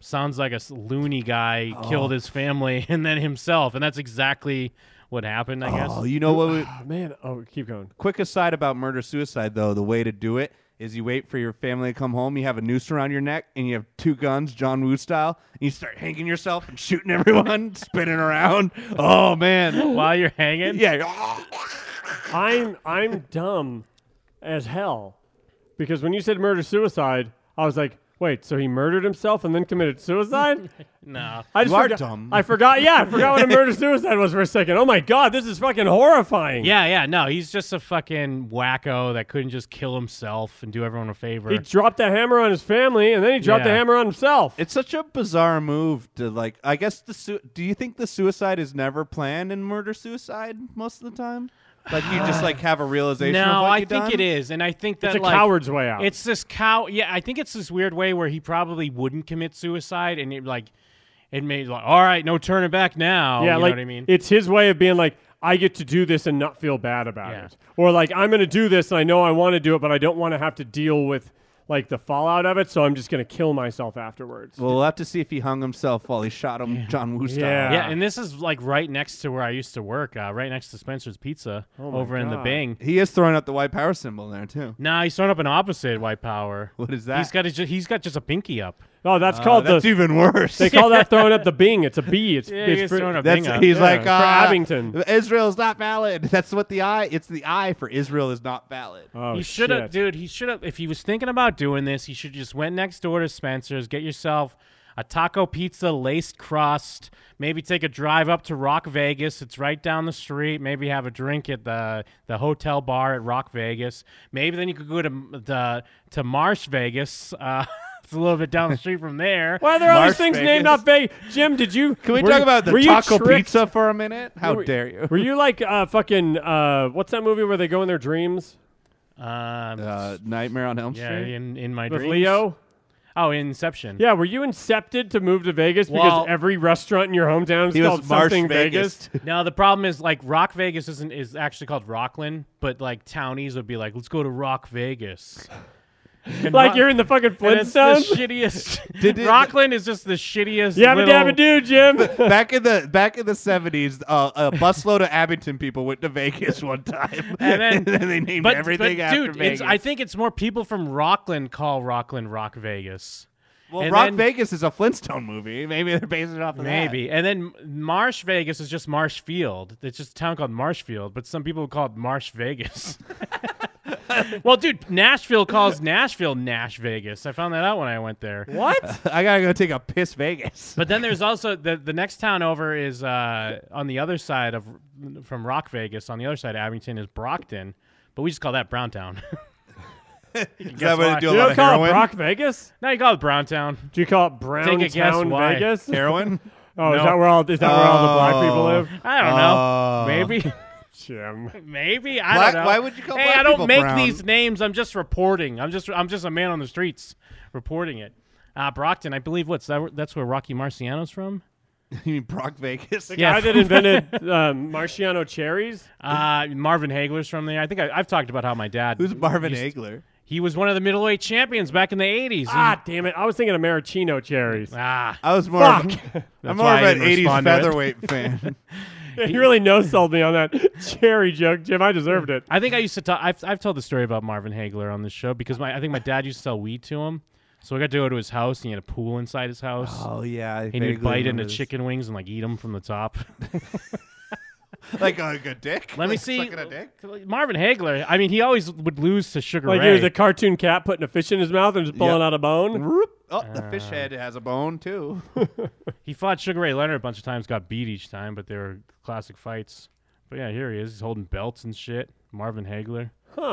[SPEAKER 10] sounds like a s- loony guy
[SPEAKER 17] Oh.
[SPEAKER 10] killed his family and then himself, and that's exactly what happened. I guess.
[SPEAKER 9] Oh, you know what? We,
[SPEAKER 17] man, oh, keep going.
[SPEAKER 9] Quick aside about murder suicide, though, the way to do it is you wait for your family to come home. You have a noose around your neck, and you have two guns, John Woo style, and you start hanging yourself and shooting everyone, spinning around. Oh man,
[SPEAKER 10] while you're hanging,
[SPEAKER 9] yeah.
[SPEAKER 17] I'm I'm dumb as hell because when you said murder suicide, I was like, wait, so he murdered himself and then committed suicide?
[SPEAKER 10] no,
[SPEAKER 17] I just forgot, I forgot. Yeah, I forgot what a murder suicide was for a second. Oh my god, this is fucking horrifying.
[SPEAKER 10] Yeah, yeah, no, he's just a fucking wacko that couldn't just kill himself and do everyone a favor.
[SPEAKER 17] He dropped the hammer on his family, and then he dropped the
[SPEAKER 10] Yeah.
[SPEAKER 17] hammer on himself.
[SPEAKER 9] It's such a bizarre move to like. I guess the su- do you think the suicide is never planned in murder suicide most of the time? Like you just like have a realization.
[SPEAKER 10] No,
[SPEAKER 9] of what
[SPEAKER 10] I
[SPEAKER 9] you
[SPEAKER 10] think
[SPEAKER 9] done?
[SPEAKER 10] it is, and I think that
[SPEAKER 9] It's a
[SPEAKER 10] like,
[SPEAKER 9] coward's way out.
[SPEAKER 10] It's this cow. Yeah, I think it's this weird way where he probably wouldn't commit suicide, and it like it made like, all right, no turning back now.
[SPEAKER 17] yeah,
[SPEAKER 10] you
[SPEAKER 17] like
[SPEAKER 10] know what I mean.
[SPEAKER 17] it's his way of being like, I get to do this and not feel bad about it, or like I'm going to do this and I know I want to do it, but I don't want to have to deal with like the fallout of it, so I'm just going to kill myself afterwards.
[SPEAKER 9] Well, we'll have to see if he hung himself while he shot him, John Woo style.
[SPEAKER 17] Yeah.
[SPEAKER 10] yeah, and this is like right next to where I used to work, uh, right next to Spencer's Pizza
[SPEAKER 17] Oh
[SPEAKER 9] my
[SPEAKER 10] over in the
[SPEAKER 9] God.
[SPEAKER 10] Bing.
[SPEAKER 9] He is throwing up the white power symbol there too.
[SPEAKER 10] Nah, he's throwing up an opposite white power.
[SPEAKER 9] What is that?
[SPEAKER 10] He's got a, ju- he's got just a pinky up.
[SPEAKER 17] Oh, that's called
[SPEAKER 9] Uh, that's
[SPEAKER 17] the,
[SPEAKER 9] even worse.
[SPEAKER 17] They call that throwing up the Bing. It's a B. It's,
[SPEAKER 10] Yeah,
[SPEAKER 17] it's
[SPEAKER 10] he's
[SPEAKER 17] fr-
[SPEAKER 10] throwing up
[SPEAKER 9] That's,
[SPEAKER 10] Bing up.
[SPEAKER 9] he's
[SPEAKER 10] Yeah.
[SPEAKER 9] like
[SPEAKER 17] For
[SPEAKER 9] uh,
[SPEAKER 17] Abington.
[SPEAKER 9] Israel's not valid. That's what the I. It's the I for Israel is not valid.
[SPEAKER 17] Oh,
[SPEAKER 10] he should have, dude. He should have. If he was thinking about doing this, he should just went next door to Spencer's, get yourself a taco pizza laced crust. Maybe take a drive up to Rock Vegas. It's right down the street. Maybe have a drink at the the hotel bar at Rock Vegas. Maybe then you could go to the to Marsh Vegas. Uh, it's a little bit down the street from there.
[SPEAKER 17] Why are there all these things named off Vegas? Jim, did you?
[SPEAKER 9] Can we
[SPEAKER 17] were
[SPEAKER 9] talk
[SPEAKER 17] you-
[SPEAKER 9] about the
[SPEAKER 17] were you
[SPEAKER 9] taco
[SPEAKER 17] tricked?
[SPEAKER 9] pizza for a minute? How
[SPEAKER 17] Were-
[SPEAKER 9] dare you?
[SPEAKER 17] Were you like uh, fucking uh, what's that movie where they go in their dreams?
[SPEAKER 10] Um,
[SPEAKER 9] uh, Nightmare on Elm
[SPEAKER 10] yeah,
[SPEAKER 9] Street?
[SPEAKER 10] in in my
[SPEAKER 17] With
[SPEAKER 10] dreams.
[SPEAKER 17] Leo?
[SPEAKER 10] Oh, Inception.
[SPEAKER 17] Yeah, were you incepted to move to Vegas
[SPEAKER 10] Well-
[SPEAKER 17] because every restaurant in your hometown is called something Vegas?
[SPEAKER 10] no, the problem is like Rock Vegas isn't is actually called Rockland, but like townies would be like, let's go to Rock Vegas. And
[SPEAKER 17] Like
[SPEAKER 10] Ro-
[SPEAKER 17] you're in the fucking
[SPEAKER 10] and it's
[SPEAKER 17] Flintstones?
[SPEAKER 10] the shittiest.
[SPEAKER 9] Did it-
[SPEAKER 10] Rockland is just the shittiest.
[SPEAKER 17] Yabba
[SPEAKER 10] little-
[SPEAKER 17] dabba do, Jim.
[SPEAKER 9] back in the back in the seventies, uh, a busload of Abington people went to Vegas one time,
[SPEAKER 10] And then,
[SPEAKER 9] they named
[SPEAKER 10] but,
[SPEAKER 9] everything
[SPEAKER 10] but,
[SPEAKER 9] after
[SPEAKER 10] dude,
[SPEAKER 9] Vegas.
[SPEAKER 10] It's, I think it's more people from Rockland call Rockland Rock Vegas.
[SPEAKER 9] well,
[SPEAKER 10] And
[SPEAKER 9] Rock
[SPEAKER 10] then-
[SPEAKER 9] Vegas is a Flintstone movie. Maybe they're basing it off of that.
[SPEAKER 10] Maybe. And then Marsh Vegas is just Marsh Field. It's just a town called Marshfield, but some people call it Marsh Vegas. well, dude, Nashville calls Nashville Nash Vegas. I found that out when I went there.
[SPEAKER 9] What? I gotta go take a piss Vegas.
[SPEAKER 10] But then there's also the the next town over is uh, on the other side of from Rock Vegas. On the other side, of Abington is Brockton, but we just call that Browntown.
[SPEAKER 9] Is
[SPEAKER 10] guess
[SPEAKER 9] that where
[SPEAKER 10] why.
[SPEAKER 9] they do a
[SPEAKER 10] You
[SPEAKER 9] lot
[SPEAKER 10] don't
[SPEAKER 9] of
[SPEAKER 10] call it
[SPEAKER 9] heroin?
[SPEAKER 10] Brock
[SPEAKER 17] Vegas?
[SPEAKER 10] no, you call it Browntown.
[SPEAKER 17] Do you call it
[SPEAKER 10] Take a guess
[SPEAKER 17] Browntown
[SPEAKER 10] why.
[SPEAKER 17] Vegas?
[SPEAKER 9] Heroin?
[SPEAKER 17] Oh, is
[SPEAKER 10] No.
[SPEAKER 17] that where all is that where all the black people
[SPEAKER 10] Oh.
[SPEAKER 17] live?
[SPEAKER 10] I don't know. Maybe.
[SPEAKER 17] Jim.
[SPEAKER 10] Maybe I
[SPEAKER 17] Black-
[SPEAKER 10] don't know.
[SPEAKER 17] why would you call
[SPEAKER 10] Hey,
[SPEAKER 17] black
[SPEAKER 10] I don't
[SPEAKER 17] people
[SPEAKER 10] make
[SPEAKER 17] brown?
[SPEAKER 10] these names. I'm just reporting. I'm just I'm just a man on the streets reporting it. Uh, Brockton, I believe what's that, that's where Rocky Marciano's from.
[SPEAKER 9] you mean Brock Vegas?
[SPEAKER 17] The guy that invented um, Marciano cherries?
[SPEAKER 10] Uh, Marvin Hagler's from there. I think I, I've talked about how my dad.
[SPEAKER 9] Who's Marvin
[SPEAKER 10] used-
[SPEAKER 9] Hagler?
[SPEAKER 10] He was one of the middleweight champions back in the '80s.
[SPEAKER 17] Ah, damn it! I was thinking of maraschino cherries.
[SPEAKER 10] Ah,
[SPEAKER 9] I was more.
[SPEAKER 17] Fuck.
[SPEAKER 9] Of, I'm
[SPEAKER 17] That's
[SPEAKER 9] more
[SPEAKER 17] why
[SPEAKER 9] of
[SPEAKER 17] I
[SPEAKER 9] an
[SPEAKER 17] didn't
[SPEAKER 9] '80s
[SPEAKER 17] respond to it.
[SPEAKER 9] featherweight fan.
[SPEAKER 17] Yeah, you really no sold me on that cherry joke, Jim. I deserved it.
[SPEAKER 10] I think I used to talk. I've, I've told the story about Marvin Hagler on this show because my I think my dad used to sell weed to him. So I got to go to his house, and he had a pool inside his house.
[SPEAKER 9] Oh, yeah, I
[SPEAKER 10] and
[SPEAKER 9] vaguely
[SPEAKER 10] he'd bite
[SPEAKER 9] remember
[SPEAKER 10] into
[SPEAKER 9] this.
[SPEAKER 10] chicken wings and like eat them from the top.
[SPEAKER 9] like a, good dick.
[SPEAKER 10] Let me
[SPEAKER 9] Like
[SPEAKER 10] see.
[SPEAKER 9] sucking a dick?
[SPEAKER 10] Marvin Hagler. I mean, he always would lose to Sugar
[SPEAKER 17] Like
[SPEAKER 10] Ray.
[SPEAKER 17] he was a cartoon cat putting a fish in his mouth and just pulling out a bone.
[SPEAKER 9] Oh, the fish head has a bone too.
[SPEAKER 10] He fought Sugar Ray Leonard a bunch of times, got beat each time, but they were classic fights. But yeah, here he is. He's holding belts and shit. Marvin Hagler.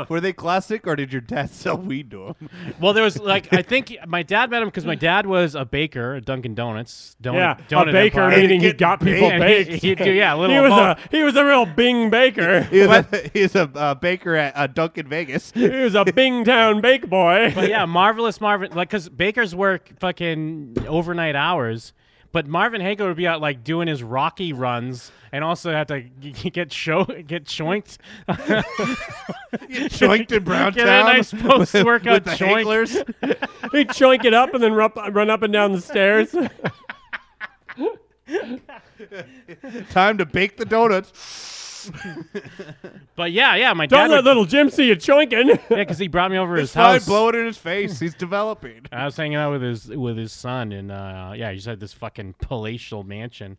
[SPEAKER 9] Were they classic, or did your dad sell weed to him?
[SPEAKER 10] Well, there was like I think my dad met him because my dad was a baker at Dunkin' Donuts. Donut,
[SPEAKER 17] yeah,
[SPEAKER 10] donut
[SPEAKER 17] a baker
[SPEAKER 10] empire.
[SPEAKER 17] meaning he got people
[SPEAKER 10] And he-
[SPEAKER 17] baked.
[SPEAKER 10] he'd do- yeah, a little
[SPEAKER 17] he was
[SPEAKER 10] of
[SPEAKER 17] a he was a real Bing baker.
[SPEAKER 9] he was a, he was a uh, baker at uh, Dunkin' Vegas.
[SPEAKER 17] he was a Bing Town bake boy.
[SPEAKER 10] But yeah, marvelous Marvin. Like, cause bakers work fucking overnight hours. But Marvin Hagler would be out like doing his Rocky runs, and also have to g- get show get choinked,
[SPEAKER 9] Joinked in Browntown.
[SPEAKER 10] Get a nice post workout
[SPEAKER 9] with the
[SPEAKER 10] joint.
[SPEAKER 9] Haglers.
[SPEAKER 17] He'd choink it up and then run up, run up and down the stairs.
[SPEAKER 9] Time to bake the donuts.
[SPEAKER 10] But yeah, yeah, my
[SPEAKER 17] Don't
[SPEAKER 10] dad.
[SPEAKER 17] let
[SPEAKER 10] would-
[SPEAKER 17] little Jim see you choinking.
[SPEAKER 10] yeah, because he brought me over to his
[SPEAKER 9] It's fine.
[SPEAKER 10] house.
[SPEAKER 9] Blow it in his face. He's developing.
[SPEAKER 10] I was hanging out with his with his son, and uh, yeah, he just had this fucking palatial mansion.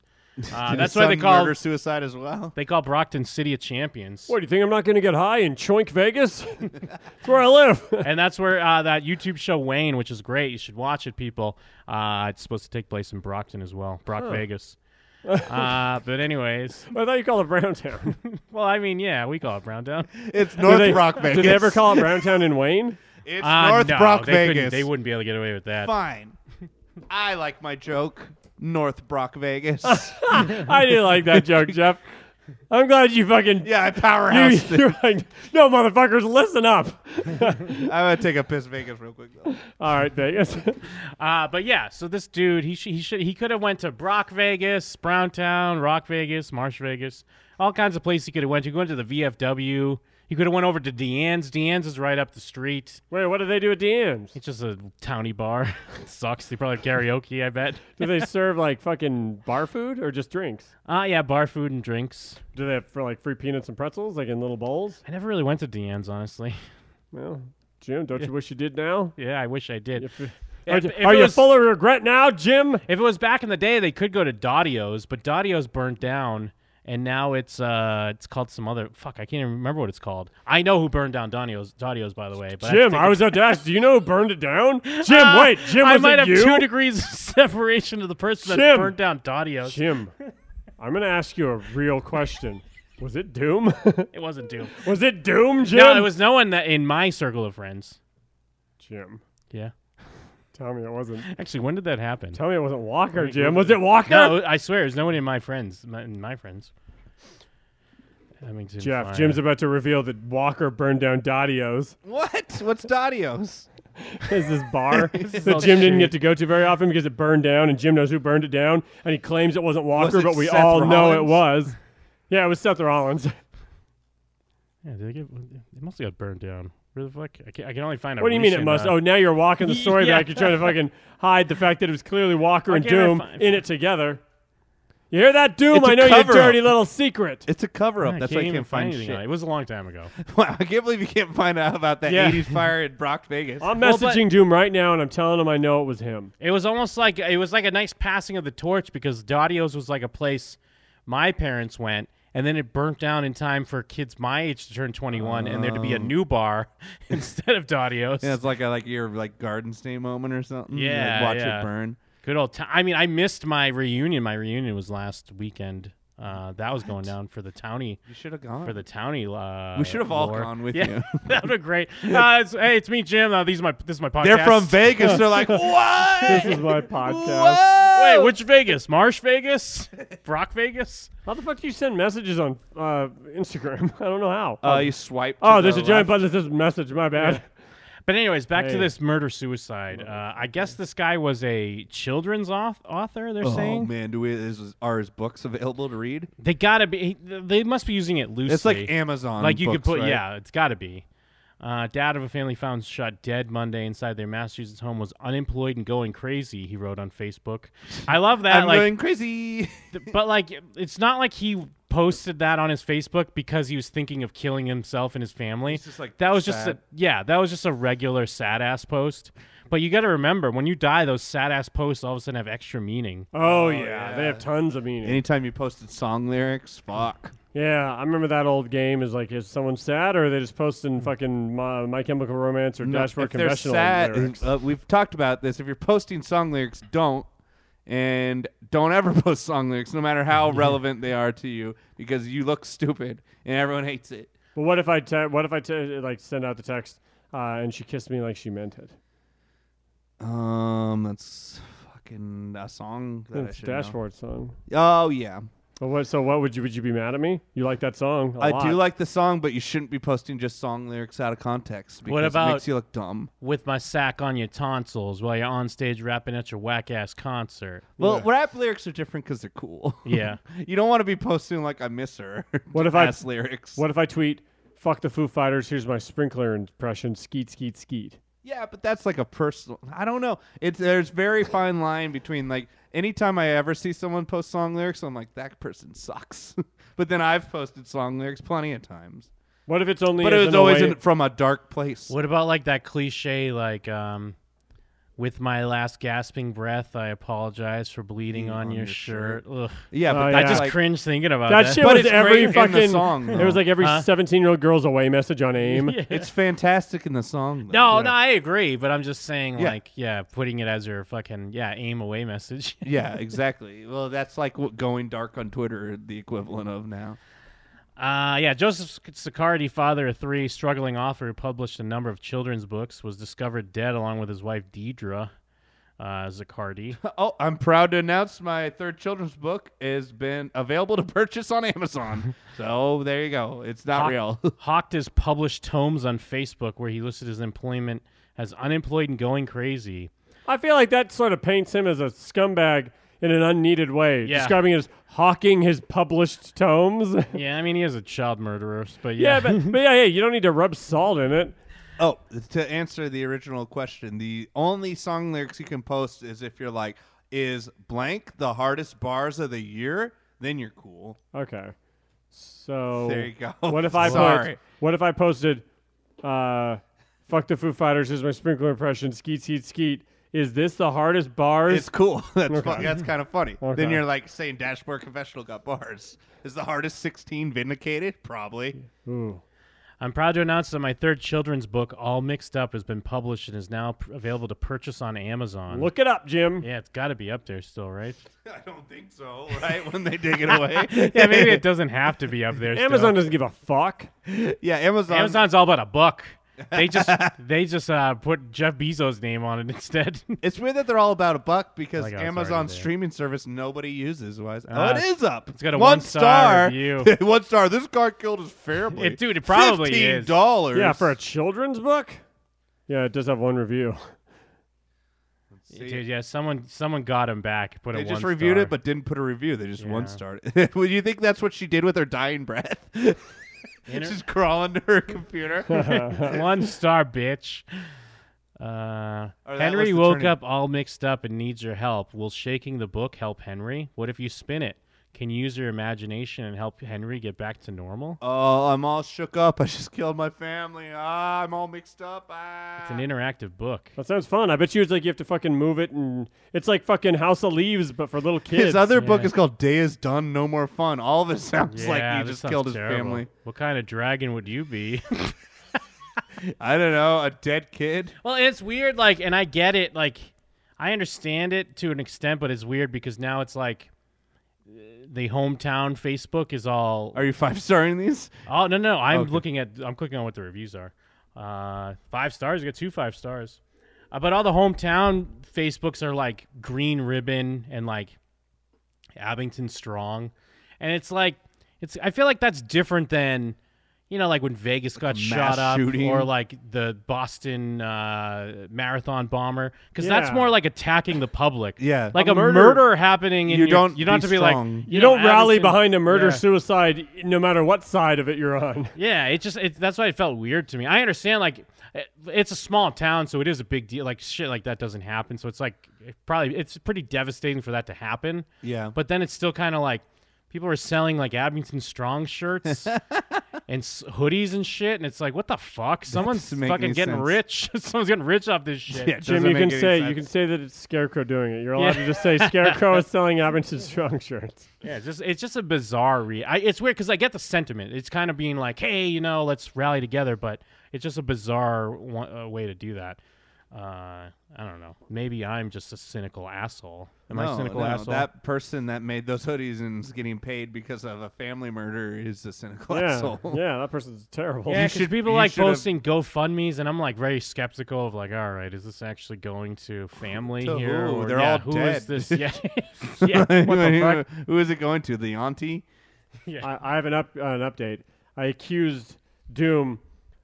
[SPEAKER 10] Uh,
[SPEAKER 9] His
[SPEAKER 10] that's why they
[SPEAKER 9] son
[SPEAKER 10] call
[SPEAKER 9] murder suicide as well.
[SPEAKER 10] They call Brockton City of Champions.
[SPEAKER 17] What do you think? I'm not going to get high in Choink Vegas? That's where I live.
[SPEAKER 10] and that's where uh, that YouTube show Wayne, which is great. You should watch it, people. Uh, it's supposed to take place in Brockton as well, Brock
[SPEAKER 17] Huh.
[SPEAKER 10] Vegas. uh, but anyways,
[SPEAKER 17] I thought you called it Browntown.
[SPEAKER 10] well, I mean, yeah, we call it Browntown.
[SPEAKER 9] It's
[SPEAKER 17] Do they- Do they ever call it Browntown in Wayne?
[SPEAKER 9] It's
[SPEAKER 10] Uh,
[SPEAKER 9] North
[SPEAKER 10] no,
[SPEAKER 9] Brock
[SPEAKER 10] they couldn't-
[SPEAKER 9] Vegas.
[SPEAKER 10] They wouldn't be able to get away with that.
[SPEAKER 9] Fine. I like my joke. North Brock Vegas.
[SPEAKER 17] I do like that joke, Jeff. I'm glad you fucking
[SPEAKER 9] yeah, I
[SPEAKER 17] you,
[SPEAKER 9] powerhoused
[SPEAKER 17] you're like no motherfuckers, listen up.
[SPEAKER 9] it. I'm gonna take a piss Vegas real quick though.
[SPEAKER 17] All right, Vegas.
[SPEAKER 10] Uh, but yeah, so this dude, he sh- he should he could have went to Brock Vegas, Browntown, Rock Vegas, Marsh Vegas, all kinds of places he could have went to. He could went to the VFW. He could have went over to Deanne's. Deanne's is right up the street.
[SPEAKER 17] Wait, what do they do at DMs?
[SPEAKER 10] It's just a towny bar. Sucks. They probably have karaoke. I bet.
[SPEAKER 17] Do they serve like fucking bar food or just drinks?
[SPEAKER 10] Uh, yeah, bar food and drinks.
[SPEAKER 17] Do they have for like free peanuts and pretzels, like in little bowls?
[SPEAKER 10] I never really went to Deanne's, honestly.
[SPEAKER 17] Well, Jim, don't you wish you did now?
[SPEAKER 10] Yeah, I wish I did. If,
[SPEAKER 17] Are you-
[SPEAKER 10] if it
[SPEAKER 17] are you
[SPEAKER 10] was-
[SPEAKER 17] full of regret now, Jim?
[SPEAKER 10] If it was back in the day, they could go to Dadio's, but Dadio's burnt down, and now it's uh, it's called some other fuck. I can't even remember what it's called. I know who burned down Dadio's. Dadio's, by the way. But have to
[SPEAKER 17] Jim,
[SPEAKER 10] take
[SPEAKER 17] I
[SPEAKER 10] a-
[SPEAKER 17] was at Dash. Do you know who burned it down? Jim,
[SPEAKER 10] Ah,
[SPEAKER 17] wait, Jim,
[SPEAKER 10] I
[SPEAKER 17] was
[SPEAKER 10] might
[SPEAKER 17] it
[SPEAKER 10] have
[SPEAKER 17] you?
[SPEAKER 10] two degrees of separation to the person that
[SPEAKER 17] Jim.
[SPEAKER 10] burnt down Dadio's.
[SPEAKER 17] Jim, I'm gonna ask you a real question. Was it Doom?
[SPEAKER 10] It wasn't Doom.
[SPEAKER 17] was it Doom, Jim?
[SPEAKER 10] No, it was no one that in my circle of friends.
[SPEAKER 17] Jim.
[SPEAKER 10] Yeah.
[SPEAKER 17] Tell me it wasn't.
[SPEAKER 10] Actually, when did that happen?
[SPEAKER 17] Tell me it wasn't Walker,
[SPEAKER 10] Let me
[SPEAKER 17] Jim.
[SPEAKER 10] Google
[SPEAKER 17] Was it Walker?
[SPEAKER 10] No, I swear, there's no one in my friends. My, in my friends. Remington
[SPEAKER 17] Jeff,
[SPEAKER 10] Fire.
[SPEAKER 17] Jim's about to reveal that Walker burned down Daddios.
[SPEAKER 9] What? What's Dadios?
[SPEAKER 17] Is this bar
[SPEAKER 9] This is
[SPEAKER 17] that
[SPEAKER 9] all
[SPEAKER 17] Jim didn't
[SPEAKER 9] shitty.
[SPEAKER 17] get to go to very often because it burned down, and Jim knows who burned it down, and he claims it wasn't Walker,
[SPEAKER 9] Was it
[SPEAKER 17] but we
[SPEAKER 9] Seth
[SPEAKER 17] all know it
[SPEAKER 9] Rollins?
[SPEAKER 17] was. Yeah, it was Seth Rollins.
[SPEAKER 10] Yeah, did they get? They must have got burned down. Where the fuck? I can, I can only find. a
[SPEAKER 17] What do you mean it
[SPEAKER 10] recent,
[SPEAKER 17] must?
[SPEAKER 10] uh,
[SPEAKER 17] oh, now you're walking the story
[SPEAKER 10] Yeah.
[SPEAKER 17] back. You're trying to fucking hide the fact that it was clearly Walker
[SPEAKER 10] Why
[SPEAKER 17] and
[SPEAKER 10] can't I
[SPEAKER 17] Doom
[SPEAKER 10] find-
[SPEAKER 17] in it together. You hear that, Doom?
[SPEAKER 9] It's a
[SPEAKER 17] I know your
[SPEAKER 9] cover-up.
[SPEAKER 17] dirty little secret.
[SPEAKER 9] It's a cover up.
[SPEAKER 10] I
[SPEAKER 9] That's
[SPEAKER 10] can't
[SPEAKER 9] why you
[SPEAKER 10] even
[SPEAKER 9] can't
[SPEAKER 10] find
[SPEAKER 9] find
[SPEAKER 10] anything
[SPEAKER 9] shit.
[SPEAKER 10] on It It was a long time ago.
[SPEAKER 9] Wow, I can't believe you can't find out about that
[SPEAKER 10] Yeah.
[SPEAKER 9] 80s fire in Brock Vegas.
[SPEAKER 17] I'm
[SPEAKER 10] Well, but-
[SPEAKER 17] messaging Doom right now, and I'm telling him I know it was him.
[SPEAKER 10] It was almost like it was like a nice passing of the torch because Dadio's was like a place my parents went, and then it burnt down in time for kids my age to turn 21, and there to be a
[SPEAKER 9] Oh.
[SPEAKER 10] new bar instead of Dadio's.
[SPEAKER 9] Yeah, it's like a like your like Garden State moment or something. You, like,
[SPEAKER 10] Yeah,
[SPEAKER 9] watch
[SPEAKER 10] yeah.
[SPEAKER 9] it burn.
[SPEAKER 10] Good old time. I mean, I missed my reunion. My reunion was last weekend. Uh, that was going down for the townie. You
[SPEAKER 9] should have gone
[SPEAKER 10] for the townie. Uh,
[SPEAKER 9] We should have all
[SPEAKER 10] lore.
[SPEAKER 9] gone with
[SPEAKER 10] Yeah,
[SPEAKER 9] you.
[SPEAKER 10] that would be great. Uh, it's, hey, it's me, Jim. Uh, these are my this is my podcast.
[SPEAKER 9] They're from Vegas. They're like, what?
[SPEAKER 17] This is my podcast.
[SPEAKER 10] Wait, which Vegas? Marsh Vegas? Brock Vegas?
[SPEAKER 17] How the fuck do you send messages on uh, Instagram? I don't know how.
[SPEAKER 9] Uh, you swipe. to
[SPEAKER 17] Oh, there's
[SPEAKER 9] the
[SPEAKER 17] a giant
[SPEAKER 9] left.
[SPEAKER 17] button that says message. My bad.
[SPEAKER 10] But anyways, back to
[SPEAKER 17] Hey.
[SPEAKER 10] this murder suicide.
[SPEAKER 9] Oh,
[SPEAKER 10] Uh, I guess this guy was a children's auth- author. They're
[SPEAKER 9] oh
[SPEAKER 10] saying
[SPEAKER 9] man, do we, is, are his books available to read?
[SPEAKER 10] they gotta be. They must be using it loosely.
[SPEAKER 9] It's like Amazon
[SPEAKER 10] Like you could
[SPEAKER 9] books,
[SPEAKER 10] put.
[SPEAKER 9] right?
[SPEAKER 10] Yeah, it's gotta be. Uh, dad of a family found shot dead Monday inside their Massachusetts home was unemployed and going crazy. He wrote on Facebook. I love that.
[SPEAKER 9] I'm
[SPEAKER 10] like,
[SPEAKER 9] going crazy.
[SPEAKER 10] th- but like, it's not like he posted that on his Facebook because he was thinking of killing himself and his family.
[SPEAKER 9] just, like,
[SPEAKER 10] that was just a,
[SPEAKER 9] sad.
[SPEAKER 10] yeah, that was just a regular sad ass post. But you got to remember, when you die, those sad ass posts all of a sudden have extra meaning.
[SPEAKER 17] Oh, yeah. they have tons of meaning.
[SPEAKER 9] Anytime you posted song lyrics, fuck.
[SPEAKER 17] Yeah, I remember that old game. Is like, is someone sad, or are they just posting fucking My, My Chemical Romance or
[SPEAKER 9] Hmm. No,
[SPEAKER 17] Dashboard
[SPEAKER 9] if they're
[SPEAKER 17] Confessional
[SPEAKER 9] sad-
[SPEAKER 17] lyrics?
[SPEAKER 9] uh, we've talked about this. If you're posting song lyrics, don't and don't ever post song lyrics, no matter how relevant they are to you, because you look stupid and everyone hates it.
[SPEAKER 17] But what if I te- what if I te- like send out the text uh, and she kissed me like she meant it?
[SPEAKER 9] Um, that's fucking a song that I
[SPEAKER 17] It's
[SPEAKER 9] should know.
[SPEAKER 17] dashboard song.
[SPEAKER 9] Oh yeah.
[SPEAKER 17] Well, what, so what would you would you be mad at me? You like that song? a
[SPEAKER 9] I
[SPEAKER 17] lot.
[SPEAKER 9] do like the song, but you shouldn't be posting just song lyrics out of context because
[SPEAKER 10] what about
[SPEAKER 9] it makes you look dumb.
[SPEAKER 10] With my sack on your tonsils while you're on stage rapping at your whack ass concert.
[SPEAKER 9] Well, rap lyrics are different because they're cool.
[SPEAKER 10] Yeah.
[SPEAKER 9] you don't want to be posting like I miss her.
[SPEAKER 17] What if I
[SPEAKER 9] ass lyrics?
[SPEAKER 17] What if I tweet? Fuck the Foo Fighters. Here's my sprinkler impression. Skeet skeet skeet.
[SPEAKER 9] Yeah, but that's like a personal. I don't know. It's there's very fine line between like anytime I ever see someone post song lyrics, I'm like that person sucks. but then I've posted song lyrics plenty of times.
[SPEAKER 17] What if it's only?
[SPEAKER 9] But
[SPEAKER 17] as
[SPEAKER 9] it was
[SPEAKER 17] in a
[SPEAKER 9] always
[SPEAKER 17] way-
[SPEAKER 9] in, from a dark place.
[SPEAKER 10] What about like that cliche, like, um, with my last gasping breath, I apologize for bleeding on, your, shirt. Ugh.
[SPEAKER 9] Yeah,
[SPEAKER 17] but Oh,
[SPEAKER 10] I
[SPEAKER 17] that's
[SPEAKER 10] just
[SPEAKER 17] like-
[SPEAKER 10] cringe thinking about that.
[SPEAKER 17] that shit was every fucking. it was like every
[SPEAKER 10] Huh?
[SPEAKER 17] seventeen-year-old girl's away message on AIM.
[SPEAKER 10] Yeah.
[SPEAKER 9] It's fantastic in the song. though.
[SPEAKER 10] No, no, I agree, but I'm just saying,
[SPEAKER 9] Yeah.
[SPEAKER 10] like, yeah, putting it as your fucking yeah aim away message.
[SPEAKER 9] yeah, exactly. Well, that's like what going dark on Twitter, the equivalent of now.
[SPEAKER 10] Uh, yeah, Joseph Sicardi, father of three, struggling author who published a number of children's books, was discovered dead along with his wife Deidre uh, Sicardi.
[SPEAKER 9] Oh, I'm proud to announce my third children's book has been available to purchase on Amazon. so there you go. It's not real.
[SPEAKER 10] Hawked his published tomes on Facebook, where he listed his employment as unemployed and going crazy.
[SPEAKER 17] I feel like that sort of paints him as a scumbag in an unneeded way,
[SPEAKER 10] Yeah.
[SPEAKER 17] describing it as hawking his published tomes. yeah,
[SPEAKER 10] Yeah, I mean he is a child murderer, but yeah,
[SPEAKER 17] yeah but, but yeah, yeah, you don't need to rub salt in it.
[SPEAKER 9] Oh, to answer the original question, the only song lyrics you can post is if you're like, is blank the hardest bars of the year? Then you're cool.
[SPEAKER 17] Okay. So
[SPEAKER 9] There you go.
[SPEAKER 17] What if I
[SPEAKER 9] Sorry.
[SPEAKER 17] put, What if I posted? Uh, fuck the Foo Fighters is my sprinkler impression. Skeet skeet skeet. Is this the hardest bars?
[SPEAKER 9] It's cool. That's fu-
[SPEAKER 17] Okay.
[SPEAKER 9] that's kind of funny.
[SPEAKER 17] Okay.
[SPEAKER 9] Then you're like saying Dashboard Confessional got bars. Is the hardest 16 vindicated? Probably.
[SPEAKER 10] I'm proud to announce that my third children's book, All Mixed Up, has been published and is now pr- available to purchase on Amazon.
[SPEAKER 17] Look it up, Jim.
[SPEAKER 10] Yeah, it's got to be up there still, right?
[SPEAKER 9] I don't think so. Right when they dig it away.
[SPEAKER 10] yeah, maybe it doesn't have to be up there. still.
[SPEAKER 17] Amazon doesn't give a fuck.
[SPEAKER 9] Yeah, Amazon.
[SPEAKER 10] Amazon's all about a buck. They just they just uh, put Jeff Bezos' name on it instead.
[SPEAKER 9] It's weird that they're all about a buck because
[SPEAKER 10] Like oh, I was already
[SPEAKER 9] Amazon
[SPEAKER 10] there.
[SPEAKER 9] streaming service nobody uses. Was
[SPEAKER 10] Uh,
[SPEAKER 9] oh, it is up.
[SPEAKER 10] it's got a
[SPEAKER 9] one
[SPEAKER 10] one-star
[SPEAKER 9] star.
[SPEAKER 10] review.
[SPEAKER 9] one star. This guy killed his family.
[SPEAKER 10] It- dude, it probably is.
[SPEAKER 9] dollars.
[SPEAKER 17] Yeah, for a children's book. Yeah, it does have one review.
[SPEAKER 10] Dude, yeah, someone someone got him back. Put a
[SPEAKER 9] they just
[SPEAKER 10] one
[SPEAKER 9] reviewed
[SPEAKER 10] star.
[SPEAKER 9] it, but didn't put a review. They just
[SPEAKER 10] Yeah.
[SPEAKER 9] one starred it. Would you think that's what she did with her dying breath? She's crawling to her computer.
[SPEAKER 10] One star, bitch. Uh,
[SPEAKER 9] Or that was
[SPEAKER 10] Henry
[SPEAKER 9] the
[SPEAKER 10] woke
[SPEAKER 9] turning-
[SPEAKER 10] up all mixed up and needs your help. Will shaking the book help Henry? What if you spin it? Can you use your imagination and help Henry get back to normal?
[SPEAKER 9] oh, I'm all shook up. I just killed my family. Ah, I'm all mixed up. Ah.
[SPEAKER 10] It's an interactive book.
[SPEAKER 17] That sounds fun. I bet you it's like you have to fucking move it, and it's like fucking House of Leaves, but for little kids.
[SPEAKER 9] His other book is called "Day Is Done, No More Fun." All of it sounds
[SPEAKER 10] Yeah,
[SPEAKER 9] like
[SPEAKER 10] this
[SPEAKER 9] he just
[SPEAKER 10] sounds
[SPEAKER 9] killed his
[SPEAKER 10] terrible.
[SPEAKER 9] family.
[SPEAKER 10] What kind of dragon would you be?
[SPEAKER 9] I don't know, a dead kid.
[SPEAKER 10] Well, it's weird, like, and I get it, like, I understand it to an extent, but it's weird because now it's like uh, the hometown Facebook is all.
[SPEAKER 9] Are you five starring these?
[SPEAKER 10] Oh no, no, I'm
[SPEAKER 9] Okay.
[SPEAKER 10] looking at, I'm clicking on what the reviews are. Uh, five stars, you got two five stars, uh, but all the hometown Facebooks are like Green Ribbon and like Abington Strong, and it's like, it's. I feel like that's different than You know, like when Vegas got
[SPEAKER 9] mass
[SPEAKER 10] shot up,
[SPEAKER 9] shooting.
[SPEAKER 10] or like the Boston uh, marathon bomber, because that's
[SPEAKER 17] Yeah.
[SPEAKER 10] more like attacking the public.
[SPEAKER 9] Yeah.
[SPEAKER 10] like a,
[SPEAKER 17] A
[SPEAKER 10] murder,
[SPEAKER 17] murder-
[SPEAKER 10] happening. In your- you don't have to be like
[SPEAKER 17] you don't
[SPEAKER 10] know,
[SPEAKER 17] rally
[SPEAKER 10] Addison-
[SPEAKER 17] behind a murder
[SPEAKER 10] Yeah.
[SPEAKER 17] suicide, no matter what side of it you're on.
[SPEAKER 10] Yeah, it just it, that's why it felt weird to me. I understand like it- it's a small town, so it is a big deal. Like shit, like that doesn't happen. So it's like it probably it's pretty devastating for that to happen.
[SPEAKER 9] Yeah.
[SPEAKER 10] but then it's still kind of like people are selling like Abington Strong shirts and s- hoodies and shit, and it's like what the fuck? Someone's
[SPEAKER 9] doesn't make
[SPEAKER 10] fucking
[SPEAKER 9] any
[SPEAKER 10] getting
[SPEAKER 9] sense.
[SPEAKER 10] rich. Someone's getting rich off this shit.
[SPEAKER 17] Jim, you can say you can say that it's Scarecrow doing it. You're allowed
[SPEAKER 10] Yeah.
[SPEAKER 17] to just say Scarecrow is selling Abington Strong shirts.
[SPEAKER 10] Yeah, it's just it's just a bizarre read. I, it's weird because I get the sentiment. It's kind of being like, hey, you know, let's rally together, but it's just a bizarre one, uh, way to do that. Uh, I don't know. Maybe I'm just a cynical asshole. Am I
[SPEAKER 9] No,
[SPEAKER 10] a cynical
[SPEAKER 9] no,
[SPEAKER 10] asshole?
[SPEAKER 9] That person that made those hoodies and is getting paid because of a family murder is a cynical
[SPEAKER 17] Yeah,
[SPEAKER 9] asshole.
[SPEAKER 17] yeah, that person's terrible.
[SPEAKER 10] yeah,
[SPEAKER 9] You
[SPEAKER 10] because
[SPEAKER 9] should-
[SPEAKER 10] people
[SPEAKER 9] you
[SPEAKER 10] like
[SPEAKER 9] should've-
[SPEAKER 10] posting GoFundmes, and I'm like very skeptical of like, all right, is this actually going to family
[SPEAKER 9] To
[SPEAKER 10] here?
[SPEAKER 9] who?
[SPEAKER 10] Or,
[SPEAKER 9] They're
[SPEAKER 10] yeah,
[SPEAKER 9] all
[SPEAKER 10] who
[SPEAKER 9] dead.
[SPEAKER 10] is this? Yeah, yeah. What the
[SPEAKER 9] Who-
[SPEAKER 10] fuck?
[SPEAKER 9] Who is it going to? The auntie?
[SPEAKER 10] Yeah.
[SPEAKER 17] I, I have an up uh, an update. I accused Doom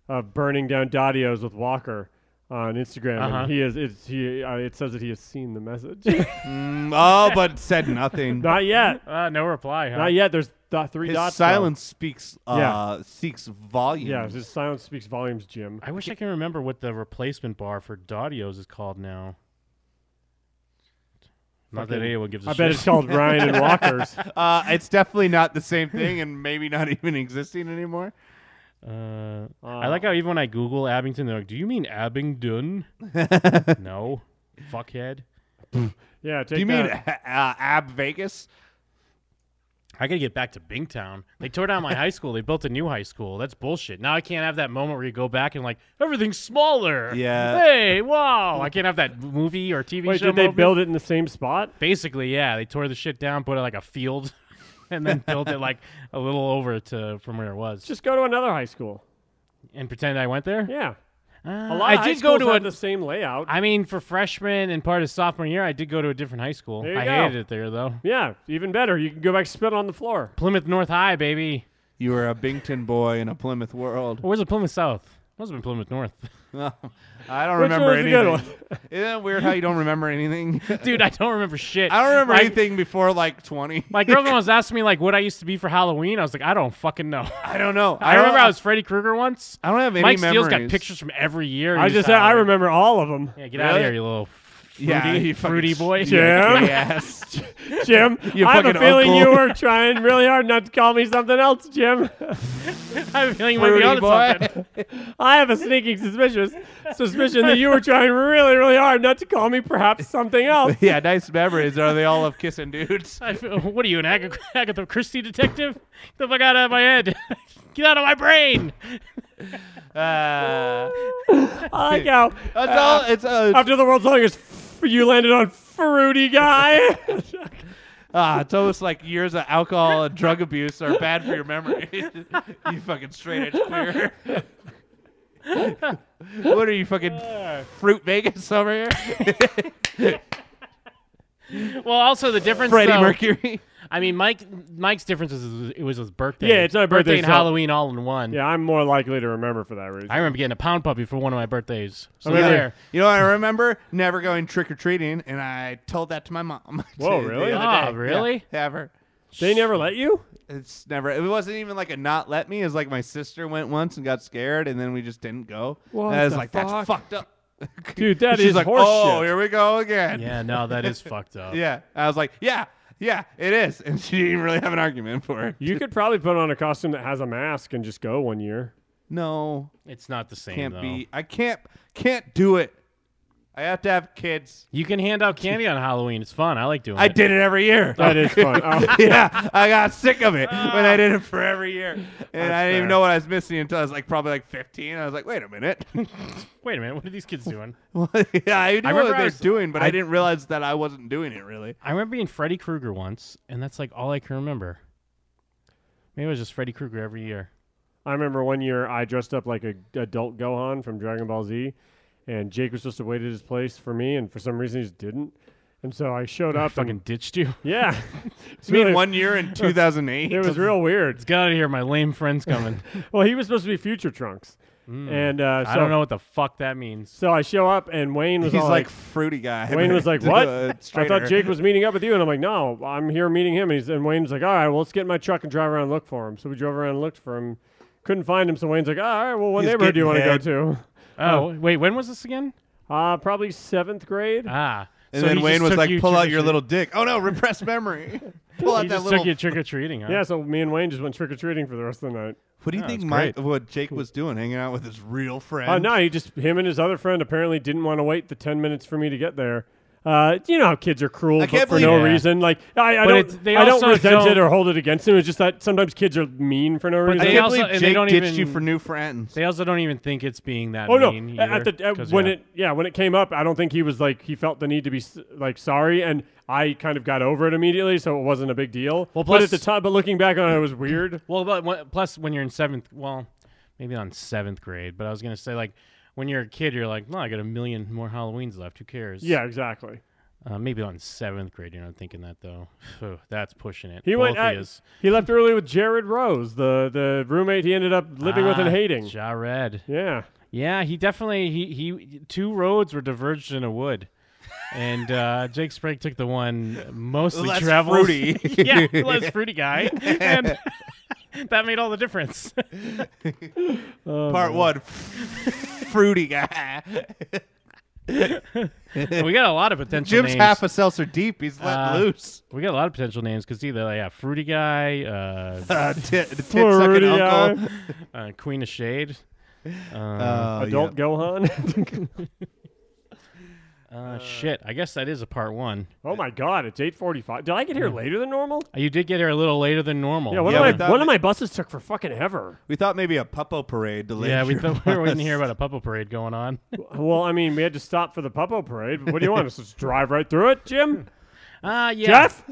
[SPEAKER 17] of burning down Daddios with Walker on Instagram,
[SPEAKER 9] Uh-huh.
[SPEAKER 17] and he is it's he uh, it says that he has seen the message.
[SPEAKER 9] Mm, oh, but said nothing.
[SPEAKER 17] Not yet.
[SPEAKER 10] Uh, no reply. Huh?
[SPEAKER 17] Not yet. There's th- three
[SPEAKER 9] His
[SPEAKER 17] dots. though.
[SPEAKER 9] silence speaks. Uh,
[SPEAKER 17] Yeah.
[SPEAKER 9] Speaks volumes.
[SPEAKER 17] Yeah, his silence speaks volumes, Jim.
[SPEAKER 10] I wish I can remember what the replacement bar for Dadios is called now. Not that
[SPEAKER 17] Fucking-
[SPEAKER 10] anyone gives a
[SPEAKER 17] I
[SPEAKER 10] shit.
[SPEAKER 17] bet it's called Ryan and Walker's.
[SPEAKER 9] Uh, it's definitely not the same thing, and maybe not even existing anymore.
[SPEAKER 10] Uh, I
[SPEAKER 17] Ah.
[SPEAKER 10] like how even when I Google Abington, they're like, "Do you mean Abingdon?" no, fuckhead.
[SPEAKER 17] Yeah,
[SPEAKER 9] Do you mean uh, Ab Vegas?
[SPEAKER 10] I gotta get back to Bingtown. They tore down my high school. They built a new high school. That's bullshit. Now I can't have that moment where you go back and like everything's smaller.
[SPEAKER 9] Yeah.
[SPEAKER 10] Hey, wow! I can't have that movie or TV
[SPEAKER 17] Wait,
[SPEAKER 10] show.
[SPEAKER 17] did they
[SPEAKER 10] moment.
[SPEAKER 17] build it in the same spot?
[SPEAKER 10] Basically, yeah. They tore the shit down, put it like a field, and then built it like a little over to from where it was.
[SPEAKER 17] Just go to another high school.
[SPEAKER 10] and pretend I went there.
[SPEAKER 17] Yeah.
[SPEAKER 10] Uh,
[SPEAKER 17] A lot
[SPEAKER 10] I
[SPEAKER 17] of high
[SPEAKER 10] did go
[SPEAKER 17] schools
[SPEAKER 10] to a,
[SPEAKER 17] have the same layout.
[SPEAKER 10] I mean, for freshman and part of sophomore year, I did go to a different high school.
[SPEAKER 17] There you
[SPEAKER 10] I
[SPEAKER 17] go.
[SPEAKER 10] hated it there though.
[SPEAKER 17] Yeah, even better. You can go back spit on the floor.
[SPEAKER 10] Plymouth North High, baby.
[SPEAKER 9] You were a Bington boy in a Plymouth world.
[SPEAKER 10] Or was it Plymouth South? Must have been Plymouth North.
[SPEAKER 9] I don't
[SPEAKER 10] Which
[SPEAKER 9] remember
[SPEAKER 10] one was the good
[SPEAKER 9] anything. Isn't that weird how you don't remember anything?
[SPEAKER 10] Dude, I don't remember shit.
[SPEAKER 9] I don't remember
[SPEAKER 10] My-
[SPEAKER 9] anything before like 20.
[SPEAKER 10] My girlfriend was asking me like what I used to be for Halloween. I was like, I don't fucking know.
[SPEAKER 9] I don't know.
[SPEAKER 10] I,
[SPEAKER 9] I don't-
[SPEAKER 10] remember I was Freddy Krueger once.
[SPEAKER 9] I don't have any
[SPEAKER 10] Mike Steele's got
[SPEAKER 9] memories.
[SPEAKER 10] pictures from every year.
[SPEAKER 17] I
[SPEAKER 10] He's
[SPEAKER 17] just
[SPEAKER 10] out
[SPEAKER 17] I
[SPEAKER 10] there.
[SPEAKER 17] remember all of them.
[SPEAKER 10] Yeah, get out of here, you little fruity,
[SPEAKER 9] Yeah, you fucking
[SPEAKER 10] fruity boy.
[SPEAKER 9] s-
[SPEAKER 17] Jim.
[SPEAKER 9] yeah, yes.
[SPEAKER 17] Jim,
[SPEAKER 9] You
[SPEAKER 17] I have a
[SPEAKER 9] fucking
[SPEAKER 17] feeling you
[SPEAKER 9] uncle.
[SPEAKER 17] were trying really hard not to call me something else, Jim.
[SPEAKER 10] I have a feeling you might be onto something.
[SPEAKER 17] I have a sneaking suspicion suspicion that you were trying really, really hard not to call me perhaps something else.
[SPEAKER 9] yeah, nice memories. Are they all of kissing dudes?
[SPEAKER 10] I feel- what are you, an Ag- Agatha Christie detective? Get the fuck out of my head. Get out of my brain.
[SPEAKER 9] Uh,
[SPEAKER 17] I like how
[SPEAKER 9] That's all- it's, uh,
[SPEAKER 17] after the world's longest, f- you landed on fruity guy.
[SPEAKER 9] ah, it's almost like years of alcohol and drug abuse are bad for your memory. you fucking straight edge queer. what are you fucking fruit Vegas over here?
[SPEAKER 10] Well, also the difference.
[SPEAKER 9] Freddie
[SPEAKER 10] though-
[SPEAKER 9] Mercury.
[SPEAKER 10] I mean, Mike. Mike's difference is it was his birthday.
[SPEAKER 17] yeah, it's not a birthday.
[SPEAKER 10] and
[SPEAKER 17] so-
[SPEAKER 10] Halloween all in one.
[SPEAKER 17] Yeah, I'm more likely to remember for that reason.
[SPEAKER 10] I remember getting a pound puppy for one of my birthdays. So
[SPEAKER 17] I remember-
[SPEAKER 10] there.
[SPEAKER 9] You know, what I remember never going trick or treating, and I told that to my mom.
[SPEAKER 17] Whoa,
[SPEAKER 9] the
[SPEAKER 17] really?
[SPEAKER 9] other
[SPEAKER 10] Ah,
[SPEAKER 9] day.
[SPEAKER 10] really?
[SPEAKER 9] Yeah, ever.
[SPEAKER 17] They never let you.
[SPEAKER 9] It's never. It wasn't even like a not let me. It was like my sister went once and got scared, and then we just didn't go.
[SPEAKER 17] What
[SPEAKER 9] and I was
[SPEAKER 17] the
[SPEAKER 9] like,
[SPEAKER 17] fuck?
[SPEAKER 9] that's fucked up,
[SPEAKER 17] Dude, that
[SPEAKER 9] She's
[SPEAKER 17] is
[SPEAKER 9] like,
[SPEAKER 17] horse
[SPEAKER 9] oh,
[SPEAKER 17] shit."
[SPEAKER 9] here we go again.
[SPEAKER 10] Yeah, no, that is fucked up.
[SPEAKER 9] yeah. I was like, yeah, yeah, it is, and she didn't really have an argument for it.
[SPEAKER 17] You could probably put on a costume that has a mask and just go one year.
[SPEAKER 9] No,
[SPEAKER 10] It's not the same.
[SPEAKER 9] can't
[SPEAKER 10] though.
[SPEAKER 9] be. I can't. Can't do it. I have to have kids.
[SPEAKER 10] You can hand out candy on Halloween. It's fun. I like doing
[SPEAKER 9] I
[SPEAKER 10] it.
[SPEAKER 9] did it every year.
[SPEAKER 17] That is fun. Oh.
[SPEAKER 9] yeah, I got sick of it when
[SPEAKER 10] Ah.
[SPEAKER 9] I did it for every year, and I didn't
[SPEAKER 17] fair.
[SPEAKER 9] even know what I was missing until I was like probably like 15. I was like, wait a minute,
[SPEAKER 10] Wait a minute. What are these kids doing?
[SPEAKER 9] Well, yeah, I knew
[SPEAKER 10] remember
[SPEAKER 9] what
[SPEAKER 10] I
[SPEAKER 9] they were
[SPEAKER 10] was-
[SPEAKER 9] doing, but I,
[SPEAKER 10] I-
[SPEAKER 9] didn't realize that I wasn't doing it really.
[SPEAKER 10] I remember being Freddy Krueger once, and that's like all I can remember. Maybe it was just Freddy Krueger every year.
[SPEAKER 17] I remember one year I dressed up like a adult Gohan from Dragon Ball Z, and Jake was supposed to wait at his place for me, and for some reason he just didn't. And so I showed
[SPEAKER 10] I
[SPEAKER 17] up.
[SPEAKER 10] fucking
[SPEAKER 17] and,
[SPEAKER 10] ditched you.
[SPEAKER 17] Yeah.
[SPEAKER 3] You mean one year in 2008?
[SPEAKER 17] It was real weird.
[SPEAKER 10] Let's get out of here. My lame friend's coming.
[SPEAKER 17] well, he was supposed to be future Trunks.
[SPEAKER 10] Mm.
[SPEAKER 17] And uh,
[SPEAKER 10] I
[SPEAKER 17] so-
[SPEAKER 10] don't know what the fuck that means.
[SPEAKER 17] So I show up and Wayne was
[SPEAKER 10] He's
[SPEAKER 17] all
[SPEAKER 10] like
[SPEAKER 17] like,
[SPEAKER 10] fruity guy,
[SPEAKER 17] Wayne was like,
[SPEAKER 10] uh,
[SPEAKER 17] "What? I
[SPEAKER 10] straighter.
[SPEAKER 17] thought Jake was meeting up with you." And I'm like, "No, I'm here meeting him." And he's and Wayne's like, "All right, well, let's get in my truck and drive around and look for him." So we drove around and looked for him. Couldn't find him, so Wayne's like, "All right, well, what
[SPEAKER 10] He's
[SPEAKER 17] neighborhood do you want
[SPEAKER 10] getting
[SPEAKER 17] to go
[SPEAKER 10] head.
[SPEAKER 17] to?"
[SPEAKER 10] Oh, wait, when was this again?
[SPEAKER 17] Uh probably seventh grade.
[SPEAKER 10] Ah,
[SPEAKER 9] And then Wayne was like, "Pull out your little dick." Oh no,
[SPEAKER 17] repressed memory.
[SPEAKER 9] Pull out that little-
[SPEAKER 10] treating.
[SPEAKER 17] Yeah, so me and Wayne just went trick or treating for the rest of the night.
[SPEAKER 9] What do you think Mike, what Jake was doing, hanging out with his real friend?
[SPEAKER 10] Uh,
[SPEAKER 17] Oh no, he just him and his other friend apparently didn't want to wait the ten minutes for me to get there. Uh, you know how kids are cruel
[SPEAKER 9] I
[SPEAKER 17] but
[SPEAKER 9] can't
[SPEAKER 17] for
[SPEAKER 9] believe-
[SPEAKER 17] no
[SPEAKER 9] Yeah.
[SPEAKER 17] reason. Like I, I
[SPEAKER 10] But it's-
[SPEAKER 17] don't,
[SPEAKER 10] they
[SPEAKER 17] I don't
[SPEAKER 10] also
[SPEAKER 17] resent
[SPEAKER 10] don't-
[SPEAKER 17] it or hold it against him. It's just that sometimes kids are mean for no reason.
[SPEAKER 10] they also- and they don't even, friends. They also don't even think it's being that
[SPEAKER 17] Oh no!
[SPEAKER 10] mean.
[SPEAKER 17] At
[SPEAKER 10] either,
[SPEAKER 17] the, at
[SPEAKER 10] 'cause,
[SPEAKER 17] when
[SPEAKER 10] yeah.
[SPEAKER 17] it yeah when it came up, I don't think he was like he felt the need to be s- like sorry, and I kind of got over it immediately, so it wasn't a big deal.
[SPEAKER 10] Well,
[SPEAKER 17] but
[SPEAKER 10] plus-
[SPEAKER 17] at the time, but looking back on it, it was weird.
[SPEAKER 10] Well, but when, plus when you're in seventh, well, maybe not in seventh grade, but I was gonna say like when you're a kid, you're like, no, I got a million more Halloweens left. Who cares?
[SPEAKER 17] Yeah, exactly.
[SPEAKER 10] Uh, maybe not in seventh grade. You're not thinking that though. Phew, That's pushing it.
[SPEAKER 17] He
[SPEAKER 10] Both
[SPEAKER 17] went.
[SPEAKER 10] of
[SPEAKER 17] At,
[SPEAKER 10] yous.
[SPEAKER 17] he left early with Jared Rose, the the roommate he ended up living with and
[SPEAKER 10] Ah,
[SPEAKER 17] hating.
[SPEAKER 10] Jared.
[SPEAKER 17] Yeah.
[SPEAKER 10] Yeah, he definitely he he two roads were diverged in a wood. And uh, Jake Sprague took the one mostly
[SPEAKER 9] Less
[SPEAKER 10] travels.
[SPEAKER 9] fruity.
[SPEAKER 10] yeah, less fruity guy. And that made all the difference.
[SPEAKER 9] Part
[SPEAKER 10] man.
[SPEAKER 9] one, fruity guy.
[SPEAKER 10] we got a lot of potential
[SPEAKER 9] Jim's
[SPEAKER 10] names.
[SPEAKER 9] half a seltzer deep. He's let
[SPEAKER 10] Uh,
[SPEAKER 9] loose.
[SPEAKER 10] We got a lot of potential names because either they have Fruity Guy, uh,
[SPEAKER 9] Uh, tit- the tit-sucking Fruity uncle.
[SPEAKER 10] uh, Queen of Shade, uh,
[SPEAKER 9] Uh,
[SPEAKER 17] Adult yeah. Gohan.
[SPEAKER 10] uh, shit, I guess that is a part one.
[SPEAKER 17] Oh my god, it's eight forty five. Did I get here later than normal?
[SPEAKER 10] You did get here a little later than normal.
[SPEAKER 17] Yeah, one of my one of my buses took for fucking ever.
[SPEAKER 9] We thought maybe a puppo parade delayed.
[SPEAKER 10] Yeah, we
[SPEAKER 9] your
[SPEAKER 10] thought we were waiting to
[SPEAKER 9] bus.
[SPEAKER 10] hear about a puppo parade going on.
[SPEAKER 17] Well, I mean, we had to stop for the Puppo parade. But what do you want us to just drive right through it, Jim?
[SPEAKER 10] Uh, yeah.
[SPEAKER 17] Jeff?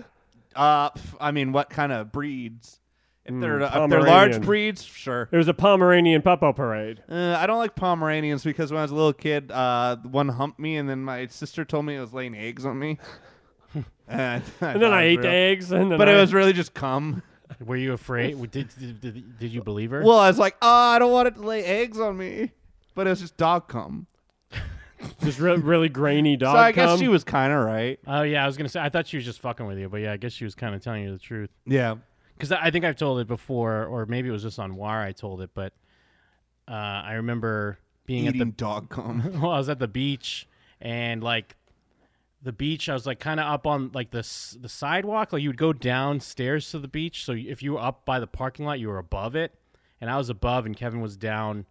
[SPEAKER 9] Uh, f- I mean, what kind of breeds? If
[SPEAKER 10] Hmm,
[SPEAKER 17] Mm,
[SPEAKER 9] they're if they're large
[SPEAKER 17] Pomeranian.
[SPEAKER 9] breeds, sure.
[SPEAKER 17] It was a Pomeranian Puppo parade.
[SPEAKER 9] Uh, I don't like Pomeranians because when I was a little kid, uh, one humped me, and then my sister told me it was laying eggs on me. and I thought
[SPEAKER 17] And then
[SPEAKER 9] it
[SPEAKER 17] I
[SPEAKER 9] was
[SPEAKER 17] ate
[SPEAKER 9] real.
[SPEAKER 17] the eggs, and then
[SPEAKER 9] but
[SPEAKER 17] I-
[SPEAKER 9] it was really just cum.
[SPEAKER 10] Were you afraid? Did, did, did, did you believe her?
[SPEAKER 9] Well, I was like, oh, I don't want it to lay eggs on me. But it was just dog cum.
[SPEAKER 17] Just re- really grainy dog.
[SPEAKER 9] so I guess
[SPEAKER 10] cum?
[SPEAKER 9] she was kind of right.
[SPEAKER 10] Oh yeah, I was gonna say I thought she was just fucking with you, but yeah, I guess she was kind of telling you the truth.
[SPEAKER 9] Yeah.
[SPEAKER 10] because I I think I've told it before, or maybe it was just on War I told it, but uh, I remember being at the
[SPEAKER 9] Eating dog cum.
[SPEAKER 10] well, I was at the beach and like the beach, I was like kind of up on like the s- the sidewalk. Like you would go downstairs to the beach, so if you were up by the parking lot, you were above it, and I was above, and Kevin was down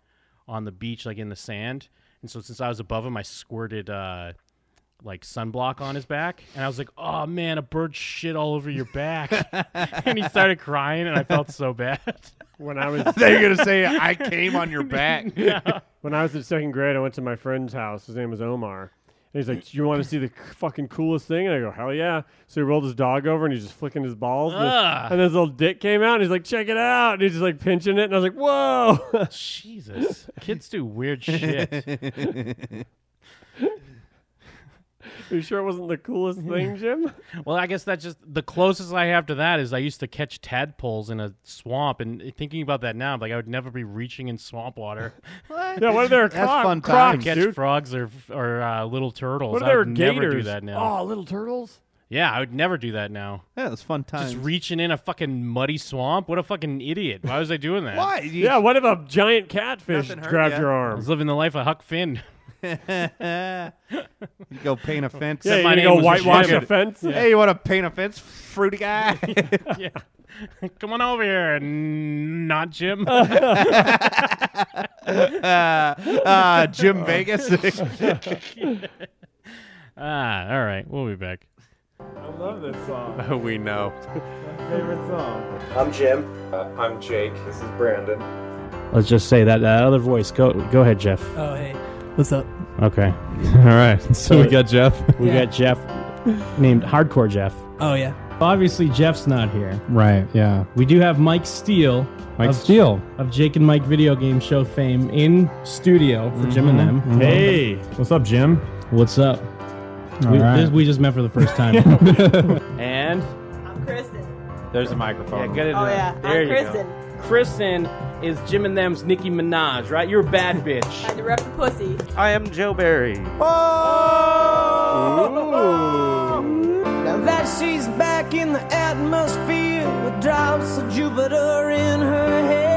[SPEAKER 10] on the beach, like in the sand. And so since I was above him, I squirted uh, like sunblock on his back, and I was like, "Oh man, a bird shit all over your back," and he started crying, and I felt so bad.
[SPEAKER 17] When I was,
[SPEAKER 9] They're gonna say I came on your back.
[SPEAKER 17] When I was in second grade, I went to my friend's house. His name was Omar. And he's like, "Do you want to see the c- fucking coolest thing?" And I go, "Hell yeah!" So he rolled his dog over and he's just flicking his balls, and,
[SPEAKER 10] Ugh.
[SPEAKER 17] and his little dick came out. And he's like, "Check it out!" And he's just like pinching it, and I was like, "Whoa!"
[SPEAKER 10] Jesus, kids do weird shit.
[SPEAKER 17] you sure it wasn't the coolest thing, Jim?
[SPEAKER 10] Well, I guess that's just the closest I have to that is I used to catch tadpoles in a swamp, and thinking about that now, I'm like I would never be reaching in swamp water.
[SPEAKER 17] Yeah, what if they're
[SPEAKER 10] That's
[SPEAKER 17] croc-
[SPEAKER 10] fun
[SPEAKER 17] crocs,
[SPEAKER 10] to catch
[SPEAKER 17] dude?
[SPEAKER 10] frogs or or uh, little turtles?
[SPEAKER 17] What if
[SPEAKER 10] I
[SPEAKER 17] they were
[SPEAKER 10] would never do
[SPEAKER 17] gators?
[SPEAKER 10] that now.
[SPEAKER 17] Oh, little turtles.
[SPEAKER 10] Yeah, I would never do that now.
[SPEAKER 9] Yeah, it's fun times.
[SPEAKER 10] Just reaching in a fucking muddy swamp. What a fucking idiot! Why was I doing that?
[SPEAKER 9] Why? You-
[SPEAKER 17] yeah, what if a giant catfish
[SPEAKER 9] Nothing hurt
[SPEAKER 17] grabbed
[SPEAKER 9] ya.
[SPEAKER 17] your
[SPEAKER 10] I
[SPEAKER 17] arm?
[SPEAKER 10] was living the life of Huck Finn.
[SPEAKER 9] You go paint a fence.
[SPEAKER 10] Yeah, Said you my go name was whitewash Jim. a fence. Yeah.
[SPEAKER 9] Hey, you want to paint a fence, fruity guy?
[SPEAKER 10] yeah. Come on over here, n- not Jim.
[SPEAKER 9] uh, Jim Vegas.
[SPEAKER 10] ah, all right. We'll be back.
[SPEAKER 20] I love this song.
[SPEAKER 10] we know.
[SPEAKER 20] Favorite song.
[SPEAKER 2] I'm Jim. Uh, I'm Jake. This is Brandon.
[SPEAKER 10] Let's just say that that other voice. Go go ahead, Jeff.
[SPEAKER 2] Oh, hey. What's up?
[SPEAKER 10] Okay. All right.
[SPEAKER 2] So we got Jeff?
[SPEAKER 10] We
[SPEAKER 2] Yeah.
[SPEAKER 10] got Jeff named Hardcore Jeff.
[SPEAKER 2] Oh, yeah.
[SPEAKER 10] Obviously, Jeff's not here.
[SPEAKER 21] Right, yeah.
[SPEAKER 10] We do have Mike Steele.
[SPEAKER 21] Mike
[SPEAKER 10] of,
[SPEAKER 21] Steele.
[SPEAKER 10] Of Jake and Mike Video Game Show fame in studio for Jim and them.
[SPEAKER 21] Mhm, mhm. Hey. What's up, Jim?
[SPEAKER 10] What's up?
[SPEAKER 22] we,
[SPEAKER 21] right.
[SPEAKER 22] this- we just met for the first time.
[SPEAKER 21] And
[SPEAKER 23] I'm Kristen.
[SPEAKER 21] there's a microphone.
[SPEAKER 22] Yeah, get it
[SPEAKER 23] Oh, yeah. I'm
[SPEAKER 21] There you
[SPEAKER 23] Kristen.
[SPEAKER 21] go. Kristen is Jim and them's Nicki Minaj, right? You're a bad bitch.
[SPEAKER 23] I direct the pussy.
[SPEAKER 21] I am Joe Barry.
[SPEAKER 4] Now that she's back in the atmosphere with drops of Jupiter in her head.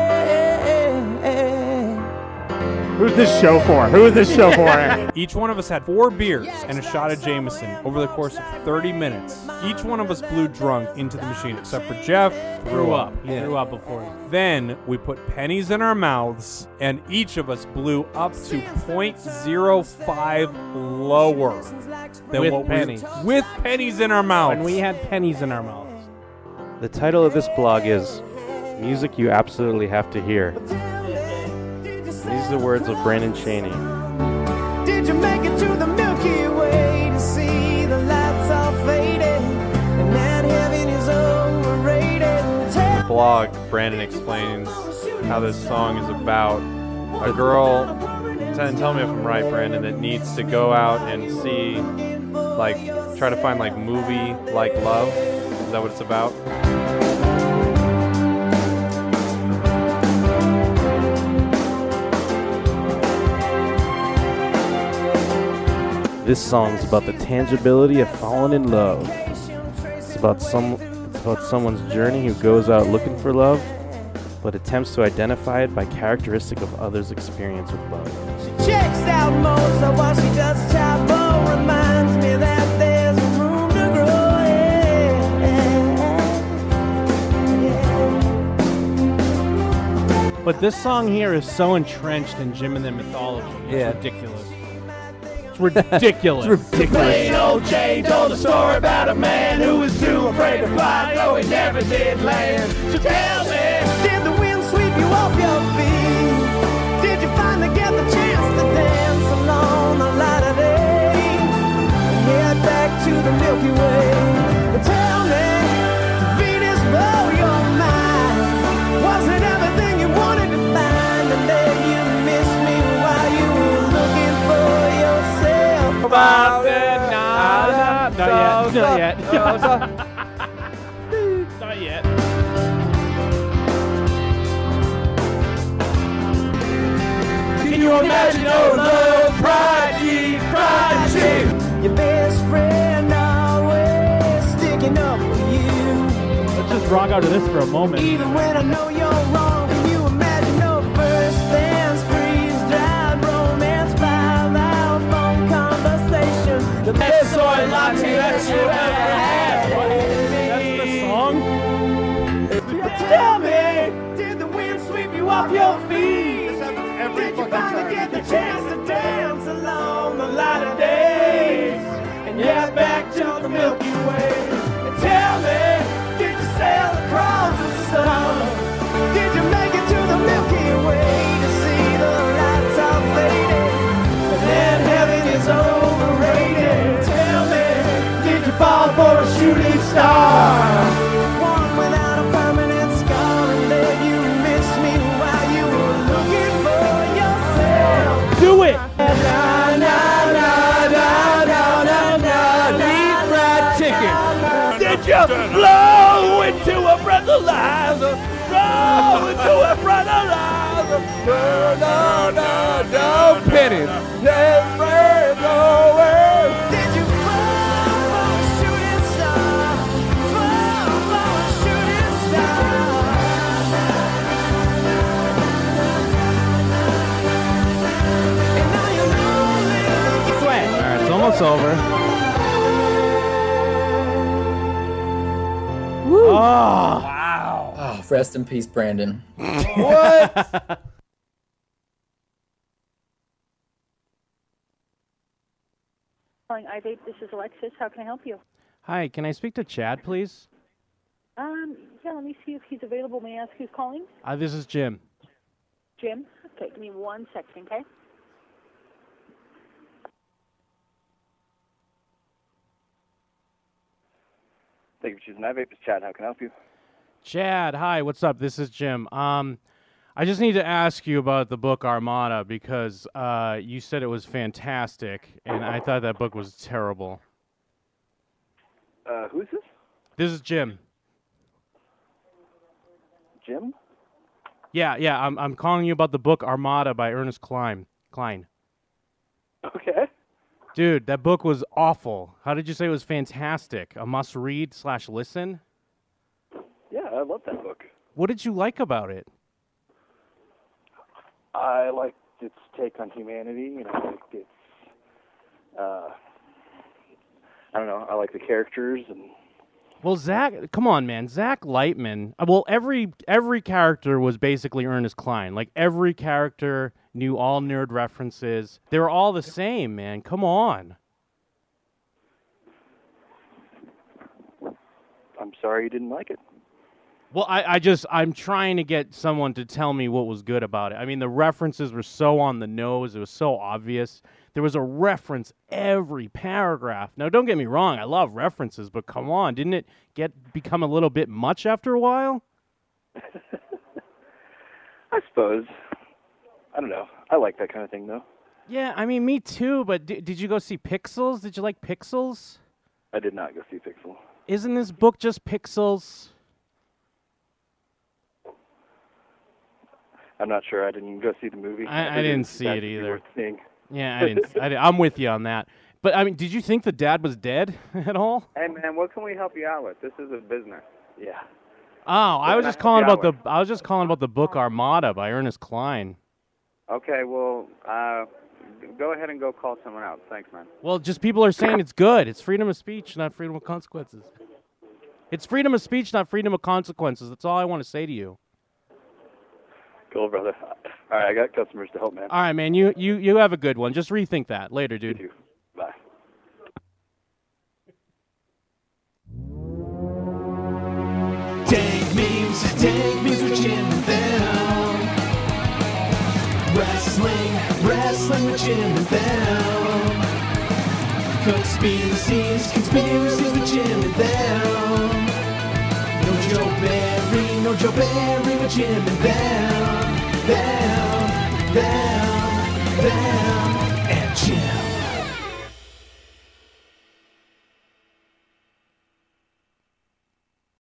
[SPEAKER 24] Who's this show for? Who is this show for?
[SPEAKER 25] Each one of us had four beers and a shot of Jameson over the course of 30 minutes. Each one of us blew drunk into the machine, except for Jeff threw up.
[SPEAKER 10] He threw up before you.
[SPEAKER 25] Then we put pennies in our mouths, and each of us blew up to 0.05 lower than
[SPEAKER 21] With
[SPEAKER 25] what
[SPEAKER 21] pennies.
[SPEAKER 25] we with pennies in our mouths.
[SPEAKER 21] When we had pennies in our mouths.
[SPEAKER 26] The title of this blog is Music You Absolutely Have to Hear. These are the words of Brandon Cheney.
[SPEAKER 4] Did you make it to the Milky Way to see the lights all faded? And that heaven is overrated. Tell
[SPEAKER 26] blog, Brandon explains how this song is about a girl. Tell, tell me if I'm right, Brandon. That needs to go out and see, like, try to find like movie like love. Is that what it's about? This song's about the tangibility of falling in love. It's about some it's about someone's journey who goes out looking for love, but attempts to identify it by characteristic of others' experience with love.
[SPEAKER 4] Checks out Mosa while she does chapel. Reminds me that there's room to grow.
[SPEAKER 10] But this song here is so entrenched in Jim and the mythology. It's
[SPEAKER 21] Yeah.
[SPEAKER 10] ridiculous. It's ridiculous. it's
[SPEAKER 21] ridiculous.
[SPEAKER 27] old Jane told a story about a man who was too afraid to fly, though he never did land. So tell me,
[SPEAKER 4] Did the wind sweep you off your feet? Did you finally get the chance to dance along the light of day? And head back to the Milky Way. But tell me, did Venus blow your mind? Was it everything you wanted to find? And then you missed me while you were looking for yourself.
[SPEAKER 10] About that, nah, nah, not yet, not yet.
[SPEAKER 21] Not yet.
[SPEAKER 27] can you imagine oh love, pride, ye pride, chief?
[SPEAKER 4] Your best friend always sticking up for you.
[SPEAKER 21] Let's just rock out to this for a moment.
[SPEAKER 4] Even when I know you're wrong, can you imagine no first dance, freeze, drive, romance, five hour phone conversation? The best soy latte that you ever had. That's the song? Tell me, did the wind sweep you off your feet? Did you finally get the chance to dance along the light of days? And yeah, back to the Milky Way. And tell me, did you sail across the sun? Did you make it to the Milky Way to see the lights all faded? And then heaven is overrated. Tell me, did you fall for a shooting star? One without a permanent scar, and then you missed me while you were looking for yourself.
[SPEAKER 21] Do it!
[SPEAKER 4] Na, na, na, na, na, na, na, na,
[SPEAKER 27] fried chicken. Did you blow into a breathalyzer? Blow into a breathalyzer. No, no, no, no pennies. Never go away.
[SPEAKER 4] Did you fall for a shooting star? Fall for a shooting star.
[SPEAKER 21] All right, it's almost over.
[SPEAKER 28] Woo.
[SPEAKER 21] wow.
[SPEAKER 28] Oh, rest in peace, Brandon.
[SPEAKER 21] What?
[SPEAKER 29] Calling iBabe, this is Alexis. How can I help you?
[SPEAKER 21] Hi, can I speak to Chad, please?
[SPEAKER 29] Um, yeah, let me see if he's available. May I ask who's calling?
[SPEAKER 21] Uh, this is Jim.
[SPEAKER 29] Jim? Okay, give me one second, okay?
[SPEAKER 30] Thank you for choosing iVape. It's Chad. How can I help you?
[SPEAKER 10] Chad, hi, what's up? This is Jim. Um, I just need to ask you about the book Armada because uh, you said it was fantastic, and I thought that book was terrible.
[SPEAKER 29] Uh, who's this?
[SPEAKER 10] This is Jim.
[SPEAKER 29] Jim?
[SPEAKER 10] Yeah, yeah. I'm I'm calling you about the book Armada by Ernest Klein. Klein.
[SPEAKER 29] Okay.
[SPEAKER 10] Dude, that book was awful. How did you say it was fantastic? A must read slash listen.
[SPEAKER 29] Yeah, I love that book.
[SPEAKER 10] What did you like about it?
[SPEAKER 29] I liked its take on humanity, and I liked its. Uh, I don't know. I like the characters, and
[SPEAKER 10] Well, Zach, come on, man. Zach Lightman. uh, Well, every every character was basically Ernest Klein. Like every character knew all nerd references. They were all the same, man. Come on.
[SPEAKER 29] I'm sorry you didn't like it.
[SPEAKER 10] Well, I, I just I'm trying to get someone to tell me what was good about it. I mean, the references were so on the nose. It was so obvious. There was a reference every paragraph. Now, don't get me wrong. I love references, but come on, didn't it get become a little bit much after a while?
[SPEAKER 29] I suppose. I don't know. I like that kind of thing, though.
[SPEAKER 10] Yeah, I mean, me too. But d- did you go see Pixels? Did you like Pixels?
[SPEAKER 29] I did not go see Pixel.
[SPEAKER 10] Isn't this book just Pixels?
[SPEAKER 29] I'm not sure. I didn't go see the movie.
[SPEAKER 10] I- I
[SPEAKER 29] figured
[SPEAKER 10] didn't see
[SPEAKER 29] that
[SPEAKER 10] it
[SPEAKER 29] would be
[SPEAKER 10] either.
[SPEAKER 29] worth seeing.
[SPEAKER 10] Yeah, I didn't. I am with you on that. But I mean, did you think the dad was dead at all?
[SPEAKER 29] Eh,
[SPEAKER 31] Hey man, what can we help you out with? This is a business.
[SPEAKER 29] Yeah.
[SPEAKER 10] Oh, I was
[SPEAKER 31] Yeah,
[SPEAKER 10] just calling
[SPEAKER 31] yeah,
[SPEAKER 10] about the. I was just calling about the book Armada by Ernest Klein.
[SPEAKER 31] Okay, well, uh, go ahead and go call someone else. Thanks, man.
[SPEAKER 10] Well, just people are saying it's good. It's freedom of speech, not freedom of consequences. It's freedom of speech, not freedom of consequences. That's all I want to say to you.
[SPEAKER 29] Cool, brother. All right, I got customers to help, man.
[SPEAKER 10] All right, man. You you you have a good one. Just rethink that later, dude.
[SPEAKER 29] Bye.
[SPEAKER 4] Dank memes, dank memes with Jim and them. Wrestling, wrestling with Jim and them. Conspiracies, conspiracies with Jim and them. No Joe Barry, no Joe Barry with Jim and them. Them, them, them, and Jim.